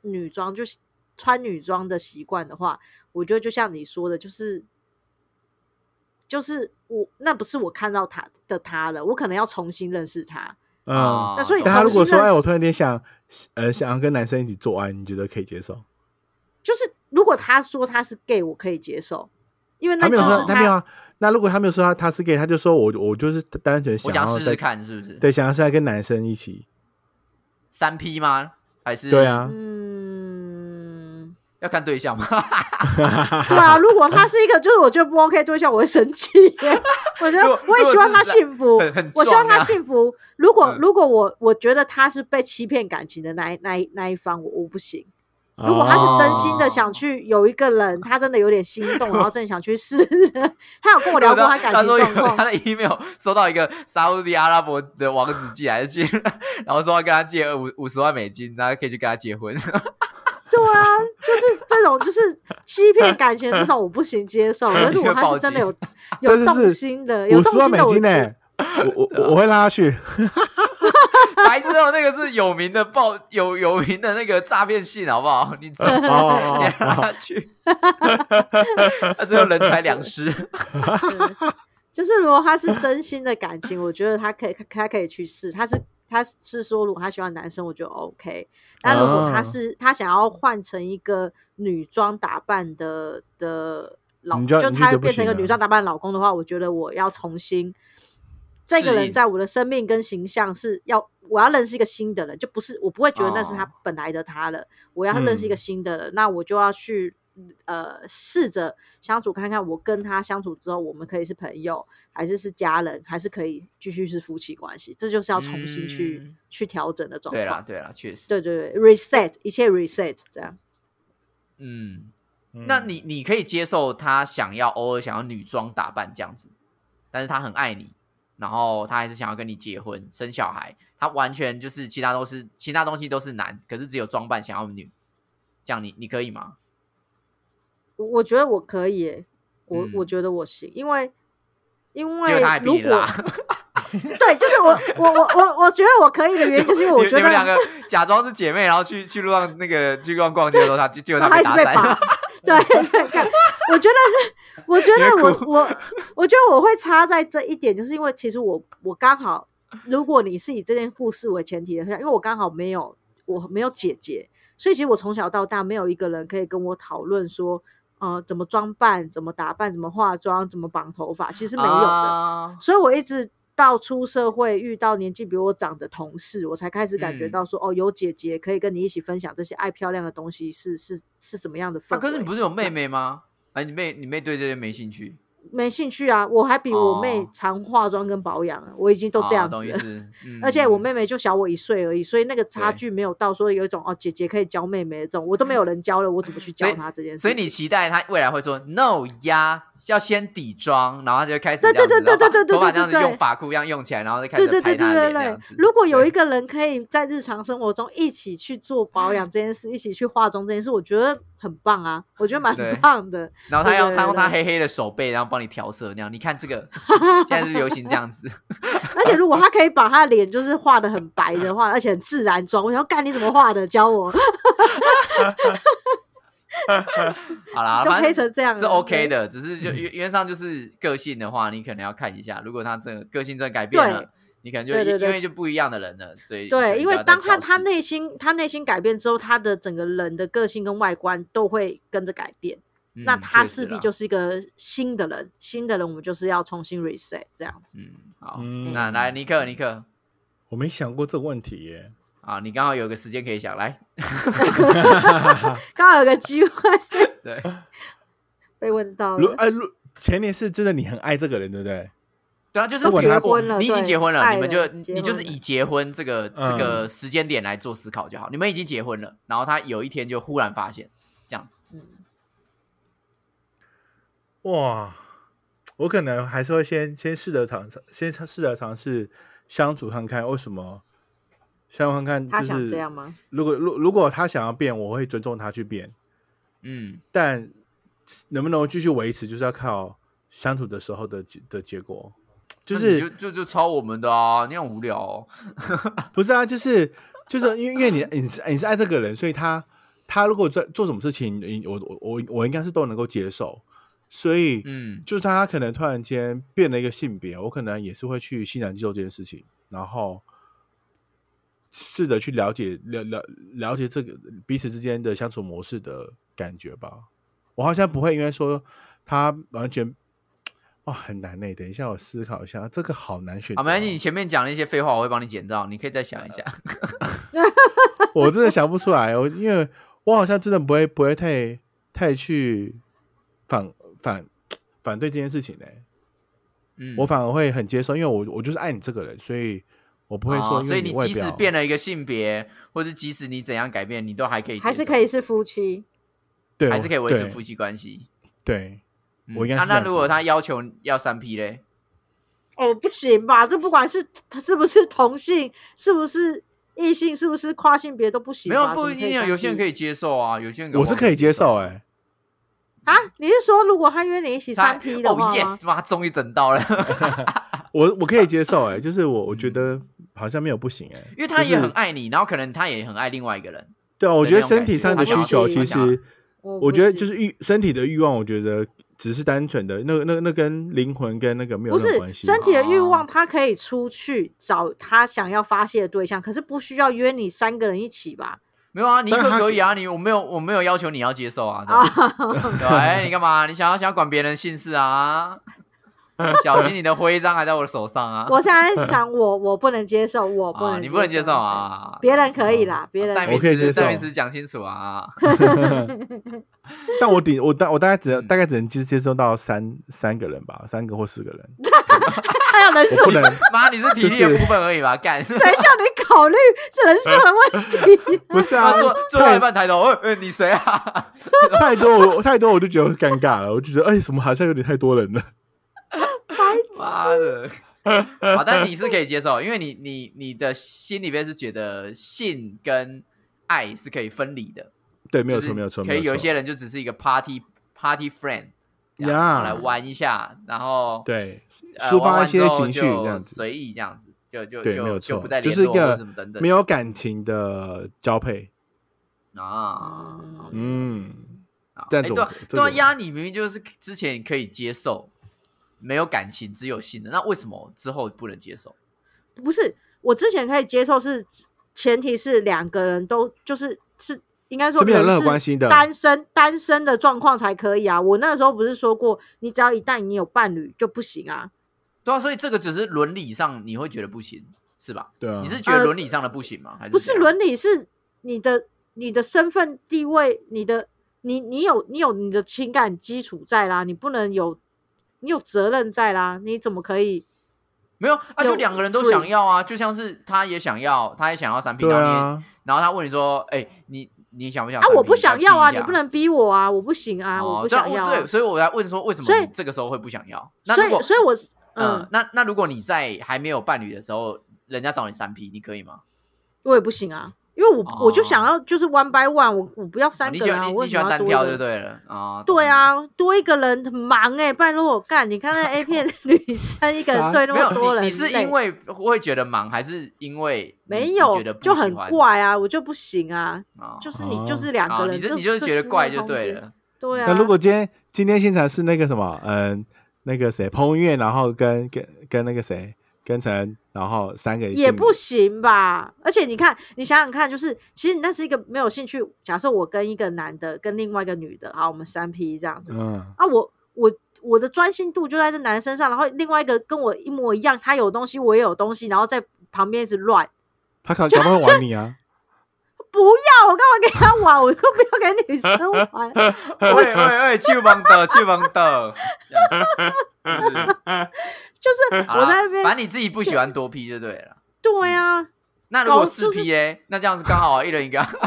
Speaker 2: 女装，就是穿女装的习惯的话，我觉得就像你说的，就是就是我那不是我看到他的他了，我可能要重新认识他。
Speaker 3: 啊
Speaker 1: 嗯，
Speaker 2: 那所以
Speaker 1: 但他如果说
Speaker 2: 重新认识
Speaker 1: 哎，我突然间想，呃，想要跟男生一起做爱，你觉得可以接受？
Speaker 2: 就是如果他说他是 gay，我可以接受，因为那
Speaker 1: 他没
Speaker 2: 就
Speaker 1: 有
Speaker 2: 是
Speaker 1: 说他没有啊，那如果他没有说他他是 gay，他就说我我就是单纯
Speaker 3: 我
Speaker 1: 想
Speaker 3: 想
Speaker 1: 要
Speaker 3: 试试
Speaker 1: 在
Speaker 3: 看是不是？
Speaker 1: 对，想要是在跟男生一起，
Speaker 3: 三 P 吗？还是
Speaker 1: 对，啊，
Speaker 2: 嗯，
Speaker 3: 要看对象吗？
Speaker 2: 哦 对啊，如果他是一个就是我觉得不 OK 对象，我会生气 耶。我觉
Speaker 3: 如
Speaker 2: 得
Speaker 3: 果
Speaker 2: 我也希望他幸福
Speaker 3: 很很，
Speaker 2: 我希望
Speaker 3: 壮啊
Speaker 2: 他幸福。如果
Speaker 3: 嗯
Speaker 2: 如果我我觉得他是被欺骗感情的那一那一那一方，我我不行。嗯如果他是真心的
Speaker 3: 哦
Speaker 2: 想去有一个人，他真的有点心 动，然后真的想去试，他有跟我聊过他感情
Speaker 3: 说有
Speaker 2: 状
Speaker 3: 啊
Speaker 2: 况
Speaker 3: 他，的 email 收到一个沙烏地阿拉伯的王子寄来的信， 然后说要跟他借五五十万美金，然后可以去跟他结婚。
Speaker 2: 对啊，就是这种就是欺骗感情的这种我不行接 受。可是如果他是真的有
Speaker 1: 但
Speaker 2: 有
Speaker 1: 是
Speaker 2: 动心的，有
Speaker 1: 五十
Speaker 2: 动
Speaker 1: 万
Speaker 2: 心
Speaker 1: 美
Speaker 2: 的我
Speaker 1: 金
Speaker 2: 觉得
Speaker 1: 呢，我我我会拉他 去，
Speaker 3: 白痴哦，那个是有名的报有有名的那个诈骗信，好不好？ 你自己
Speaker 1: 哦哦
Speaker 3: 你让他去，他最后人财两失。
Speaker 2: 对就是如果他是真心的感情，我觉得他可以，他可以去试。他是他是说，如果他喜欢男生，我觉得 OK。但如果他
Speaker 1: 啊
Speaker 2: 是、他想要换成一个女装打扮的的老，
Speaker 1: 你就你就觉
Speaker 2: 他
Speaker 1: 得不
Speaker 2: 变成一个
Speaker 1: 行了
Speaker 2: 女装打扮的老公的话，我觉得我要重新。这个
Speaker 3: 适
Speaker 2: 人
Speaker 3: 应
Speaker 2: 在我的生命跟形象是要，我要认识一个新的人，就不是我不会觉得那是他
Speaker 3: 哦
Speaker 2: 本来的他了。我要认识一个
Speaker 1: 嗯
Speaker 2: 新的人，那我就要去呃试着相处看看，我跟他相处之后，我们可以是朋友，还是是家人，还是可以继续是夫妻关系，这就是要重新去、
Speaker 3: 嗯
Speaker 2: 去调整的 状
Speaker 3: 对啦
Speaker 2: 况。
Speaker 3: 对啦，确实。
Speaker 2: 对对对，reset 一切 reset 这样。
Speaker 3: 嗯， 那你你可以接受他想要偶尔想要女装打扮这样子，但是他很爱你，然后他还是想要跟你结婚生小孩，他完全就是其他都是其他东西都是男，可是只有装扮想要女，这样你你可以吗？
Speaker 2: 我我觉得我可以耶、我、我
Speaker 3: 嗯
Speaker 2: 觉得我行，因为因
Speaker 3: 结
Speaker 2: 为
Speaker 3: 果他还比
Speaker 2: 如
Speaker 3: 你
Speaker 2: 果
Speaker 3: 辣，
Speaker 2: 对，就是我我我我我觉得我可以的原因， 就是因为我
Speaker 3: 你
Speaker 2: 觉
Speaker 3: 你
Speaker 2: 得
Speaker 3: 们两个假装是姐妹，然后去 去路上那个去路上逛街的时候， 他就就
Speaker 2: 然
Speaker 3: 他被
Speaker 2: 后一直
Speaker 3: 打
Speaker 2: 被
Speaker 3: 散。
Speaker 2: 绑，对对对，我觉得，我觉得
Speaker 3: 你会
Speaker 2: 我
Speaker 3: 哭
Speaker 2: 我我觉得我会差在这一点，就是因为其实我我刚好，如果你是以这件故事为前提的话，因为我刚好没有我没有姐姐，所以其实我从小到大没有一个人可以跟我讨论说，呃，怎么装扮、怎么打扮、怎么化妆、怎么绑头发，其实没有的。
Speaker 3: 啊
Speaker 2: 所以我一直到出社会遇到年纪比我长的同事，我才开始感觉
Speaker 5: 嗯
Speaker 2: 到说，哦，有姐姐可以跟你一起分享这些爱漂亮的东西是是是怎么样的氛围、
Speaker 3: 啊，可是你不是有妹妹吗？哎，你妹你妹对这些没兴趣，
Speaker 2: 没兴趣啊，我还比我妹
Speaker 3: 哦
Speaker 2: 常化妆跟保养啊，我已经都这
Speaker 3: 啊
Speaker 2: 样子
Speaker 3: 懂意
Speaker 2: 了。
Speaker 3: 思。嗯
Speaker 2: 而且我妹妹就小我一岁而已，所以那个差
Speaker 3: 对嗯
Speaker 2: 距没有到说有一种哦，姐姐可以教妹妹的这种，我都没有人教了，我怎么去
Speaker 3: 所
Speaker 2: 教
Speaker 3: 以
Speaker 2: 她这件事
Speaker 3: 所
Speaker 2: 情？
Speaker 3: 以你期待她未来会说 no 呀，要先底妆，然后她就开始
Speaker 2: 对
Speaker 3: 这样子
Speaker 2: 对对对对对
Speaker 3: 然
Speaker 2: 对
Speaker 3: 后把头发这样子
Speaker 2: 对对对
Speaker 3: 用发箍一样用起来，然后就开
Speaker 2: 对
Speaker 3: 始
Speaker 2: 对
Speaker 3: 拍
Speaker 2: 对
Speaker 3: 她
Speaker 2: 对
Speaker 3: 的
Speaker 2: 对
Speaker 3: 脸这样
Speaker 2: 对
Speaker 3: 子，。
Speaker 2: 如果有一
Speaker 3: 对
Speaker 2: 个人可以在日常生活中一起去做保
Speaker 3: 嗯
Speaker 2: 养这件事，一起去化妆这件事，我觉得很棒啊，我觉得蛮
Speaker 3: 对
Speaker 2: 棒的。
Speaker 3: 然后她
Speaker 2: 对
Speaker 3: 用
Speaker 2: 对
Speaker 3: 她
Speaker 2: 对
Speaker 3: 用她
Speaker 2: 对
Speaker 3: 黑黑的手背，然后帮你调色那样，你看这个 现在是流行这样子，
Speaker 2: 而且如果他可以把他的脸就是画的很白的话，而且很自然妆，我想要干你怎么画的，教我
Speaker 3: 好 啦，
Speaker 2: 都
Speaker 3: 反
Speaker 2: 黑
Speaker 3: 正
Speaker 2: 成这样
Speaker 3: 是
Speaker 2: 了
Speaker 3: OK。的，只是就
Speaker 1: 嗯
Speaker 3: 原原则上就是个性的话，你可能要看一下，如果他这个个性真的改变
Speaker 2: 对
Speaker 3: 了，你可能就
Speaker 2: 对对
Speaker 3: 因
Speaker 2: 对
Speaker 3: 为就不一样的人了，所以
Speaker 2: 对，因为当他
Speaker 3: 他
Speaker 2: 他内心他内心改变之后，他的整个人的个性跟外观都会跟着改变，
Speaker 3: 嗯
Speaker 2: 那他势必就是是一个新的人，新的人我们就是要重新 reset 这样子。
Speaker 3: 嗯好，
Speaker 1: 嗯
Speaker 3: 那来尼克尼克
Speaker 1: 我没想过这个问题耶。
Speaker 3: 啊，你刚好有个时间可以想来，
Speaker 2: 刚好有个机会
Speaker 3: 对，
Speaker 2: 被问到
Speaker 1: 如
Speaker 2: 了，
Speaker 1: 哎如前提是真的你很爱这个人，对不对？
Speaker 3: 对啊，就是
Speaker 1: 如果
Speaker 3: 结
Speaker 1: 他
Speaker 3: 果
Speaker 2: 结婚了
Speaker 3: 你已经
Speaker 2: 对
Speaker 3: 结婚了，
Speaker 2: 爱
Speaker 3: 你们
Speaker 2: 了
Speaker 3: 就
Speaker 2: 结
Speaker 3: 你就是
Speaker 2: 婚了
Speaker 3: 以结婚这个这
Speaker 1: 嗯
Speaker 3: 个时间点来做思考就好，你们已经结婚了，然后他有一天就忽然发现这样子，
Speaker 2: 嗯
Speaker 1: 哇，我可能还是会先先试着尝试，先尝试着尝试相处看看，为什么相处看看、就是？
Speaker 2: 他想这样吗？
Speaker 1: 如果如如果他想要变，我会尊重他去变，
Speaker 3: 嗯，
Speaker 1: 但能不能继续维持，就是要靠相处的时候的结的结果。就
Speaker 3: 那你就
Speaker 1: 是
Speaker 3: 就就抄我们的啊，你很无聊哦，
Speaker 1: 不是啊，就是就是因为因为你你是你是爱这个人，所以他他如果做做什么事情，你我我我我应该是都能够接受，所以
Speaker 3: 嗯
Speaker 1: 就是他可能突然间变了一个性别，我可能也是会去欣然接受这件事情，然后试着去了解了了了解这个彼此之间的相处模式的感觉吧。我好像不会因为说他完全。哇，很难呢、等一下，我思考一下，这个好难选择
Speaker 3: 好，
Speaker 1: 哦。
Speaker 3: 没关系，你前面讲那些废话我会帮你剪掉，你可以再想一下。
Speaker 1: 啊我真的想不出来，我因为我好像真的不会不会太太去反反反对这件事情欸呢、
Speaker 3: 嗯
Speaker 1: 我反而会很接受，因为我我就是爱你这个人，所以我不会说、
Speaker 3: 哦，所以
Speaker 1: 你外
Speaker 3: 即使
Speaker 1: 表
Speaker 3: 变了一个性别，或者即使你怎样改变，你都还可以接受，
Speaker 2: 还是可以是夫妻？
Speaker 1: 对，
Speaker 3: 还是可以维持夫
Speaker 1: 妻。
Speaker 3: 妻关系。
Speaker 1: 对，
Speaker 3: 嗯
Speaker 1: 我应该
Speaker 3: 那
Speaker 1: 是这
Speaker 3: 那
Speaker 1: 样子
Speaker 3: 如果他要求要三 P 嘞，
Speaker 2: 哦，不行吧？这不管是是不是同性，是不是异性，是不是跨性别都不行
Speaker 3: 没有
Speaker 2: 吧。
Speaker 3: 不一定啊，有些人可
Speaker 2: 以
Speaker 3: 以接受啊，有些人
Speaker 1: 我是可以接受哎、
Speaker 2: 啊？你是说如果他约你一起
Speaker 3: 他
Speaker 2: 三 P 的
Speaker 3: 哦
Speaker 2: 话吗？
Speaker 3: ，yes，妈，终于等到了，
Speaker 1: 我我可以接受哎、就是我我觉得好像没有不行哎、
Speaker 3: 嗯因为他也
Speaker 1: 就是
Speaker 3: 很爱你，然后可能他也很爱另外一个人。
Speaker 1: 对啊，我觉
Speaker 3: 那
Speaker 1: 得
Speaker 3: 种
Speaker 1: 身体上的需
Speaker 2: 感觉
Speaker 1: 求其
Speaker 2: 我
Speaker 3: 想要
Speaker 1: 实，
Speaker 2: 我
Speaker 1: 我
Speaker 2: 不
Speaker 1: 觉得
Speaker 2: 行
Speaker 1: 就是欲身体的欲望，我觉得只是单纯的那那那跟灵魂跟那个没有
Speaker 2: 不
Speaker 1: 任何
Speaker 2: 是
Speaker 1: 关系。
Speaker 2: 身体的欲望，
Speaker 3: 哦
Speaker 2: 他可以出去找他想要发泄的对象，可是不需要约你三个人一起吧？
Speaker 3: 没有啊，你
Speaker 1: 但
Speaker 3: 可
Speaker 1: 他
Speaker 3: 可以啊，你我没有我没有要求你要接受啊，
Speaker 2: 啊，
Speaker 3: 对吧哎，你干嘛？你想要想要管别人姓氏啊？ 小心你的徽章还在我的手上 啊！
Speaker 2: 我现在在想我我不能接受，我不
Speaker 3: 啊，
Speaker 2: 能
Speaker 3: 你不能接受！啊嗯
Speaker 2: 对！别人可以啦，别人
Speaker 3: 代
Speaker 2: 可以
Speaker 3: 名
Speaker 1: 我可以
Speaker 3: 词
Speaker 1: 接受
Speaker 3: 代名词讲清楚啊！
Speaker 1: 但我顶我大我大概只
Speaker 3: 嗯
Speaker 1: 能大概只能接接受到三三个人吧，三个或四个 人，
Speaker 2: 还有人数
Speaker 1: 我不能
Speaker 3: 妈，你是体力的部分而已吧？干，
Speaker 2: 谁叫你考虑人数的问题？
Speaker 1: 不是 啊
Speaker 3: 妈，做做到一半抬头，呃呃，你谁啊？
Speaker 1: 太多我太多我就觉得尴尬了，我就觉得哎，什么好像有点太多人了。
Speaker 3: 妈的！好，但你是可以接受，因为你你你的心里面是觉得性跟爱是可以分离的，
Speaker 1: 对，没有
Speaker 3: 就
Speaker 1: 错，
Speaker 3: 是
Speaker 1: 没有错，
Speaker 3: 可
Speaker 1: 没
Speaker 3: 以有一
Speaker 1: 错
Speaker 3: 些人就只是一个 party party friend，这样
Speaker 1: 呀
Speaker 3: 来玩一下，然后
Speaker 1: 对，
Speaker 3: 呃
Speaker 1: 抒
Speaker 3: 玩
Speaker 1: 发
Speaker 3: 完
Speaker 1: 一些
Speaker 3: 之后
Speaker 1: 情绪
Speaker 3: 就
Speaker 1: 这样子，
Speaker 3: 随意这样子，就就
Speaker 1: 对，没有
Speaker 3: 就就
Speaker 1: 错
Speaker 3: 不再，
Speaker 1: 就
Speaker 3: 联
Speaker 1: 是一
Speaker 3: 络或者
Speaker 1: 个
Speaker 3: 什么等等
Speaker 1: 没有感情的交配。
Speaker 3: 啊。
Speaker 1: 嗯，
Speaker 3: 啊
Speaker 1: 这样
Speaker 3: 哎
Speaker 1: 子
Speaker 3: 对
Speaker 1: 我
Speaker 3: 啊
Speaker 1: 这
Speaker 3: 对啊，
Speaker 1: 个
Speaker 3: 压你明明就是之前可以接受，没有感情只有性的，那为什么之后不能接受？
Speaker 2: 不是，我之前可以接受是，前提是两个人都就是是应该说
Speaker 1: 是没有
Speaker 2: 人
Speaker 1: 任何
Speaker 2: 是
Speaker 1: 关系的
Speaker 2: 单身单身的状况才可以啊。我那个时候不是说过，你只要一旦你有伴侣就不行啊。
Speaker 3: 对啊，所以这个只是伦理上你会觉得不行，是吧？
Speaker 1: 对啊，
Speaker 3: 你是觉得伦理上的不行吗？还是
Speaker 2: 不
Speaker 3: 怎
Speaker 2: 是
Speaker 3: 样
Speaker 2: 伦理，是你的你的身份地位，你的你你有你有你的情感基础在啦，你不能有你有责任在啦，你怎么可以？
Speaker 3: 没有啊？就
Speaker 2: 有
Speaker 3: 两个人都
Speaker 2: free
Speaker 3: 想要啊，就像是他也想要，他也想要三 P，
Speaker 1: 对
Speaker 3: 然后你也
Speaker 1: 啊，
Speaker 3: 然后他问你说，哎，你你想不想
Speaker 2: 啊，
Speaker 3: 三
Speaker 2: 我
Speaker 3: P？
Speaker 2: 不想要啊，
Speaker 3: 你要逼
Speaker 2: 你
Speaker 3: 一下
Speaker 2: 不能逼我啊，我不行啊，
Speaker 3: 哦
Speaker 2: 我不
Speaker 3: 对啊
Speaker 2: 想要、
Speaker 3: 对，所以我来问说，为什
Speaker 2: 所
Speaker 3: 么
Speaker 2: 以
Speaker 3: 你这个时候会不想要？那
Speaker 2: 所
Speaker 3: 如果
Speaker 2: 以所以我是嗯，
Speaker 3: 嗯，那那如果你在还没有伴侣的时候，人家找你三 P，你可以吗？
Speaker 2: 我也不行啊，因为我、我就
Speaker 3: 哦
Speaker 2: 想要就是 one by one，我我不要
Speaker 3: 哦
Speaker 2: 三
Speaker 3: 你
Speaker 2: 个
Speaker 3: 喜
Speaker 2: 人
Speaker 3: 欢
Speaker 2: 啊，
Speaker 3: 你
Speaker 2: 我为
Speaker 3: 你喜
Speaker 2: 什
Speaker 3: 欢
Speaker 2: 么
Speaker 3: 单
Speaker 2: 要多一
Speaker 3: 挑
Speaker 2: 个
Speaker 3: 就对了啊？懂
Speaker 2: 对
Speaker 3: 了，
Speaker 2: 啊，多一个人很忙哎、不然如果我干，你 看那 A 片女生一个人
Speaker 1: 啥
Speaker 2: 对那
Speaker 3: 没
Speaker 2: 么多
Speaker 3: 有
Speaker 2: 人
Speaker 3: 你
Speaker 2: 累，
Speaker 3: 你是因为会觉得忙，还是因为你
Speaker 2: 没
Speaker 3: 你
Speaker 2: 有
Speaker 3: 觉得不
Speaker 2: 就
Speaker 3: 喜
Speaker 2: 很
Speaker 3: 欢
Speaker 2: 怪啊，我就不行啊，
Speaker 3: 啊？
Speaker 2: 就是你
Speaker 1: 哦
Speaker 2: 就是两
Speaker 3: 啊
Speaker 2: 个人，
Speaker 3: 你就
Speaker 2: 这
Speaker 3: 你就
Speaker 2: 这
Speaker 3: 觉
Speaker 2: 私
Speaker 3: 得怪
Speaker 2: 密
Speaker 3: 就
Speaker 2: 空
Speaker 3: 对
Speaker 2: 间，
Speaker 3: 了。
Speaker 2: 对啊。
Speaker 1: 那如果今天今天现场是那个什么，嗯，那个谁彭于晏，然后跟跟跟那个谁跟陈，然后三个一
Speaker 2: 也
Speaker 1: 进
Speaker 2: 不行吧？而且你看，你想想看，就是其实你那是一个没有兴趣。假设我跟一个男的，跟另外一个女的，好，我们三 P 这样子，
Speaker 1: 嗯，
Speaker 2: 啊，我我我的专心度就在这男身上，然后另外一个跟我一模一样，他有东西，我也有东西，然后在旁边一直乱。
Speaker 1: 他可能会玩你啊，
Speaker 2: 不要，我干嘛给他玩？ 我又不要给女生玩。
Speaker 6: 喂喂喂，去帮的，去帮的，这 样是不是
Speaker 2: 就是
Speaker 3: 好啦
Speaker 2: 我在那
Speaker 3: 反
Speaker 2: 边，
Speaker 3: 正你自己不喜欢多 P 就对了。
Speaker 2: 对啊，
Speaker 3: 那如果
Speaker 2: 搞
Speaker 3: 四
Speaker 2: 就是
Speaker 3: P 耶，那这样子刚好啊一人一个啊。
Speaker 1: 对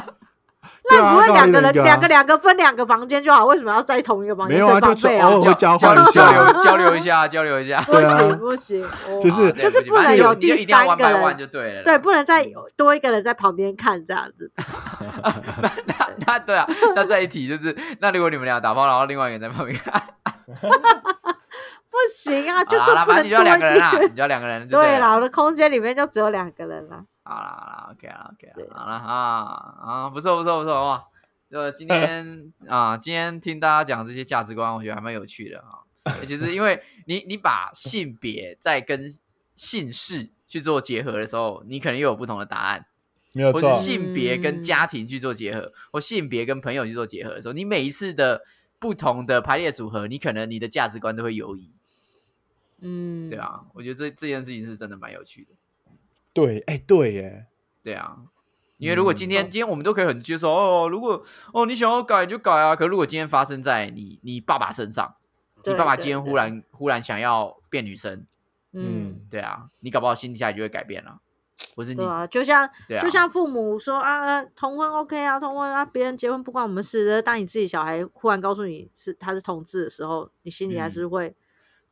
Speaker 2: 那
Speaker 1: 啊
Speaker 2: 你不会两个
Speaker 1: 那一人一个啊
Speaker 2: 人两个两个分两个房间就好？为什么要在同一个房
Speaker 1: 没
Speaker 2: 间
Speaker 1: 有啊，
Speaker 2: 生
Speaker 1: 就
Speaker 2: 房
Speaker 1: 是
Speaker 2: 费
Speaker 1: 偶
Speaker 2: 啊
Speaker 1: 尔？ 会交换一
Speaker 3: 交
Speaker 1: 下
Speaker 3: 流
Speaker 1: 啊，
Speaker 3: 交流一下，交流一下。
Speaker 2: 不
Speaker 1: 对啊
Speaker 2: 行不行，哦
Speaker 1: 就是
Speaker 3: 啊对
Speaker 2: 就是
Speaker 3: 起
Speaker 2: 不能
Speaker 3: 反正
Speaker 2: 有
Speaker 3: 你就
Speaker 2: 第
Speaker 3: 一定要
Speaker 2: 三
Speaker 3: one
Speaker 2: 个
Speaker 3: by one
Speaker 2: 人，
Speaker 3: 就对了啦。
Speaker 2: 对，不能再有多一个人在旁边看这样子。
Speaker 3: 那那对啊，那在一起就是，那如果你们俩打包，然后另外一个人在旁边，
Speaker 2: 不行 啊，就是
Speaker 3: 好啦，
Speaker 2: 不
Speaker 3: 反
Speaker 2: 能
Speaker 3: 正
Speaker 2: 多
Speaker 3: 你就
Speaker 2: 一
Speaker 3: 要两个人啦，啊
Speaker 2: 人。
Speaker 3: 你就要两个人就
Speaker 2: 对
Speaker 3: 了
Speaker 2: 啦，。我的空间里面就只有两个人啦。
Speaker 3: 好啦好啦，OK 啦 OK
Speaker 2: 对
Speaker 3: 啦，好啦啊啊，不错不错不错哇！就今 天啊，今天听大家讲这些价值观，我觉得还蛮有趣的啊。其实因为你你把性别在跟姓氏去做结合的时候，你可能又有不同的答案，
Speaker 1: 没 有
Speaker 3: 或
Speaker 1: 错
Speaker 3: 者，性别跟
Speaker 2: 嗯
Speaker 3: 家庭去做结合，或性别跟朋友去做结合的时候，你每一次的不同的排列组合，你可能你的价值观都会游移，
Speaker 2: 嗯，
Speaker 3: 对，啊，我觉得这这件事情是真的蛮有趣的。
Speaker 1: 对，哎，对耶，
Speaker 3: 对啊，因为如果今天、
Speaker 2: 哦
Speaker 1: 嗯
Speaker 3: 今天我们都可以很接受哦，如果哦你想要改就改啊，可如果今天发生在你你爸爸身上，你
Speaker 2: 对
Speaker 3: 爸爸
Speaker 2: 对
Speaker 3: 今天忽
Speaker 2: 对
Speaker 3: 然忽然想要变女生，
Speaker 2: 嗯。
Speaker 1: 嗯，
Speaker 3: 对啊，你搞不好心底下就会改变了，不是你
Speaker 2: 对啊，就像、
Speaker 3: 对啊
Speaker 2: 就像父母说啊，啊同婚 OK 啊，同婚啊，别人结婚不关我们事。呃当你自己小孩忽然告诉你是他是同志的时候，你心里还是会、
Speaker 3: 嗯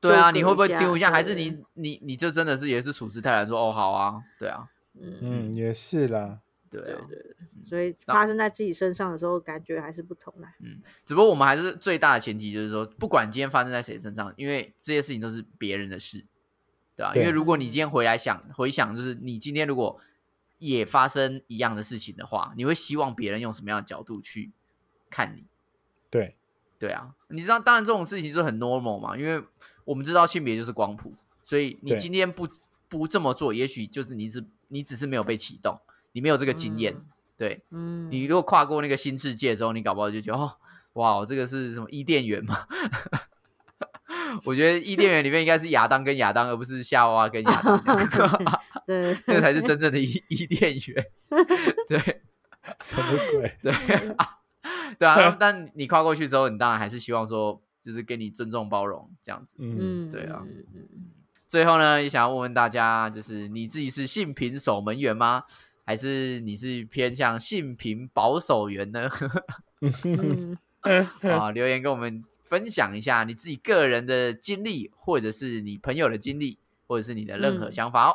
Speaker 3: 对啊，你会不会丢一下？
Speaker 2: 对
Speaker 3: 还是你你你就真的是也是处之泰然说哦好啊，对啊
Speaker 2: 嗯，
Speaker 1: 嗯，也是啦，
Speaker 3: 对啊，
Speaker 2: 对对对，所以
Speaker 3: 那
Speaker 2: 发生在自己身上的时候，感觉还是不同啦。
Speaker 3: 只不过我们还是最大的前提就是说，不管今天发生在谁身上，因为这些事情都是别人的事，对吧、
Speaker 1: 对
Speaker 3: 因为如果你今天回来想回想，就是你今天如果也发生一样的事情的话，你会希望别人用什么样的角度去看你？
Speaker 1: 对，
Speaker 3: 对啊，你知道，当然这种事情就是很 normal 嘛，因为我们知道性别就是光谱，所以你
Speaker 1: 对
Speaker 3: 今天不不这么做，也许就是你只你只是没有被启动，你没有这个经验，
Speaker 2: 嗯
Speaker 3: 对，
Speaker 2: 嗯，
Speaker 3: 你如果跨过那个新世界之后，你搞不好就觉得哦，哇，这个是什么伊甸园吗？ 我觉得伊甸园里面应该是亚当跟亚当，而不是夏娃娃跟亚当这样，
Speaker 2: 嗯对，
Speaker 3: 那才是真正的伊伊甸园。对
Speaker 1: 什么鬼？
Speaker 3: 对对啊，但你跨过去之后，你当然还是希望说，就是给你尊重包容这样子。
Speaker 1: 嗯，
Speaker 2: 嗯，
Speaker 3: 对啊
Speaker 2: 嗯，嗯嗯
Speaker 3: 最后呢，也想要问问大家，就是你自己是性平守门员吗？还是你是偏向性平保守员呢？
Speaker 2: 嗯，
Speaker 3: 啊，留言跟我们分享一下你自己个人的经历，或者是你朋友的经历，或者是你的任何
Speaker 2: 嗯
Speaker 3: 想法哦。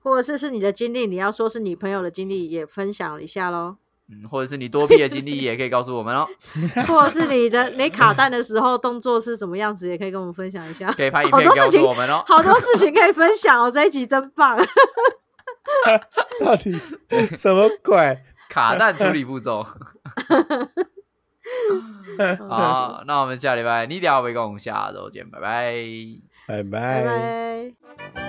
Speaker 2: 或者是是你的经历，你要说是你朋友的经历，也分享一下喽。
Speaker 3: 嗯，或者是你多批的经历也可以告诉我们 哦，
Speaker 2: 或者是你的 你卡蛋的时候动作是怎么样子，也可以跟我们分享一下。
Speaker 3: 可以拍影
Speaker 2: 好
Speaker 3: 片
Speaker 2: 多
Speaker 3: 告
Speaker 2: 事情
Speaker 3: 诉我们哦。
Speaker 2: 好多事情可以分享哦，这一集真棒。
Speaker 1: 到 底是什么鬼？
Speaker 3: 卡蛋处理步 骤。好，那我们下礼拜你聊，我们下周见，拜拜。
Speaker 1: 拜
Speaker 2: 拜
Speaker 1: 拜。
Speaker 2: 拜。